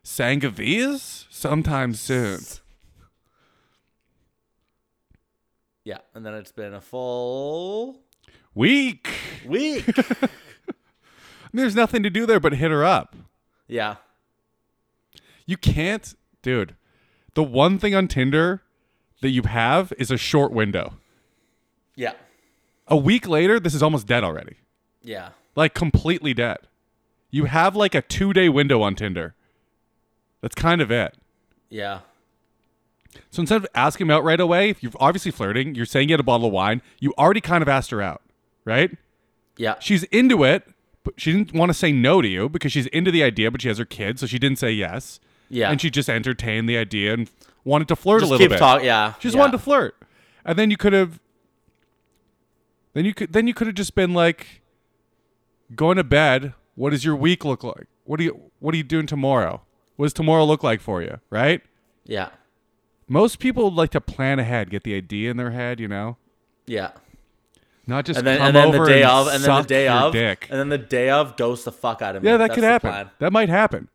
[SPEAKER 4] Sangavias sometime soon."
[SPEAKER 3] yeah. And then it's been a full
[SPEAKER 4] Week.
[SPEAKER 3] week.
[SPEAKER 4] There's nothing to do there but hit her up.
[SPEAKER 3] yeah,
[SPEAKER 4] You can't, dude. The one thing on Tinder that you have is a short window.
[SPEAKER 3] yeah,
[SPEAKER 4] A week later, this is almost dead already.
[SPEAKER 3] yeah.
[SPEAKER 4] Like completely dead. You have like a two day window on Tinder. That's kind of it.
[SPEAKER 3] Yeah.
[SPEAKER 4] So instead of asking him out right away, if you're obviously flirting, you're saying you had a bottle of wine, you already kind of asked her out, right?
[SPEAKER 3] Yeah.
[SPEAKER 4] She's into it, but she didn't want to say no to you because she's into the idea, but she has her kids, so she didn't say yes.
[SPEAKER 3] Yeah.
[SPEAKER 4] And she just entertained the idea and wanted to flirt a
[SPEAKER 3] just
[SPEAKER 4] little
[SPEAKER 3] keeps
[SPEAKER 4] bit.
[SPEAKER 3] talking. Yeah.
[SPEAKER 4] She just
[SPEAKER 3] yeah.
[SPEAKER 4] wanted to flirt, and then you could have, then you could, then you could have just been like, going to bed. What does your week look like? What do you, what are you doing tomorrow? What does tomorrow look like for you? Right?
[SPEAKER 3] Yeah.
[SPEAKER 4] Most people like to plan ahead, get the idea in their head, you know,
[SPEAKER 3] Yeah.
[SPEAKER 4] not just
[SPEAKER 3] And then,
[SPEAKER 4] come
[SPEAKER 3] and then
[SPEAKER 4] over
[SPEAKER 3] the day
[SPEAKER 4] and
[SPEAKER 3] of, and then the
[SPEAKER 4] suck
[SPEAKER 3] day
[SPEAKER 4] your
[SPEAKER 3] of,
[SPEAKER 4] dick.
[SPEAKER 3] and then the day of, ghost the fuck out of me.
[SPEAKER 4] Yeah, that
[SPEAKER 3] That's
[SPEAKER 4] could
[SPEAKER 3] the
[SPEAKER 4] happen.
[SPEAKER 3] plan.
[SPEAKER 4] That might happen.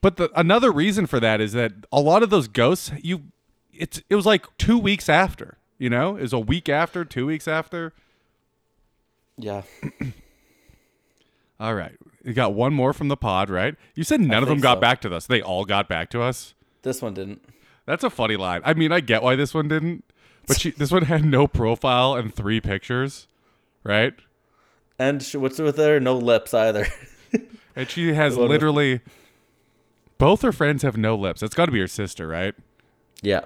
[SPEAKER 4] But the, another reason for that is that a lot of those ghosts, you, it's it was like two weeks after, you know, it was a week after, two weeks after.
[SPEAKER 3] Yeah.
[SPEAKER 4] All right. You got one more from the pod, right? You said none of them
[SPEAKER 3] think
[SPEAKER 4] got
[SPEAKER 3] so.
[SPEAKER 4] back to us. They all got back to us.
[SPEAKER 3] This one didn't.
[SPEAKER 4] That's a funny line. I mean, I get why this one didn't, but she this one had no profile and three pictures, right?
[SPEAKER 3] And sh what's with her? No lips either.
[SPEAKER 4] And she has
[SPEAKER 3] Love it.
[SPEAKER 4] literally both her friends have no lips. That's got to be her sister, right?
[SPEAKER 3] yeah.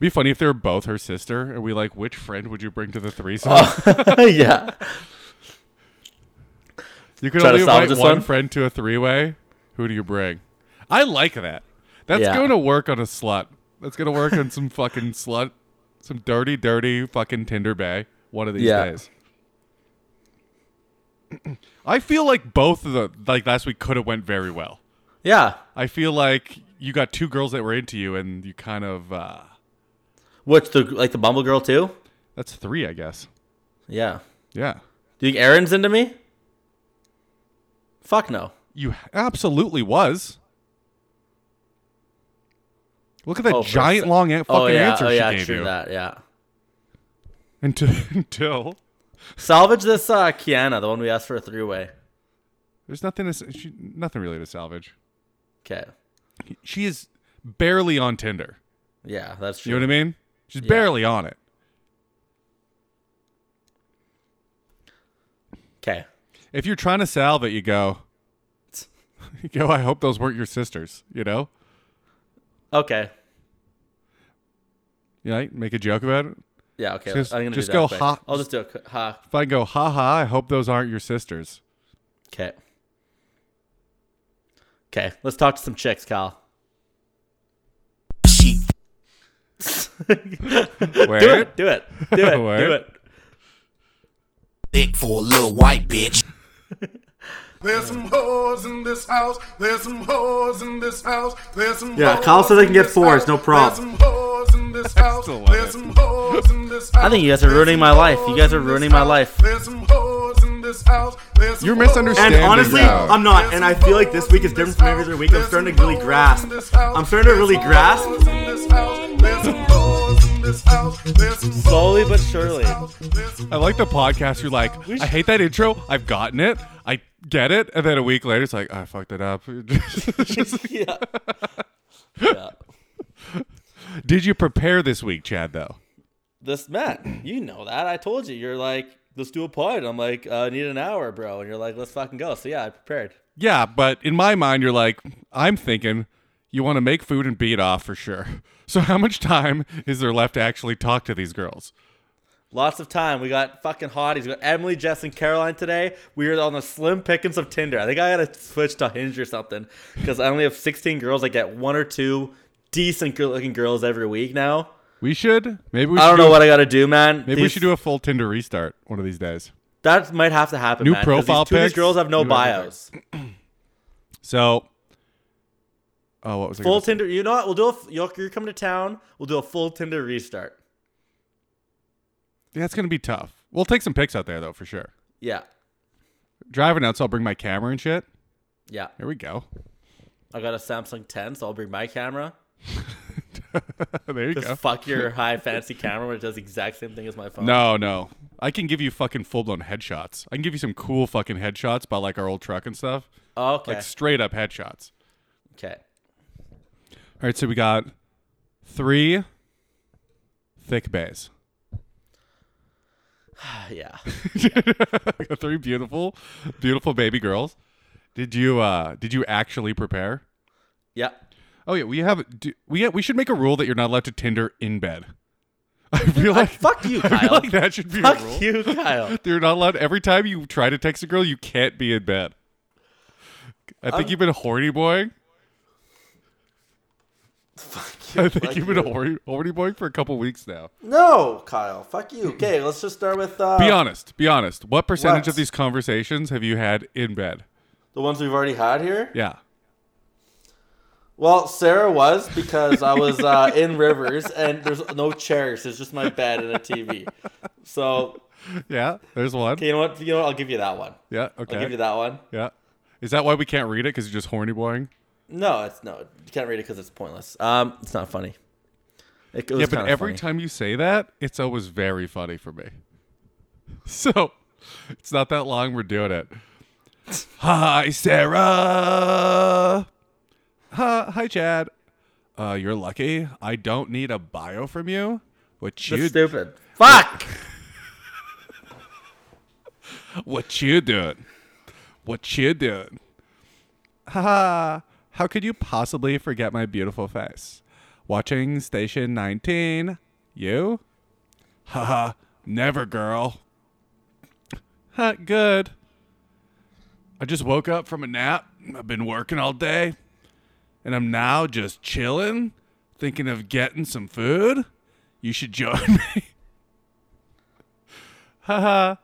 [SPEAKER 4] Be funny if they were both her sister, and we like, which friend would you bring to the threesome?
[SPEAKER 3] Oh, yeah.
[SPEAKER 4] you could
[SPEAKER 3] Try to
[SPEAKER 4] only
[SPEAKER 3] solve
[SPEAKER 4] invite
[SPEAKER 3] this
[SPEAKER 4] one
[SPEAKER 3] one?
[SPEAKER 4] friend to a three-way. Who do you bring? I like that. That's
[SPEAKER 3] Yeah.
[SPEAKER 4] going to work on a slut. That's going to work on some fucking slut, some dirty, dirty fucking Tinder bay. One of these
[SPEAKER 3] Yeah.
[SPEAKER 4] days. I feel like both of the like last week could have went very well.
[SPEAKER 3] Yeah.
[SPEAKER 4] I feel like you got two girls that were into you, and you kind of uh,
[SPEAKER 3] What's the like the Bumble girl too?
[SPEAKER 4] that's three, I guess.
[SPEAKER 3] Yeah.
[SPEAKER 4] Yeah.
[SPEAKER 3] Do you think Aaron's into me? Fuck no.
[SPEAKER 4] You absolutely was. Look at that
[SPEAKER 3] Oh, for
[SPEAKER 4] giant
[SPEAKER 3] se-
[SPEAKER 4] long an- fucking
[SPEAKER 3] oh yeah.
[SPEAKER 4] answer
[SPEAKER 3] oh
[SPEAKER 4] she
[SPEAKER 3] yeah.
[SPEAKER 4] gave
[SPEAKER 3] True
[SPEAKER 4] you.
[SPEAKER 3] that. Yeah.
[SPEAKER 4] Until, until
[SPEAKER 3] Salvage this uh, Kiana, the one we asked for a three way.
[SPEAKER 4] there's nothing to, s- she, nothing really to salvage.
[SPEAKER 3] Okay.
[SPEAKER 4] she is barely on Tinder.
[SPEAKER 3] Yeah, that's true.
[SPEAKER 4] You know what I mean? She's barely on it.
[SPEAKER 3] Okay.
[SPEAKER 4] If you're trying to salve it, you go, you go. I hope those weren't your sisters. You know,
[SPEAKER 3] Okay.
[SPEAKER 4] you know, make a joke about it.
[SPEAKER 3] Yeah. Okay.
[SPEAKER 4] Just-
[SPEAKER 3] I'm gonna
[SPEAKER 4] just
[SPEAKER 3] do that
[SPEAKER 4] go
[SPEAKER 3] quick.
[SPEAKER 4] ha-
[SPEAKER 3] I'll just do a qu- ha.
[SPEAKER 4] If I go, ha ha, I hope those aren't your sisters.
[SPEAKER 3] Okay. Okay. Let's talk to some chicks, Kyle.
[SPEAKER 4] Wait,
[SPEAKER 3] Do it. Do it. Do it.
[SPEAKER 4] Word.
[SPEAKER 3] Do it.
[SPEAKER 2] thick for a little white bitch.
[SPEAKER 5] There's some hoes in this house. There's some hoes in this house. There's some
[SPEAKER 6] Yeah,
[SPEAKER 5] hoes
[SPEAKER 6] Kyle said they can
[SPEAKER 5] in
[SPEAKER 6] get
[SPEAKER 5] this
[SPEAKER 6] fours,
[SPEAKER 5] house.
[SPEAKER 6] no problem.
[SPEAKER 5] There's some hoes in this house.
[SPEAKER 4] Still love it.
[SPEAKER 5] There's some hoes in this house.
[SPEAKER 3] I think you guys are
[SPEAKER 5] There's
[SPEAKER 3] ruining
[SPEAKER 5] some
[SPEAKER 3] my life.
[SPEAKER 5] hoes
[SPEAKER 3] You guys are
[SPEAKER 5] in this
[SPEAKER 3] ruining my
[SPEAKER 5] house.
[SPEAKER 3] life.
[SPEAKER 5] There's some hoes in this house. There's some
[SPEAKER 4] You're
[SPEAKER 5] hoes
[SPEAKER 4] misunderstanding.
[SPEAKER 6] And
[SPEAKER 4] Standing
[SPEAKER 6] honestly,
[SPEAKER 4] out.
[SPEAKER 6] I'm not. And I feel like this week is different from every other week. I'm starting to really grasp. I'm starting to really grasp.
[SPEAKER 3] Slowly but surely.
[SPEAKER 4] I like the podcast. You're like, I hate that intro. I've gotten it. I get it. And then a week later, it's like, I fucked it up.
[SPEAKER 3] yeah. yeah.
[SPEAKER 4] Did you prepare this week, Chad? Though
[SPEAKER 3] This Matt, you know that. I told you. You're like, let's do a pod. I'm like, uh, I need an hour, bro. And you're like, let's fucking go. So yeah, I prepared.
[SPEAKER 4] Yeah, but in my mind, you're like, I'm thinking you want to make food and beat off for sure. So how much time is there left to actually talk to these girls?
[SPEAKER 3] Lots of time. We got fucking hotties. We got Emily, Jess, and Caroline today. We are on the slim pickings of Tinder. I think I gotta switch to Hinge or something because I only have 16 girls. I get one or two decent good looking girls every week now.
[SPEAKER 4] We should maybe we should
[SPEAKER 3] I don't
[SPEAKER 4] do
[SPEAKER 3] know
[SPEAKER 4] a-
[SPEAKER 3] what I gotta do, man.
[SPEAKER 4] maybe we should do a full Tinder restart one of these days.
[SPEAKER 3] that might have to happen.
[SPEAKER 4] New
[SPEAKER 3] man, 'cause
[SPEAKER 4] profile
[SPEAKER 3] these, two of these
[SPEAKER 4] pics,
[SPEAKER 3] girls have no
[SPEAKER 4] new everything.
[SPEAKER 3] bios.
[SPEAKER 4] So, oh, what was I
[SPEAKER 3] Full
[SPEAKER 4] gonna say?
[SPEAKER 3] Tinder. You know what? We'll do a. f- You're, you're coming to town. We'll do a full Tinder restart.
[SPEAKER 4] That's gonna be tough. We'll take some pics out there though for sure.
[SPEAKER 3] Yeah.
[SPEAKER 4] Driving out, so I'll bring my camera and shit.
[SPEAKER 3] Yeah.
[SPEAKER 4] Here we go.
[SPEAKER 3] I got a Samsung 10, so I'll bring my camera.
[SPEAKER 4] there you
[SPEAKER 3] Just
[SPEAKER 4] go.
[SPEAKER 3] fuck your high fancy camera, which does the exact same thing as my phone.
[SPEAKER 4] No, no. I can give you fucking full blown headshots. I can give you some cool fucking headshots by like our old truck and stuff.
[SPEAKER 3] Okay.
[SPEAKER 4] Like straight up headshots.
[SPEAKER 3] okay.
[SPEAKER 4] All right, so we got three thick bays.
[SPEAKER 3] Ah, Yeah.
[SPEAKER 4] three beautiful, beautiful baby girls. Did you uh did you actually prepare?
[SPEAKER 3] Yeah.
[SPEAKER 4] Oh yeah, we have do, we we should make a rule that you're not allowed to Tinder in bed. I feel like
[SPEAKER 3] Fuck you,
[SPEAKER 4] I feel
[SPEAKER 3] Kyle.
[SPEAKER 4] like that should be a rule.
[SPEAKER 3] Fuck you, Kyle.
[SPEAKER 4] You're not allowed every time you try to text a girl, you can't be in bed. I
[SPEAKER 3] Um,
[SPEAKER 4] think you've been horny boying. I think you've been horny, horny boying for a couple weeks now.
[SPEAKER 3] No, Kyle. Fuck you. Okay, let's just start with uh,
[SPEAKER 4] Be honest. Be honest. What percentage of
[SPEAKER 3] What?
[SPEAKER 4] these conversations have you had in bed?
[SPEAKER 3] the ones we've already had here.
[SPEAKER 4] Yeah.
[SPEAKER 3] Well, Sarah was because I was uh, in Rivers and there's no chairs. There's just my bed and a TV. So
[SPEAKER 4] Yeah. There's one.
[SPEAKER 3] you know what? You know what? I'll give you that one.
[SPEAKER 4] Yeah.
[SPEAKER 3] I'll give you
[SPEAKER 4] Okay.
[SPEAKER 3] that one.
[SPEAKER 4] Yeah. Is that why we can't read it? Because you're just horny boying?
[SPEAKER 3] No, it's no. You can't read it because it's pointless. Um, it's not funny. It, it was
[SPEAKER 4] Yeah, but
[SPEAKER 3] kinda
[SPEAKER 4] every
[SPEAKER 3] funny.
[SPEAKER 4] time you say that, it's always very funny for me. So it's not that long we're doing it. Hi, Sarah. Hi, hi Chad. Uh, you're lucky. I don't need a bio from you, but you
[SPEAKER 3] That's stupid. Fuck.
[SPEAKER 4] What you doing? What you doing? Haha. How could you possibly forget my beautiful face? Watching Station 19. You? Haha. Never, girl. Huh, good. I just woke up from a nap. I've been working all day. And I'm now just chilling, thinking of getting some food. You should join me. Haha.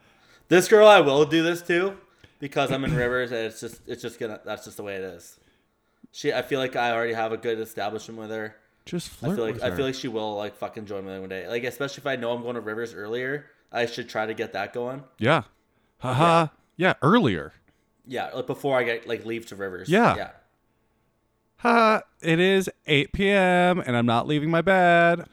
[SPEAKER 3] This girl, I will do this too, because I'm in Rivers, and it's just it's just gonna that's just the way it is. She, I feel like I already have a good establishment with her.
[SPEAKER 4] Just flirt
[SPEAKER 3] I feel like
[SPEAKER 4] with
[SPEAKER 3] I
[SPEAKER 4] her.
[SPEAKER 3] feel like she will like fucking join me one day. Like especially if I know I'm going to Rivers earlier, I should try to get that going.
[SPEAKER 4] Yeah. Haha. Yeah. earlier.
[SPEAKER 3] Yeah, like before I get like leave to Rivers.
[SPEAKER 4] Yeah.
[SPEAKER 3] yeah.
[SPEAKER 4] Haha. It is 8 p.m. and I'm not leaving my bed.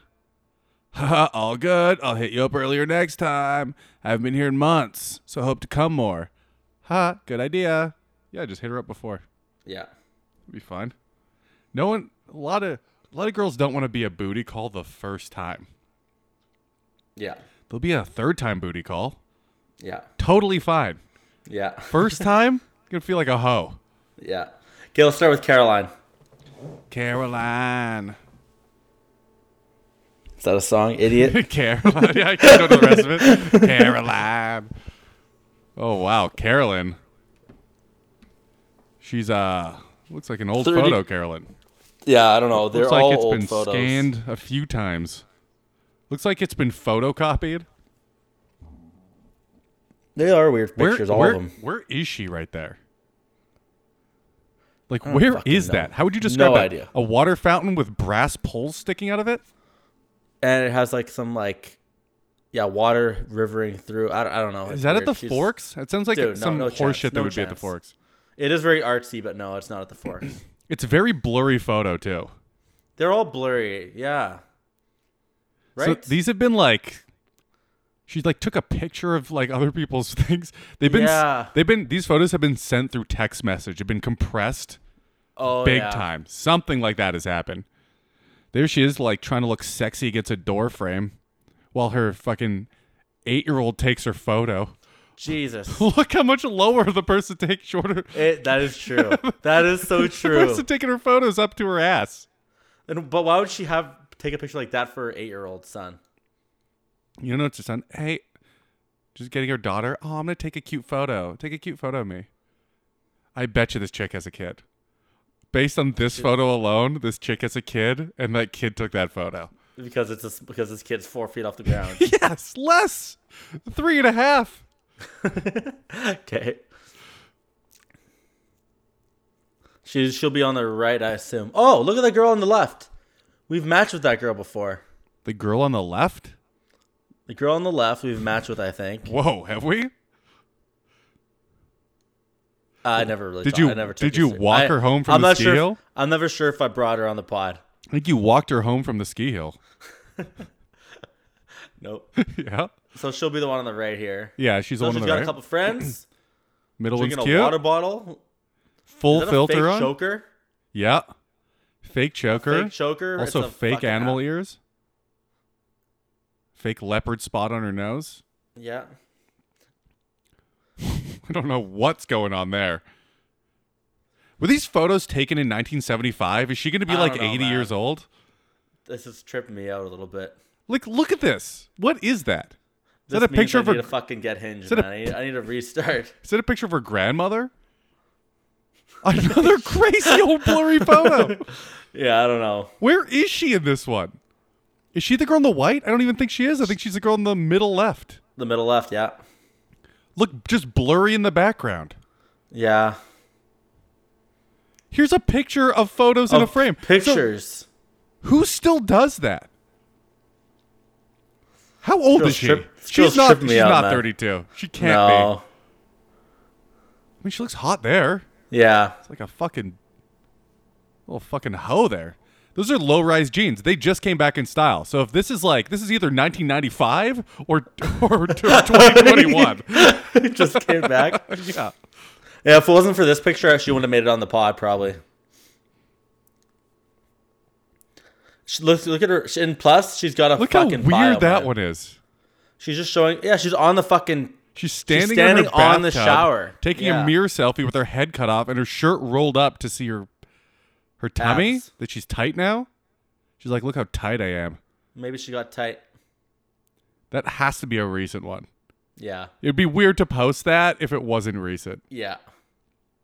[SPEAKER 4] Haha. All good. I'll hit you up earlier next time. I haven't been here in months, so hope to come more. Haha. Good idea. Yeah, just hit her up before.
[SPEAKER 3] Yeah.
[SPEAKER 4] It'll be fine. No one, a lot of, a lot of girls don't want to be a booty call the first time.
[SPEAKER 3] Yeah.
[SPEAKER 4] There'll be a third time booty call.
[SPEAKER 3] Yeah.
[SPEAKER 4] Totally fine.
[SPEAKER 3] Yeah.
[SPEAKER 4] First time, gonna feel like a hoe.
[SPEAKER 3] Yeah. Okay, let's start with Caroline.
[SPEAKER 4] Caroline.
[SPEAKER 3] Is that a song, idiot?
[SPEAKER 4] Caroline. Yeah, I can't go to the rest of it. Caroline. Oh wow, Carolyn. She's uh looks like an old
[SPEAKER 3] 30
[SPEAKER 4] photo, Carolyn.
[SPEAKER 3] yeah, I don't know. They're
[SPEAKER 4] Looks like
[SPEAKER 3] all
[SPEAKER 4] it's
[SPEAKER 3] old
[SPEAKER 4] been
[SPEAKER 3] photos.
[SPEAKER 4] scanned a few times. Looks like it's been photocopied.
[SPEAKER 3] They are weird
[SPEAKER 4] Where-
[SPEAKER 3] pictures, all
[SPEAKER 4] where,
[SPEAKER 3] of them.
[SPEAKER 4] Where is she right there? Like where
[SPEAKER 3] fucking
[SPEAKER 4] is
[SPEAKER 3] know.
[SPEAKER 4] that? How would you describe
[SPEAKER 3] No
[SPEAKER 4] that?
[SPEAKER 3] idea.
[SPEAKER 4] A water fountain with brass poles sticking out of it?
[SPEAKER 3] And it has like some like, yeah, water rivering through. I don't, I don't know.
[SPEAKER 4] Is that at the
[SPEAKER 3] She's-
[SPEAKER 4] Forks? That sounds like
[SPEAKER 3] Dude, no-
[SPEAKER 4] some
[SPEAKER 3] no
[SPEAKER 4] horseshit
[SPEAKER 3] chance,
[SPEAKER 4] that
[SPEAKER 3] no
[SPEAKER 4] would be at the
[SPEAKER 3] chance.
[SPEAKER 4] Forks.
[SPEAKER 3] It is very artsy, but no, it's not at the Forks.
[SPEAKER 4] It's a very blurry photo too.
[SPEAKER 3] They're all blurry. Yeah. Right?
[SPEAKER 4] So these have been like she like took a picture of like other people's things. They've been s-
[SPEAKER 3] Yeah.
[SPEAKER 4] they've been these photos have been sent through text message. Have been compressed
[SPEAKER 3] oh,
[SPEAKER 4] big
[SPEAKER 3] yeah.
[SPEAKER 4] time. Something like that has happened. There she is like trying to look sexy against a door frame while her fucking 8-year-old takes her photo.
[SPEAKER 3] Jesus.
[SPEAKER 4] Look how much lower the person takes shorter.
[SPEAKER 3] It, that is true. That is so
[SPEAKER 4] The
[SPEAKER 3] true.
[SPEAKER 4] person taking her photos up to her ass.
[SPEAKER 3] And, but why would she have take a picture like that for her eight year old son?
[SPEAKER 4] You know, it's just on. Hey, just getting her daughter. Oh, I'm gonna take a cute photo. Take a cute photo of me. I bet you this chick has a kid. Based on this photo alone, this chick has a kid, and that kid took that photo.
[SPEAKER 3] Because it's a, because this kid's four feet off the ground.
[SPEAKER 4] Yes, less three and a half.
[SPEAKER 3] okay. She she'll be on the right, I assume. Oh, look at that girl on the left. We've matched with that girl before.
[SPEAKER 4] The girl on the left.
[SPEAKER 3] The girl on the left we've matched with, I think.
[SPEAKER 4] Whoa, have we?
[SPEAKER 3] I never really.
[SPEAKER 4] Did
[SPEAKER 3] talked-
[SPEAKER 4] you-
[SPEAKER 3] I never took
[SPEAKER 4] did you
[SPEAKER 3] this-
[SPEAKER 4] walk
[SPEAKER 3] I-
[SPEAKER 4] her home from
[SPEAKER 3] I'm
[SPEAKER 4] the
[SPEAKER 3] not sure if-
[SPEAKER 4] studio?
[SPEAKER 3] I'm never sure if I brought her on the pod.
[SPEAKER 4] I think you walked her home from the ski hill.
[SPEAKER 3] Nope.
[SPEAKER 4] yeah,
[SPEAKER 3] so she'll be the one on the right here.
[SPEAKER 4] yeah. She's the
[SPEAKER 3] So
[SPEAKER 4] one
[SPEAKER 3] she's
[SPEAKER 4] on the
[SPEAKER 3] got
[SPEAKER 4] right.
[SPEAKER 3] a couple friends.
[SPEAKER 4] Middle one's
[SPEAKER 3] drinking a
[SPEAKER 4] cute.
[SPEAKER 3] water bottle. Is
[SPEAKER 4] Full
[SPEAKER 3] that a
[SPEAKER 4] filter
[SPEAKER 3] fake
[SPEAKER 4] on.
[SPEAKER 3] choker?
[SPEAKER 4] Yeah. Fake choker.
[SPEAKER 3] Fake choker. It's
[SPEAKER 4] Also,
[SPEAKER 3] a
[SPEAKER 4] fake
[SPEAKER 3] fucking
[SPEAKER 4] animal
[SPEAKER 3] app.
[SPEAKER 4] ears. Fake leopard spot on her nose.
[SPEAKER 3] Yeah.
[SPEAKER 4] I don't know what's going on there. Were these photos taken in 1975? Is she going to be
[SPEAKER 3] I
[SPEAKER 4] like
[SPEAKER 3] don't know,
[SPEAKER 4] 80
[SPEAKER 3] man.
[SPEAKER 4] years old?
[SPEAKER 3] This is tripping me out a little bit.
[SPEAKER 4] Like, look at this. What is that? Is
[SPEAKER 3] This
[SPEAKER 4] that a
[SPEAKER 3] means
[SPEAKER 4] picture
[SPEAKER 3] I
[SPEAKER 4] of her?
[SPEAKER 3] need to fucking get hinged,
[SPEAKER 4] that a-
[SPEAKER 3] man. I need, I need to restart.
[SPEAKER 4] is that a picture of her grandmother? Another crazy old blurry photo.
[SPEAKER 3] Yeah, I don't know.
[SPEAKER 4] Where is she in this one? Is she the girl in the white? I don't even think she is. I think she's the girl in the middle left.
[SPEAKER 3] The middle left, yeah.
[SPEAKER 4] Look, just blurry in the background.
[SPEAKER 3] Yeah.
[SPEAKER 4] Here's a picture of photos in a
[SPEAKER 3] Of
[SPEAKER 4] frame. So
[SPEAKER 3] Pictures.
[SPEAKER 4] who still does that? How old
[SPEAKER 3] Girl's
[SPEAKER 4] is she?
[SPEAKER 3] trip- this
[SPEAKER 4] she's
[SPEAKER 3] girl's
[SPEAKER 4] not.
[SPEAKER 3] tripping
[SPEAKER 4] She's
[SPEAKER 3] me out,
[SPEAKER 4] not
[SPEAKER 3] man.
[SPEAKER 4] 32. She can't be.
[SPEAKER 3] no.
[SPEAKER 4] I mean, she looks hot there.
[SPEAKER 3] Yeah.
[SPEAKER 4] It's like a fucking little fucking hoe there. Those are low-rise jeans. They just came back in style. So if this is like this is either 1995 or or 2021.
[SPEAKER 3] It just came back.
[SPEAKER 4] yeah.
[SPEAKER 3] Yeah, if it wasn't for this picture, she wouldn't have made it on the pod, probably. She, look, look at her. she- And plus, she's got a
[SPEAKER 4] Look how
[SPEAKER 3] fucking
[SPEAKER 4] weird
[SPEAKER 3] bio,
[SPEAKER 4] that
[SPEAKER 3] man.
[SPEAKER 4] one is.
[SPEAKER 3] She's just showing. Yeah, she's on the fucking.
[SPEAKER 4] She's standing, in
[SPEAKER 3] standing
[SPEAKER 4] her
[SPEAKER 3] on the
[SPEAKER 4] bathtub,
[SPEAKER 3] shower.
[SPEAKER 4] taking
[SPEAKER 3] Yeah.
[SPEAKER 4] a mirror selfie with her head cut off and her shirt rolled up to see her her tummy
[SPEAKER 3] Abs.
[SPEAKER 4] that she's tight now. She's like, "Look how tight I am."
[SPEAKER 3] Maybe she got tight.
[SPEAKER 4] That has to be a recent one.
[SPEAKER 3] Yeah.
[SPEAKER 4] It'd be weird to post that if it wasn't recent.
[SPEAKER 3] Yeah.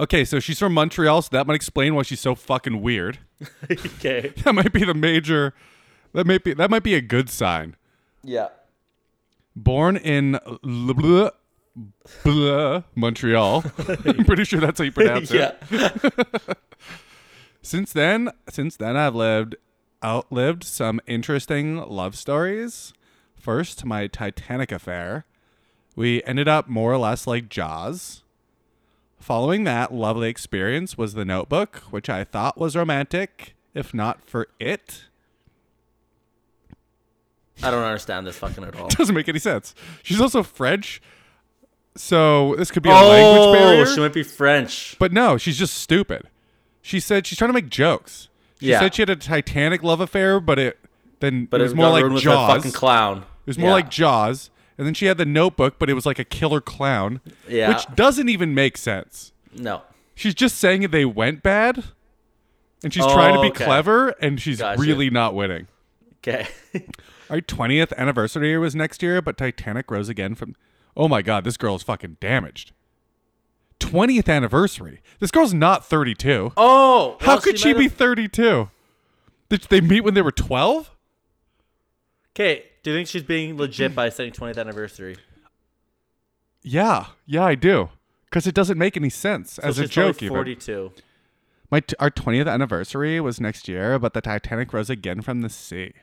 [SPEAKER 4] Okay, so she's from Montreal, so that might explain why she's so fucking weird.
[SPEAKER 3] okay.
[SPEAKER 4] That might be the major that might be that might be a good sign.
[SPEAKER 3] Yeah.
[SPEAKER 4] Born in l- blah, blah, Montreal. I'm pretty sure that's how you pronounce it.
[SPEAKER 3] yeah.
[SPEAKER 4] Since then, since then I've lived outlived some interesting love stories. First, my Titanic affair. We ended up more or less like Jaws. Following that lovely experience was The Notebook, which I thought was romantic, if not for it.
[SPEAKER 3] I don't understand this fucking at all.
[SPEAKER 4] Doesn't make any sense. She's also French, so this could be a language
[SPEAKER 3] oh,
[SPEAKER 4] barrier.
[SPEAKER 3] she might be French.
[SPEAKER 4] but no, she's just stupid. She said she's trying to make jokes. She
[SPEAKER 3] Yeah.
[SPEAKER 4] said she had a Titanic love affair, but it then
[SPEAKER 3] But
[SPEAKER 4] it was
[SPEAKER 3] it
[SPEAKER 4] more
[SPEAKER 3] got
[SPEAKER 4] like
[SPEAKER 3] ruined with that
[SPEAKER 4] Jaws.
[SPEAKER 3] fucking clown.
[SPEAKER 4] It was more
[SPEAKER 3] Yeah.
[SPEAKER 4] like Jaws. And then she had the Notebook, but it was like a killer clown,
[SPEAKER 3] Yeah.
[SPEAKER 4] which doesn't even make sense.
[SPEAKER 3] no.
[SPEAKER 4] She's just saying that they went bad, and she's trying to be
[SPEAKER 3] Oh, Okay.
[SPEAKER 4] clever, and she's
[SPEAKER 3] Gotcha.
[SPEAKER 4] really not winning.
[SPEAKER 3] Okay.
[SPEAKER 4] Our 20th anniversary was next year, but Titanic rose again from. Oh my God, this girl is fucking damaged. 20th anniversary. This girl's not 32.
[SPEAKER 3] oh,
[SPEAKER 4] How
[SPEAKER 3] well,
[SPEAKER 4] could she
[SPEAKER 3] might
[SPEAKER 4] be
[SPEAKER 3] have-
[SPEAKER 4] 32? Did they meet when they were 12?
[SPEAKER 3] Okay, do you think she's being legit by saying 20th anniversary?
[SPEAKER 4] Yeah, yeah, I do. Because it doesn't make any sense as
[SPEAKER 3] So
[SPEAKER 4] a
[SPEAKER 3] she's probably
[SPEAKER 4] joke. even.
[SPEAKER 3] 42.
[SPEAKER 4] My t- our 20th anniversary was next year, but the Titanic rose again from the sea.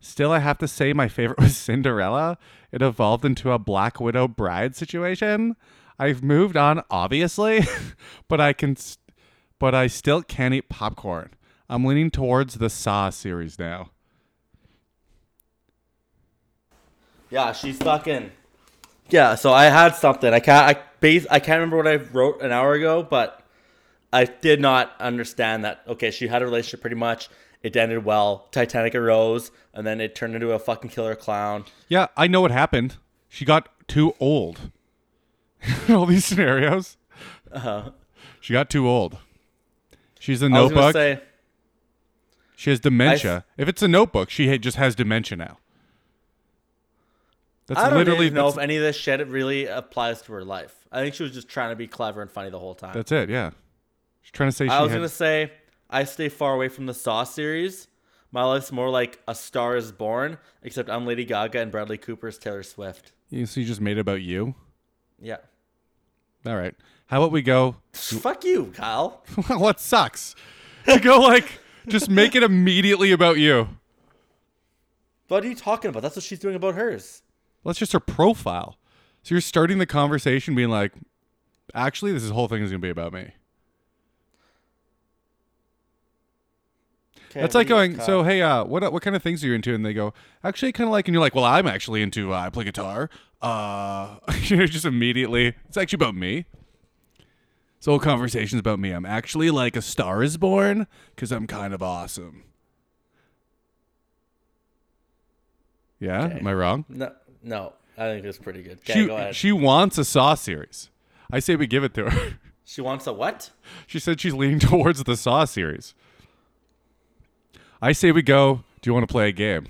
[SPEAKER 4] Still, I have to say my favorite was Cinderella. It evolved into a Black Widow bride situation. I've moved on, obviously, but I can, s but I still can't eat popcorn. I'm leaning towards the Saw series now.
[SPEAKER 3] Yeah, she's fucking. Yeah, so I had something. I can't. I base. I can't remember what I wrote an hour ago, but I did not understand that. Okay, she had a relationship pretty much. It ended well. Titanic arose, and then it turned into a fucking killer clown.
[SPEAKER 4] Yeah, I know what happened. She got too old. In all these scenarios, she got too old. She's a
[SPEAKER 3] Uh-huh. I was gonna
[SPEAKER 4] notebook.
[SPEAKER 3] say.
[SPEAKER 4] She has dementia. if it's a notebook, she ha- just has dementia now. That's
[SPEAKER 3] I don't
[SPEAKER 4] literally
[SPEAKER 3] even know if
[SPEAKER 4] that's,
[SPEAKER 3] any of this shit really applies to her life. I think she was just trying to be clever and funny the whole time.
[SPEAKER 4] that's it. Yeah, she's trying to say she
[SPEAKER 3] I was
[SPEAKER 4] had-
[SPEAKER 3] gonna say I stay far away from the Saw series. My life's more like A Star Is Born, except I'm Lady Gaga and Bradley Cooper's Taylor Swift.
[SPEAKER 4] you, so you just made it about you.
[SPEAKER 3] Yeah.
[SPEAKER 4] All right. How about we go?
[SPEAKER 3] Fuck you, Kyle.
[SPEAKER 4] what sucks? To go like just make it immediately about you.
[SPEAKER 3] What are you talking about? That's what she's doing about hers.
[SPEAKER 4] That's just her profile. So you're starting the conversation being like, actually, this whole thing is gonna be about me.
[SPEAKER 3] Okay,
[SPEAKER 4] That's
[SPEAKER 3] what
[SPEAKER 4] like
[SPEAKER 3] do you-
[SPEAKER 4] going, so hey, uh, what what kind of things are you into? And they go, actually, kind of like, and you're like, well, I'm actually into, uh, I play guitar. Uh, you know, just immediately, it's actually about me. This whole conversation's about me. I'm actually like a star is born because I'm kind of awesome. Yeah, am I wrong?
[SPEAKER 3] No, no, I think it's pretty good. Okay,
[SPEAKER 4] She
[SPEAKER 3] go ahead. She,
[SPEAKER 4] she wants a Saw series. I say we give it to her.
[SPEAKER 3] wants a what?
[SPEAKER 4] She said she's leaning towards the Saw series. I say we go. Do you want to play a game?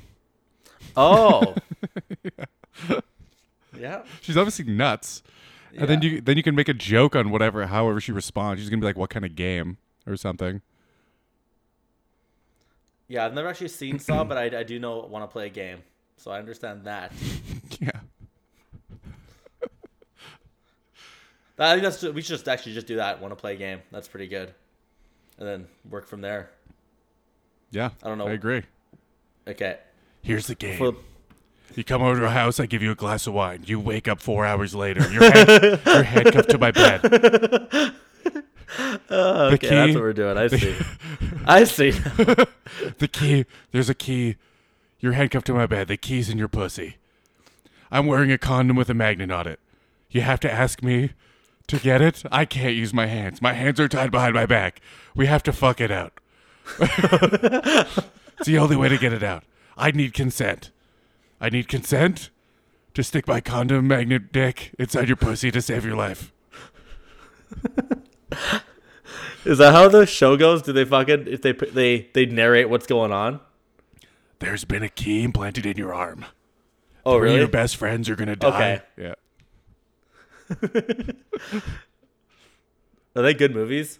[SPEAKER 3] Oh. yeah.
[SPEAKER 4] She's obviously nuts. And then you then you can make a joke on whatever however she responds. She's gonna be like, "What kind of game?" or something.
[SPEAKER 3] Yeah, I've never actually seen Saw, but I, I do know want to play a game. So I understand that.
[SPEAKER 4] Yeah.
[SPEAKER 3] I think that's we should just actually just do that. Want to play a game? That's pretty good, and then work from there.
[SPEAKER 4] Yeah.
[SPEAKER 3] I don't know.
[SPEAKER 4] I agree.
[SPEAKER 3] Okay.
[SPEAKER 4] Here's the game.
[SPEAKER 3] For-
[SPEAKER 4] you come over to our house, I give you a glass of wine. You wake up four hours later, your head you're handcuffed to my bed. the
[SPEAKER 3] okay, that's what we're doing. I see. I see.
[SPEAKER 4] The key. There's a key. You're handcuffed to my bed. The key's in your pussy. I'm wearing a condom with a magnet on it. You have to ask me to get it. I can't use my hands. My hands are tied behind my back. We have to fuck it out. it's the only way to get it out. I need consent. I need consent to stick my condom magnet dick inside your pussy to save your life.
[SPEAKER 3] Is that how the show goes? Do they fucking if they put- they they narrate what's going on?
[SPEAKER 4] There's been a key implanted in your arm.
[SPEAKER 3] Oh
[SPEAKER 4] Three of
[SPEAKER 3] really?
[SPEAKER 4] Your best friends are gonna die.
[SPEAKER 3] Okay.
[SPEAKER 4] Yeah.
[SPEAKER 3] Are they good movies?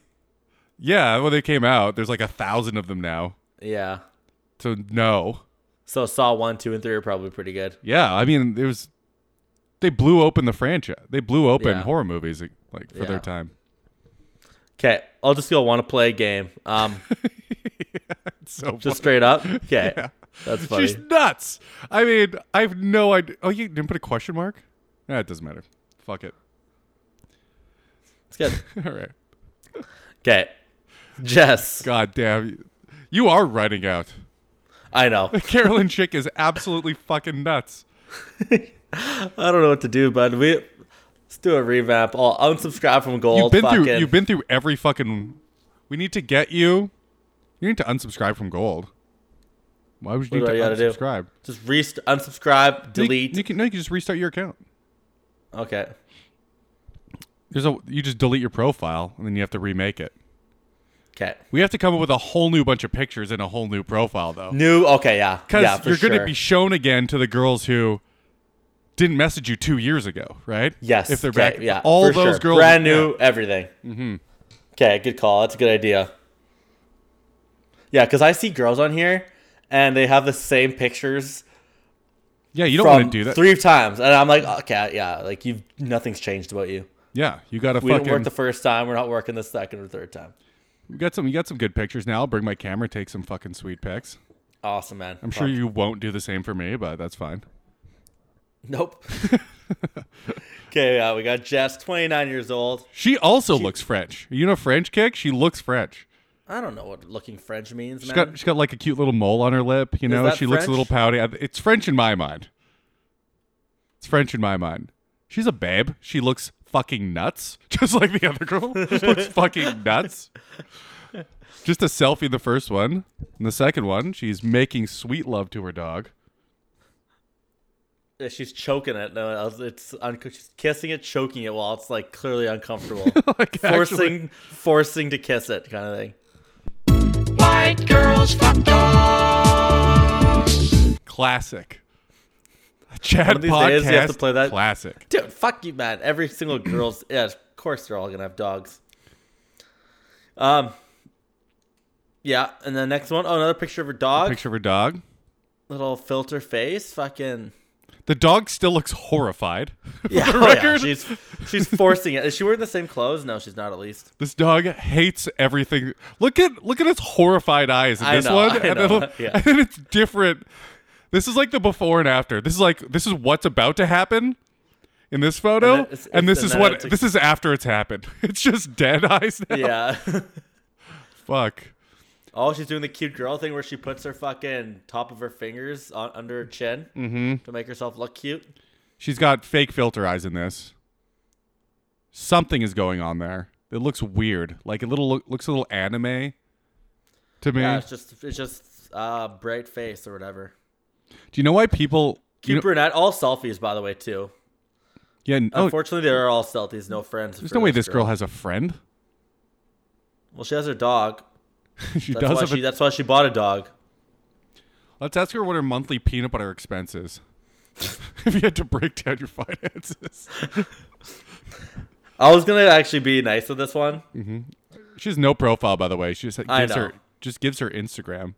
[SPEAKER 4] Yeah, well, they came out. There's like a thousand of them now.
[SPEAKER 3] Yeah.
[SPEAKER 4] So no,
[SPEAKER 3] So Saw one, two, and three are probably pretty good.
[SPEAKER 4] yeah. I mean, it was. They blew open the franchise. They blew open
[SPEAKER 3] Yeah.
[SPEAKER 4] horror movies like for
[SPEAKER 3] Yeah.
[SPEAKER 4] their time.
[SPEAKER 3] Okay, I'll just go. Want to play a game? Um,
[SPEAKER 4] So
[SPEAKER 3] just straight up. Okay, that's
[SPEAKER 4] fu-
[SPEAKER 3] funny.
[SPEAKER 4] she's nuts. I mean, I have no idea. Oh, you didn't put a question mark? Nah, it doesn't matter. Fuck it.
[SPEAKER 3] It's good.
[SPEAKER 4] All right.
[SPEAKER 3] Okay, Jess.
[SPEAKER 4] God damn, you- you are writing out.
[SPEAKER 3] I know.
[SPEAKER 4] Carolyn Chick is absolutely fucking nuts.
[SPEAKER 3] I don't know what to do, bud. We let's do a revamp. I'll unsubscribe from gold.
[SPEAKER 4] You've been
[SPEAKER 3] fucking,
[SPEAKER 4] through. You've been through every fucking We need to get you. You need to unsubscribe from Gold. Why would you
[SPEAKER 3] What
[SPEAKER 4] need
[SPEAKER 3] do I gotta
[SPEAKER 4] to
[SPEAKER 3] do?
[SPEAKER 4] unsubscribe?
[SPEAKER 3] Just re unsubscribe,
[SPEAKER 4] You-
[SPEAKER 3] delete.
[SPEAKER 4] You can, no, you can just restart your account.
[SPEAKER 3] okay.
[SPEAKER 4] There's a you just delete your profile and then you have to remake it.
[SPEAKER 3] Okay.
[SPEAKER 4] We have to come up with a whole new bunch of pictures and a whole new profile though.
[SPEAKER 3] New. Okay. Yeah.
[SPEAKER 4] because
[SPEAKER 3] yeah, for
[SPEAKER 4] you're going to
[SPEAKER 3] sure.
[SPEAKER 4] be shown again to the girls who didn't message you two years ago, right?
[SPEAKER 3] Yes.
[SPEAKER 4] If they're
[SPEAKER 3] okay,
[SPEAKER 4] back,
[SPEAKER 3] Yeah.
[SPEAKER 4] all
[SPEAKER 3] for
[SPEAKER 4] those
[SPEAKER 3] sure.
[SPEAKER 4] girls,
[SPEAKER 3] Brand new
[SPEAKER 4] yeah.
[SPEAKER 3] everything. Mm-hmm. Okay. Good call. That's a good idea. Yeah, because I see girls on here and they have the same pictures
[SPEAKER 4] Yeah, you don't
[SPEAKER 3] from
[SPEAKER 4] want to do that.
[SPEAKER 3] three times, and I'm like, okay, yeah, like you've nothing's changed about you.
[SPEAKER 4] yeah, you got to
[SPEAKER 3] We didn't
[SPEAKER 4] fucking.
[SPEAKER 3] work the first time. We're not working the second or third time.
[SPEAKER 4] you got some. You got some good pictures now. I'll bring my camera, take some fucking sweet pics.
[SPEAKER 3] Awesome, man.
[SPEAKER 4] I'm sure you won't do the same for me, but that's fine.
[SPEAKER 3] Nope. okay, yeah, we got Jess, 29 years old.
[SPEAKER 4] She also looks French. You know French kick? She looks French.
[SPEAKER 3] I don't know what looking French means,
[SPEAKER 4] She's
[SPEAKER 3] man.
[SPEAKER 4] got she's got like a cute little mole on her lip. You know,
[SPEAKER 3] that
[SPEAKER 4] she looks a little
[SPEAKER 3] French?
[SPEAKER 4] pouty. I- It's French in my mind. It's French in my mind. She's a babe. She looks fucking nuts, just like the other girl. She looks fucking nuts. Just a selfie, the first one. And the second one, she's making sweet love to her dog.
[SPEAKER 3] Yeah, she's choking it. No, else- it's un- she's kissing it, choking it while it's like clearly uncomfortable,
[SPEAKER 4] Like,
[SPEAKER 3] forcing,
[SPEAKER 4] actually-
[SPEAKER 3] forcing to kiss it, kind of thing.
[SPEAKER 1] White girls fuck dogs.
[SPEAKER 4] classic. Chad
[SPEAKER 3] of these days, you have to
[SPEAKER 4] podcast,
[SPEAKER 3] play that.
[SPEAKER 4] classic.
[SPEAKER 3] Dude, fuck you, man. Every single girl's yeah, of course they're all gonna have dogs. Um Yeah, and the next one, oh another picture of her dog.
[SPEAKER 4] Picture of her dog.
[SPEAKER 3] Little filter face, fucking
[SPEAKER 4] The dog still looks horrified.
[SPEAKER 3] yeah, oh, yeah.
[SPEAKER 4] record.
[SPEAKER 3] She's she's forcing it. Is she wearing the same clothes? No, she's not at least.
[SPEAKER 4] This dog hates everything. Look at look at its horrified eyes in
[SPEAKER 3] I
[SPEAKER 4] this
[SPEAKER 3] know,
[SPEAKER 4] one,
[SPEAKER 3] I
[SPEAKER 4] and,
[SPEAKER 3] know,
[SPEAKER 4] then,
[SPEAKER 3] yeah.
[SPEAKER 4] and then it's different. This is like the before and after. This is like this is what's about to happen in this photo,
[SPEAKER 3] then
[SPEAKER 4] and,
[SPEAKER 3] it's-
[SPEAKER 4] this
[SPEAKER 3] and
[SPEAKER 4] is
[SPEAKER 3] then
[SPEAKER 4] what
[SPEAKER 3] it's a-
[SPEAKER 4] this is after it's happened. It's just dead eyes now.
[SPEAKER 3] Yeah.
[SPEAKER 4] Fuck.
[SPEAKER 3] oh, she's doing the cute girl thing where she puts her fucking top of her fingers on, under her chin
[SPEAKER 4] Mm-hmm.
[SPEAKER 3] to make herself look cute.
[SPEAKER 4] She's got fake filter eyes in this. Something is going on there. It looks weird. Like a little looks a little anime to me.
[SPEAKER 3] Yeah, it's just it's just uh bright face or whatever.
[SPEAKER 4] Do you know why people?
[SPEAKER 3] Cute
[SPEAKER 4] You know,
[SPEAKER 3] brunette, all selfies by the way too.
[SPEAKER 4] yeah. No,
[SPEAKER 3] Unfortunately, they're all selfies, no friends.
[SPEAKER 4] Oh. there's
[SPEAKER 3] for
[SPEAKER 4] no way this girl has a friend.
[SPEAKER 3] Well, she has her dog.
[SPEAKER 4] she
[SPEAKER 3] That's
[SPEAKER 4] does
[SPEAKER 3] why
[SPEAKER 4] have
[SPEAKER 3] she.
[SPEAKER 4] a
[SPEAKER 3] That's why she bought a dog.
[SPEAKER 4] Let's ask her what her monthly peanut butter expense is. if you had to break down your finances,
[SPEAKER 3] I was gonna actually be nice with this one.
[SPEAKER 4] Mm. she has no profile, by the way. She just
[SPEAKER 3] I
[SPEAKER 4] gives her
[SPEAKER 3] know.
[SPEAKER 4] just gives her Instagram.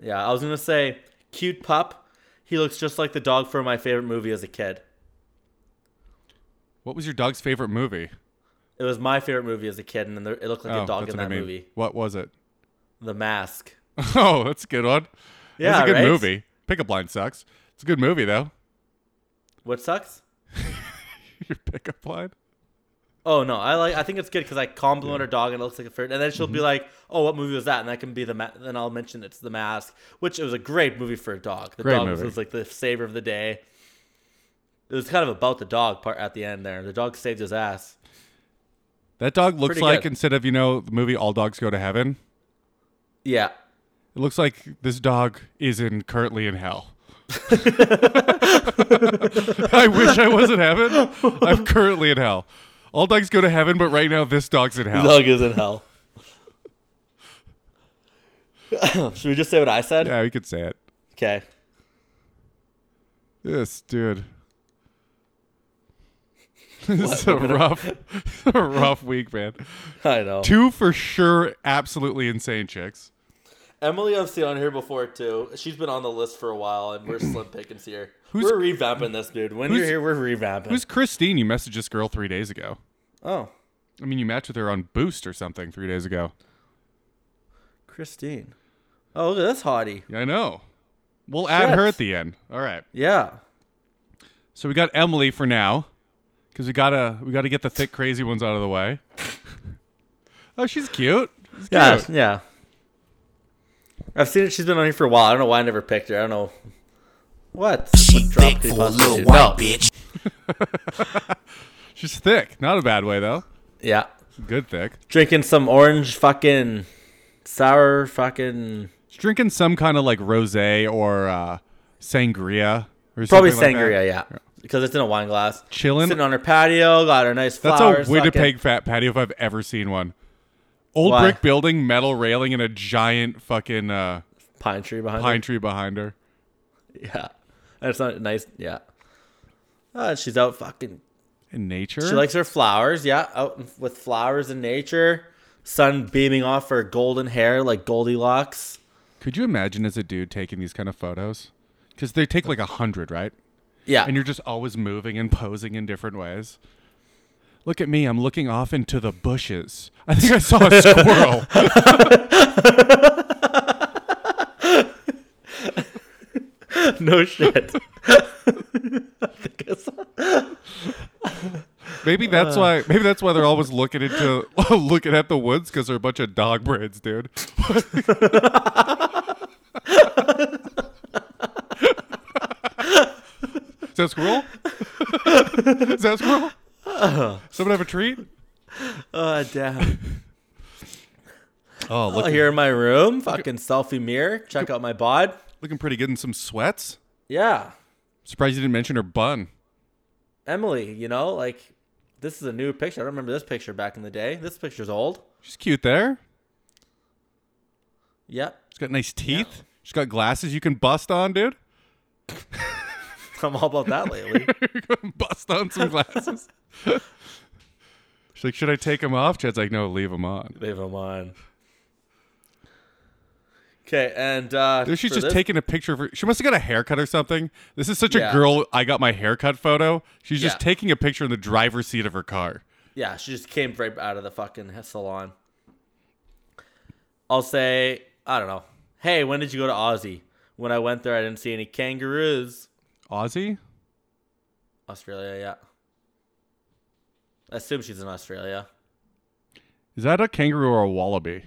[SPEAKER 3] Yeah, I was gonna say cute pup. He looks just like the dog from my favorite movie as a kid.
[SPEAKER 4] What was your dog's favorite movie?
[SPEAKER 3] It was my favorite movie as a kid, and then there- it looked like a dog in that movie.
[SPEAKER 4] Oh, What was it?
[SPEAKER 3] The Mask.
[SPEAKER 4] Oh, that's a good one.
[SPEAKER 3] Yeah,
[SPEAKER 4] that's a good
[SPEAKER 3] right?
[SPEAKER 4] movie. Pickup line sucks. It's a good movie though.
[SPEAKER 3] What sucks?
[SPEAKER 4] your pickup line.
[SPEAKER 3] Oh no, I like. I think it's good because I compliment her dog, and it looks like a fairy. And then she'll be
[SPEAKER 4] Mm-hmm.
[SPEAKER 3] like, "Oh, what movie was that?" And that can be the. Ma- then I'll mention it's The Mask, which it was a great movie for a dog. The
[SPEAKER 4] Great
[SPEAKER 3] dog
[SPEAKER 4] movie.
[SPEAKER 3] was like the savior of the day. It was kind of about the dog part at the end there. The dog saved his ass.
[SPEAKER 4] That dog looks
[SPEAKER 3] Pretty
[SPEAKER 4] like
[SPEAKER 3] good.
[SPEAKER 4] instead of you know the movie All Dogs Go to Heaven.
[SPEAKER 3] Yeah.
[SPEAKER 4] It looks like this dog is in currently in hell. I wish I was in heaven. I'm currently in hell. All dogs go to heaven, but right now this dog's in hell.
[SPEAKER 3] Dog is in hell. Should we just say what I said?
[SPEAKER 4] Yeah, we could say it.
[SPEAKER 3] Okay.
[SPEAKER 4] Yes, dude. this is a rough, a rough week, man.
[SPEAKER 3] I know.
[SPEAKER 4] Two for sure, absolutely insane chicks.
[SPEAKER 3] Emily I've seen on here before too. She's been on the list for a while and we're slim pickings here.
[SPEAKER 4] Who's-
[SPEAKER 3] we're revamping this dude. When you're
[SPEAKER 4] who's-
[SPEAKER 3] here, we're revamping.
[SPEAKER 4] Who's Christine? You messaged this girl three days ago.
[SPEAKER 3] oh.
[SPEAKER 4] I mean, you matched with her on Boost or something three days ago.
[SPEAKER 3] Christine. Oh, look at this hottie.
[SPEAKER 4] Yeah, I know. We'll add her
[SPEAKER 3] Shit.
[SPEAKER 4] at the end. All right.
[SPEAKER 3] Yeah.
[SPEAKER 4] So we got Emily for now, because we gotta we gotta get the thick crazy ones out of the way. oh, she's cute. She's
[SPEAKER 3] Yeah.
[SPEAKER 4] cute.
[SPEAKER 3] Yeah. I've seen it. She's been on here for a while. I don't know why I never picked her. I don't know. What?
[SPEAKER 2] She
[SPEAKER 3] What drop
[SPEAKER 2] thick
[SPEAKER 3] could he
[SPEAKER 2] for a
[SPEAKER 3] possibly
[SPEAKER 2] little
[SPEAKER 3] do?
[SPEAKER 2] white bitch.
[SPEAKER 4] she's thick. Not a bad way though.
[SPEAKER 3] Yeah.
[SPEAKER 4] Good thick.
[SPEAKER 3] Drinking some orange fucking sour fucking
[SPEAKER 4] She's drinking some kind of like rosé or uh, sangria. Or
[SPEAKER 3] probably
[SPEAKER 4] something like
[SPEAKER 3] sangria,
[SPEAKER 4] that.
[SPEAKER 3] yeah. Because it's in a wine glass.
[SPEAKER 4] Chilling.
[SPEAKER 3] Sitting on her patio, got her nice
[SPEAKER 4] That's
[SPEAKER 3] flowers.
[SPEAKER 4] a Winnipeg fat patio if I've ever seen one. Old
[SPEAKER 3] Why?
[SPEAKER 4] brick building, metal railing, and a giant fucking uh,
[SPEAKER 3] fucking pine tree behind
[SPEAKER 4] pine tree behind her.
[SPEAKER 3] her. Yeah. And it's not nice. Yeah. Uh, she's out fucking.
[SPEAKER 4] In nature,
[SPEAKER 3] She likes her flowers. Yeah. Out in- with flowers in nature. Sun beaming off her golden hair like Goldilocks.
[SPEAKER 4] Could you imagine as a dude taking these kind of photos? Because they take like a hundred, right?
[SPEAKER 3] Yeah.
[SPEAKER 4] And you're just always moving and posing in different ways. Look at me, I'm looking off into the bushes. I think I saw a squirrel.
[SPEAKER 3] no shit.
[SPEAKER 4] Maybe that's why. Maybe that's why they're always looking into looking at the woods because they're a bunch of dog brains, dude. Is that a squirrel? Is that a squirrel? Someone have a treat?
[SPEAKER 3] oh, damn.
[SPEAKER 4] Oh,
[SPEAKER 3] Well,
[SPEAKER 4] look,
[SPEAKER 3] here in my room, fucking selfie mirror. Check out my bod.
[SPEAKER 4] looking pretty good in some sweats.
[SPEAKER 3] Yeah.
[SPEAKER 4] Surprised you didn't mention her bun.
[SPEAKER 3] Emily, you know, like this is a new picture. I don't remember this picture back in the day. This picture's old.
[SPEAKER 4] She's cute there.
[SPEAKER 3] Yep.
[SPEAKER 4] She's got nice teeth. She's got glasses you can bust on, dude.
[SPEAKER 3] I'm all about that lately.
[SPEAKER 4] bust on some glasses. She's like, should I take them off? Chad's like, no, leave them on.
[SPEAKER 3] Leave him on. Okay, and uh
[SPEAKER 4] Dude, she's
[SPEAKER 3] for
[SPEAKER 4] just
[SPEAKER 3] this-
[SPEAKER 4] taking a picture of her. She must have got a haircut or something. This is such
[SPEAKER 3] Yeah.
[SPEAKER 4] a girl. I got my haircut photo. She's just
[SPEAKER 3] Yeah.
[SPEAKER 4] taking a picture in the driver's seat of her car.
[SPEAKER 3] Yeah, she just came right out of the fucking salon. I'll say, I don't know. Hey, when did you go to Aussie? When I went there I didn't see any kangaroos.
[SPEAKER 4] Aussie?
[SPEAKER 3] Australia, yeah. I assume she's in Australia.
[SPEAKER 4] Is that a kangaroo or a wallaby?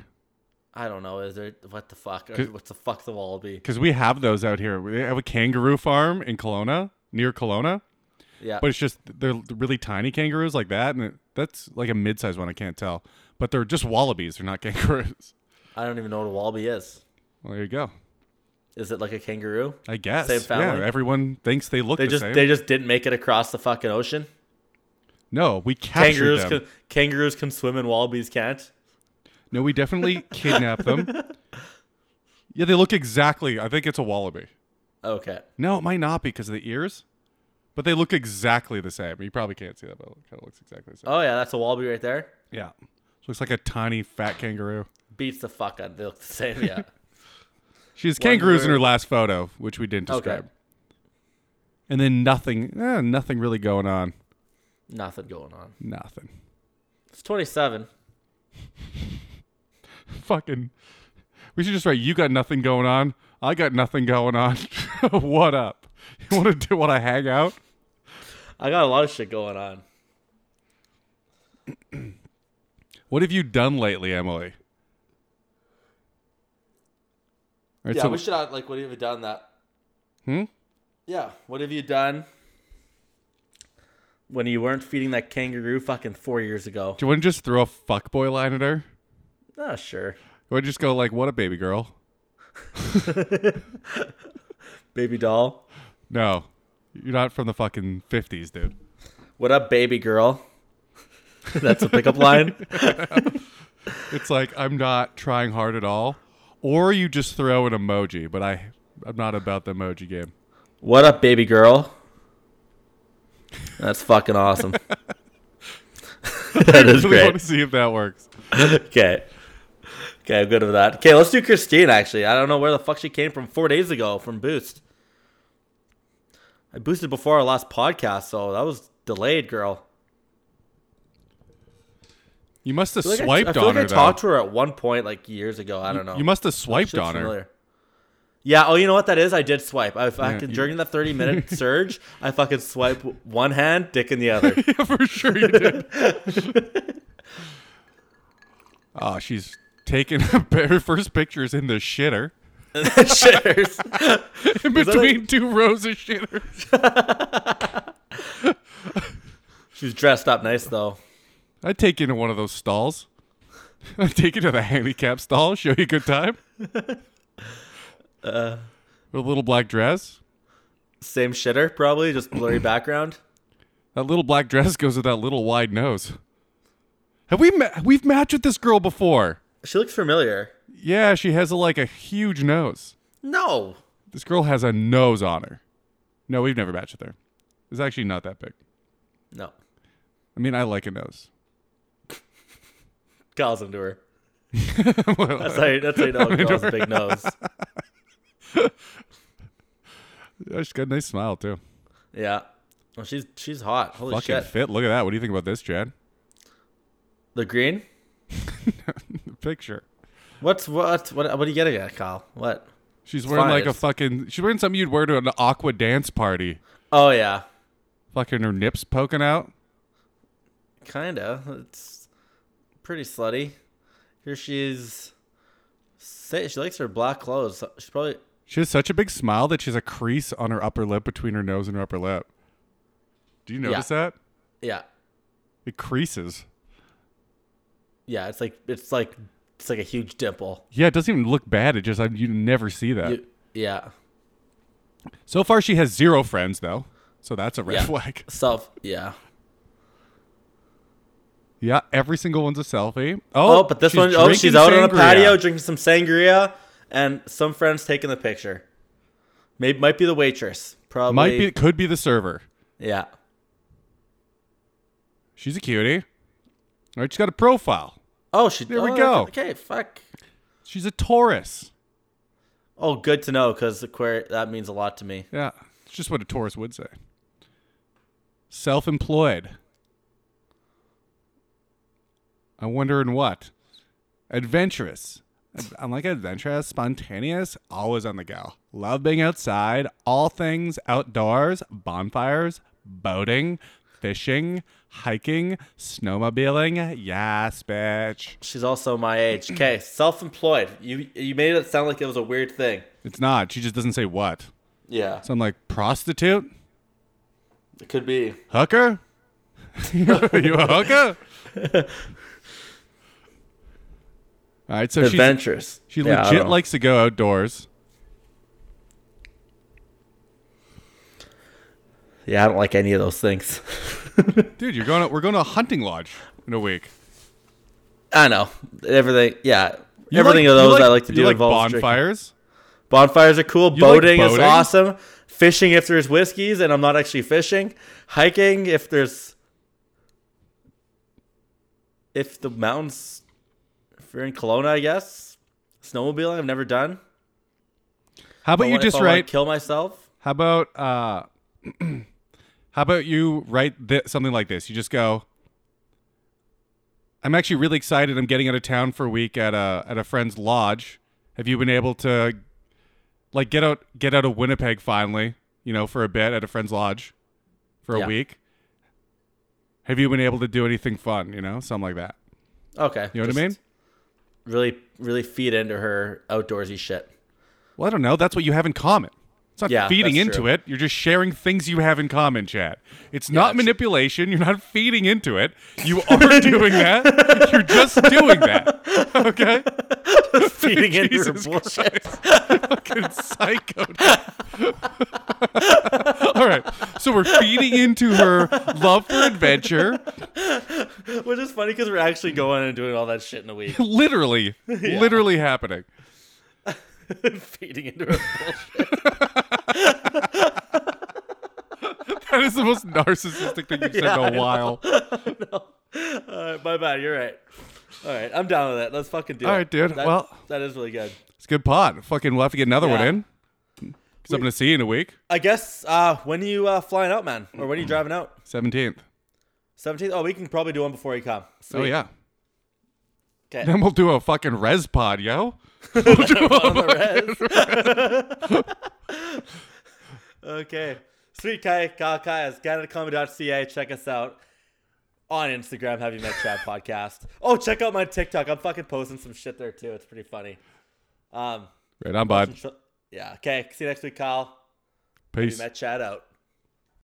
[SPEAKER 3] I don't know. Is there what the fuck?
[SPEAKER 4] Could-
[SPEAKER 3] What's the fuck the wallaby?
[SPEAKER 4] Because we have those out here. We have a kangaroo farm in Kelowna, near Kelowna,
[SPEAKER 3] Yeah.
[SPEAKER 4] but it's just they're really tiny kangaroos like that, and it, that's like a mid-sized one. I can't tell, but they're just wallabies. They're not kangaroos.
[SPEAKER 3] I don't even know what a wallaby is.
[SPEAKER 4] Well, there you go.
[SPEAKER 3] Is it like a kangaroo?
[SPEAKER 4] I guess.
[SPEAKER 3] Same family?
[SPEAKER 4] Yeah, everyone thinks they look
[SPEAKER 3] They
[SPEAKER 4] the
[SPEAKER 3] just
[SPEAKER 4] same.
[SPEAKER 3] they just didn't make it across the fucking ocean.
[SPEAKER 4] no, we captured
[SPEAKER 3] Kangaroos
[SPEAKER 4] them.
[SPEAKER 3] can kangaroos can swim and wallabies can't.
[SPEAKER 4] No, we definitely kidnapped them. Yeah, they look exactly. I think it's a wallaby.
[SPEAKER 3] Okay.
[SPEAKER 4] No, it might not be because of the ears, but they look exactly the same. You probably can't see that, but it kind of looks exactly the same.
[SPEAKER 3] Oh yeah, that's a wallaby right there.
[SPEAKER 4] Yeah, looks like a tiny fat kangaroo.
[SPEAKER 3] Beats the fuck out. They look the same. Yeah.
[SPEAKER 4] She has kangaroos in
[SPEAKER 3] where-
[SPEAKER 4] her last photo, which we didn't
[SPEAKER 3] Okay.
[SPEAKER 4] describe. And then nothing, eh, nothing really going on.
[SPEAKER 3] Nothing going on.
[SPEAKER 4] Nothing.
[SPEAKER 3] It's 27.
[SPEAKER 4] Fucking. We should just write. You got nothing going on. I got nothing going on. what up? You want to do? Want to hang out?
[SPEAKER 3] I got a lot of shit going on.
[SPEAKER 4] What have you done lately, Emily? All right,
[SPEAKER 3] Yeah.
[SPEAKER 4] so-
[SPEAKER 3] we should have, like. What have you done that?
[SPEAKER 4] Hmm?
[SPEAKER 3] Yeah. What have you done? When you weren't feeding that kangaroo fucking four years ago.
[SPEAKER 4] do you want to just throw a fuckboy line at her?
[SPEAKER 3] Oh sure.
[SPEAKER 4] You want to just go like, "What a baby girl"?
[SPEAKER 3] Baby doll.
[SPEAKER 4] No, you're not from the fucking fifties, dude.
[SPEAKER 3] What up, baby girl? That's a pickup line.
[SPEAKER 4] It's like I'm not trying hard at all, or you just throw an emoji. But I, I'm not about the emoji game.
[SPEAKER 3] What up, baby girl? That's fucking awesome. that is
[SPEAKER 4] I
[SPEAKER 3] great.
[SPEAKER 4] want to see if that works.
[SPEAKER 3] Okay. Okay, I'm good with that. Okay, let's do Christine, actually. I don't know where the fuck she came from four days ago from Boost. I boosted before our last podcast, so that was delayed, girl.
[SPEAKER 4] You must have
[SPEAKER 3] I feel like I, I
[SPEAKER 4] swiped
[SPEAKER 3] feel like
[SPEAKER 4] on her.
[SPEAKER 3] I talked
[SPEAKER 4] though.
[SPEAKER 3] to her at one point, like years ago. I don't know.
[SPEAKER 4] You must have swiped
[SPEAKER 3] Shit's
[SPEAKER 4] on her.
[SPEAKER 3] familiar. Yeah. Oh, you know what that is? I did swipe. I fucking
[SPEAKER 4] you-
[SPEAKER 3] during that thirty minute surge, I fucking swipe w- one hand, dick in the other.
[SPEAKER 4] yeah, for sure you did. oh, she's taking a, her first pictures in the shitter.
[SPEAKER 3] Shitters.
[SPEAKER 4] In
[SPEAKER 3] that a-
[SPEAKER 4] between two rows of shitter.
[SPEAKER 3] She's dressed up nice though.
[SPEAKER 4] I'd take you into one of those stalls. I'd take you to the handicap stall, show you a good time.
[SPEAKER 3] Uh.
[SPEAKER 4] With a little black dress.
[SPEAKER 3] Same shitter, probably just blurry background.
[SPEAKER 4] That little black dress goes with that little wide nose. Have we ma- we've matched with this girl before?
[SPEAKER 3] She looks familiar.
[SPEAKER 4] Yeah, she has a, like a huge nose.
[SPEAKER 3] No,
[SPEAKER 4] This girl has a nose on her. No, we've never matched with her. It's actually not that big.
[SPEAKER 3] no,
[SPEAKER 4] I mean, I like a nose.
[SPEAKER 3] Kyle's into her.
[SPEAKER 4] Well,
[SPEAKER 3] That's how you, that's how you know Kyle's a big nose.
[SPEAKER 4] she's got a nice smile too.
[SPEAKER 3] Yeah. Well, she's she's hot. Holy
[SPEAKER 4] Fucking
[SPEAKER 3] shit.
[SPEAKER 4] fit. Look at that. What do you think about this, Chad?
[SPEAKER 3] The green.
[SPEAKER 4] Picture.
[SPEAKER 3] What's what? What? What are you getting at, Kyle? What?
[SPEAKER 4] She's wearing
[SPEAKER 3] fine.
[SPEAKER 4] like a
[SPEAKER 3] It's-
[SPEAKER 4] fucking. She's wearing something you'd wear to an aqua dance party.
[SPEAKER 3] Oh yeah,
[SPEAKER 4] Fucking her nips poking out.
[SPEAKER 3] kinda. It's pretty slutty. Here she's. Say she likes her black clothes. She's probably
[SPEAKER 4] She has such a big smile that she has a crease on her upper lip between her nose and her upper lip. Do you notice that?
[SPEAKER 3] yeah
[SPEAKER 4] It creases.
[SPEAKER 3] yeah. It's like it's like it's like a huge dimple.
[SPEAKER 4] Yeah, it doesn't even look bad. It just I, you never see that.
[SPEAKER 3] You- yeah.
[SPEAKER 4] so far, she has zero friends though, so that's a red
[SPEAKER 3] Yeah.
[SPEAKER 4] flag.
[SPEAKER 3] Self. Yeah.
[SPEAKER 4] Yeah, every single one's a selfie.
[SPEAKER 3] Oh,
[SPEAKER 4] Oh,
[SPEAKER 3] but this
[SPEAKER 4] she's
[SPEAKER 3] one, oh, she's
[SPEAKER 4] drinking
[SPEAKER 3] out on a
[SPEAKER 4] sangria.
[SPEAKER 3] patio drinking some sangria, and some friends taking the picture. Maybe might be the waitress. Probably
[SPEAKER 4] Might be could be the server.
[SPEAKER 3] Yeah.
[SPEAKER 4] She's a cutie. All right, she's got a profile.
[SPEAKER 3] Oh, she.
[SPEAKER 4] There we
[SPEAKER 3] oh,
[SPEAKER 4] go.
[SPEAKER 3] Okay, fuck.
[SPEAKER 4] She's a Taurus.
[SPEAKER 3] Oh, good to know because Aquarius that means a lot to me.
[SPEAKER 4] Yeah, it's just what a Taurus would say. Self-employed. I wonder in what. Adventurous. I'm like adventurous, spontaneous, always on the go. Love being outside, all things outdoors, bonfires, boating, fishing, hiking, snowmobiling. Yes, bitch.
[SPEAKER 3] She's also my age. Okay, self-employed. You you made it sound like it was a weird thing.
[SPEAKER 4] It's not. She just doesn't say what.
[SPEAKER 3] Yeah,
[SPEAKER 4] So I'm like, prostitute?
[SPEAKER 3] it could be.
[SPEAKER 4] Hooker? you a hooker? All right, so she's,
[SPEAKER 3] Adventurous.
[SPEAKER 4] she
[SPEAKER 3] Yeah, I don't
[SPEAKER 4] legit
[SPEAKER 3] know.
[SPEAKER 4] likes to go outdoors.
[SPEAKER 3] Yeah, I don't like any of those things.
[SPEAKER 4] Dude, you're going. To, we're going to a hunting lodge in a week.
[SPEAKER 3] I know everything. Yeah,
[SPEAKER 4] You
[SPEAKER 3] everything
[SPEAKER 4] like-
[SPEAKER 3] of
[SPEAKER 4] you
[SPEAKER 3] those I like to
[SPEAKER 4] you
[SPEAKER 3] do
[SPEAKER 4] like
[SPEAKER 3] involves drinking.
[SPEAKER 4] bonfires.
[SPEAKER 3] Bonfires are cool.
[SPEAKER 4] like
[SPEAKER 3] Boating, is
[SPEAKER 4] boating?
[SPEAKER 3] awesome. Fishing if there's whiskeys and I'm not actually fishing. Hiking if there's if the mountains if you're in Kelowna, I guess. Snowmobiling I've never done.
[SPEAKER 4] How about you
[SPEAKER 3] What if
[SPEAKER 4] just
[SPEAKER 3] I wanna
[SPEAKER 4] write?
[SPEAKER 3] kill myself.
[SPEAKER 4] How about uh, how about you write th- something like this? You just go. I'm actually really excited. I'm getting out of town for a week at a at a friend's lodge. Have you been able to, like, get out get out of Winnipeg finally? You know, for a bit at a friend's lodge, for a
[SPEAKER 3] Yeah.
[SPEAKER 4] week. Have you been able to do anything fun? You know, something like that.
[SPEAKER 3] Okay.
[SPEAKER 4] You know what I
[SPEAKER 3] just
[SPEAKER 4] mean?
[SPEAKER 3] Really really feed into her outdoorsy shit.
[SPEAKER 4] Well, I don't know. That's what you have in common. It's not
[SPEAKER 3] Yeah,
[SPEAKER 4] feeding
[SPEAKER 3] that's
[SPEAKER 4] into
[SPEAKER 3] true.
[SPEAKER 4] it. You're just sharing things you have in common, Chad. It's not
[SPEAKER 3] that's-
[SPEAKER 4] manipulation. You're not feeding into it. You are doing that. You're just doing that. Okay?
[SPEAKER 3] Feeding into her
[SPEAKER 4] Jesus
[SPEAKER 3] bullshit.
[SPEAKER 4] Fucking psycho. All right. So we're feeding into her love for adventure.
[SPEAKER 3] Which is funny because we're actually going and doing all that shit in a week.
[SPEAKER 4] Literally, literally happening.
[SPEAKER 3] feeding into her bullshit.
[SPEAKER 4] That is the most narcissistic thing you've said
[SPEAKER 3] Yeah, I
[SPEAKER 4] in a
[SPEAKER 3] know.
[SPEAKER 4] while.
[SPEAKER 3] All right, my bad. You're right. All right, I'm down with that. Let's fucking do it.
[SPEAKER 4] All right, dude.
[SPEAKER 3] That-
[SPEAKER 4] Well-
[SPEAKER 3] that is really good.
[SPEAKER 4] It's a good pod. Fucking, we'll have to get another one
[SPEAKER 3] Yeah.
[SPEAKER 4] in. Because I'm going to see you in a week.
[SPEAKER 3] I guess uh, when are you uh, flying out, man, or
[SPEAKER 4] Mm.
[SPEAKER 3] when are you driving out?
[SPEAKER 4] 17th.
[SPEAKER 3] 17th. Oh, we can probably do one before you come.
[SPEAKER 4] Oh yeah.
[SPEAKER 3] Okay.
[SPEAKER 4] Then we'll do a fucking res pod, yo.
[SPEAKER 3] okay. Sweet Kai, Kyle Kai is CanadaComedy.ca. Check us out on Instagram. Have you met Chad podcast? Oh, check out my TikTok. I'm fucking posting some shit there too. It's pretty funny. Um,
[SPEAKER 4] Right on, bud.
[SPEAKER 3] yeah. Okay. See you next week, Kyle. Have you
[SPEAKER 4] Peace.
[SPEAKER 3] met Chad out.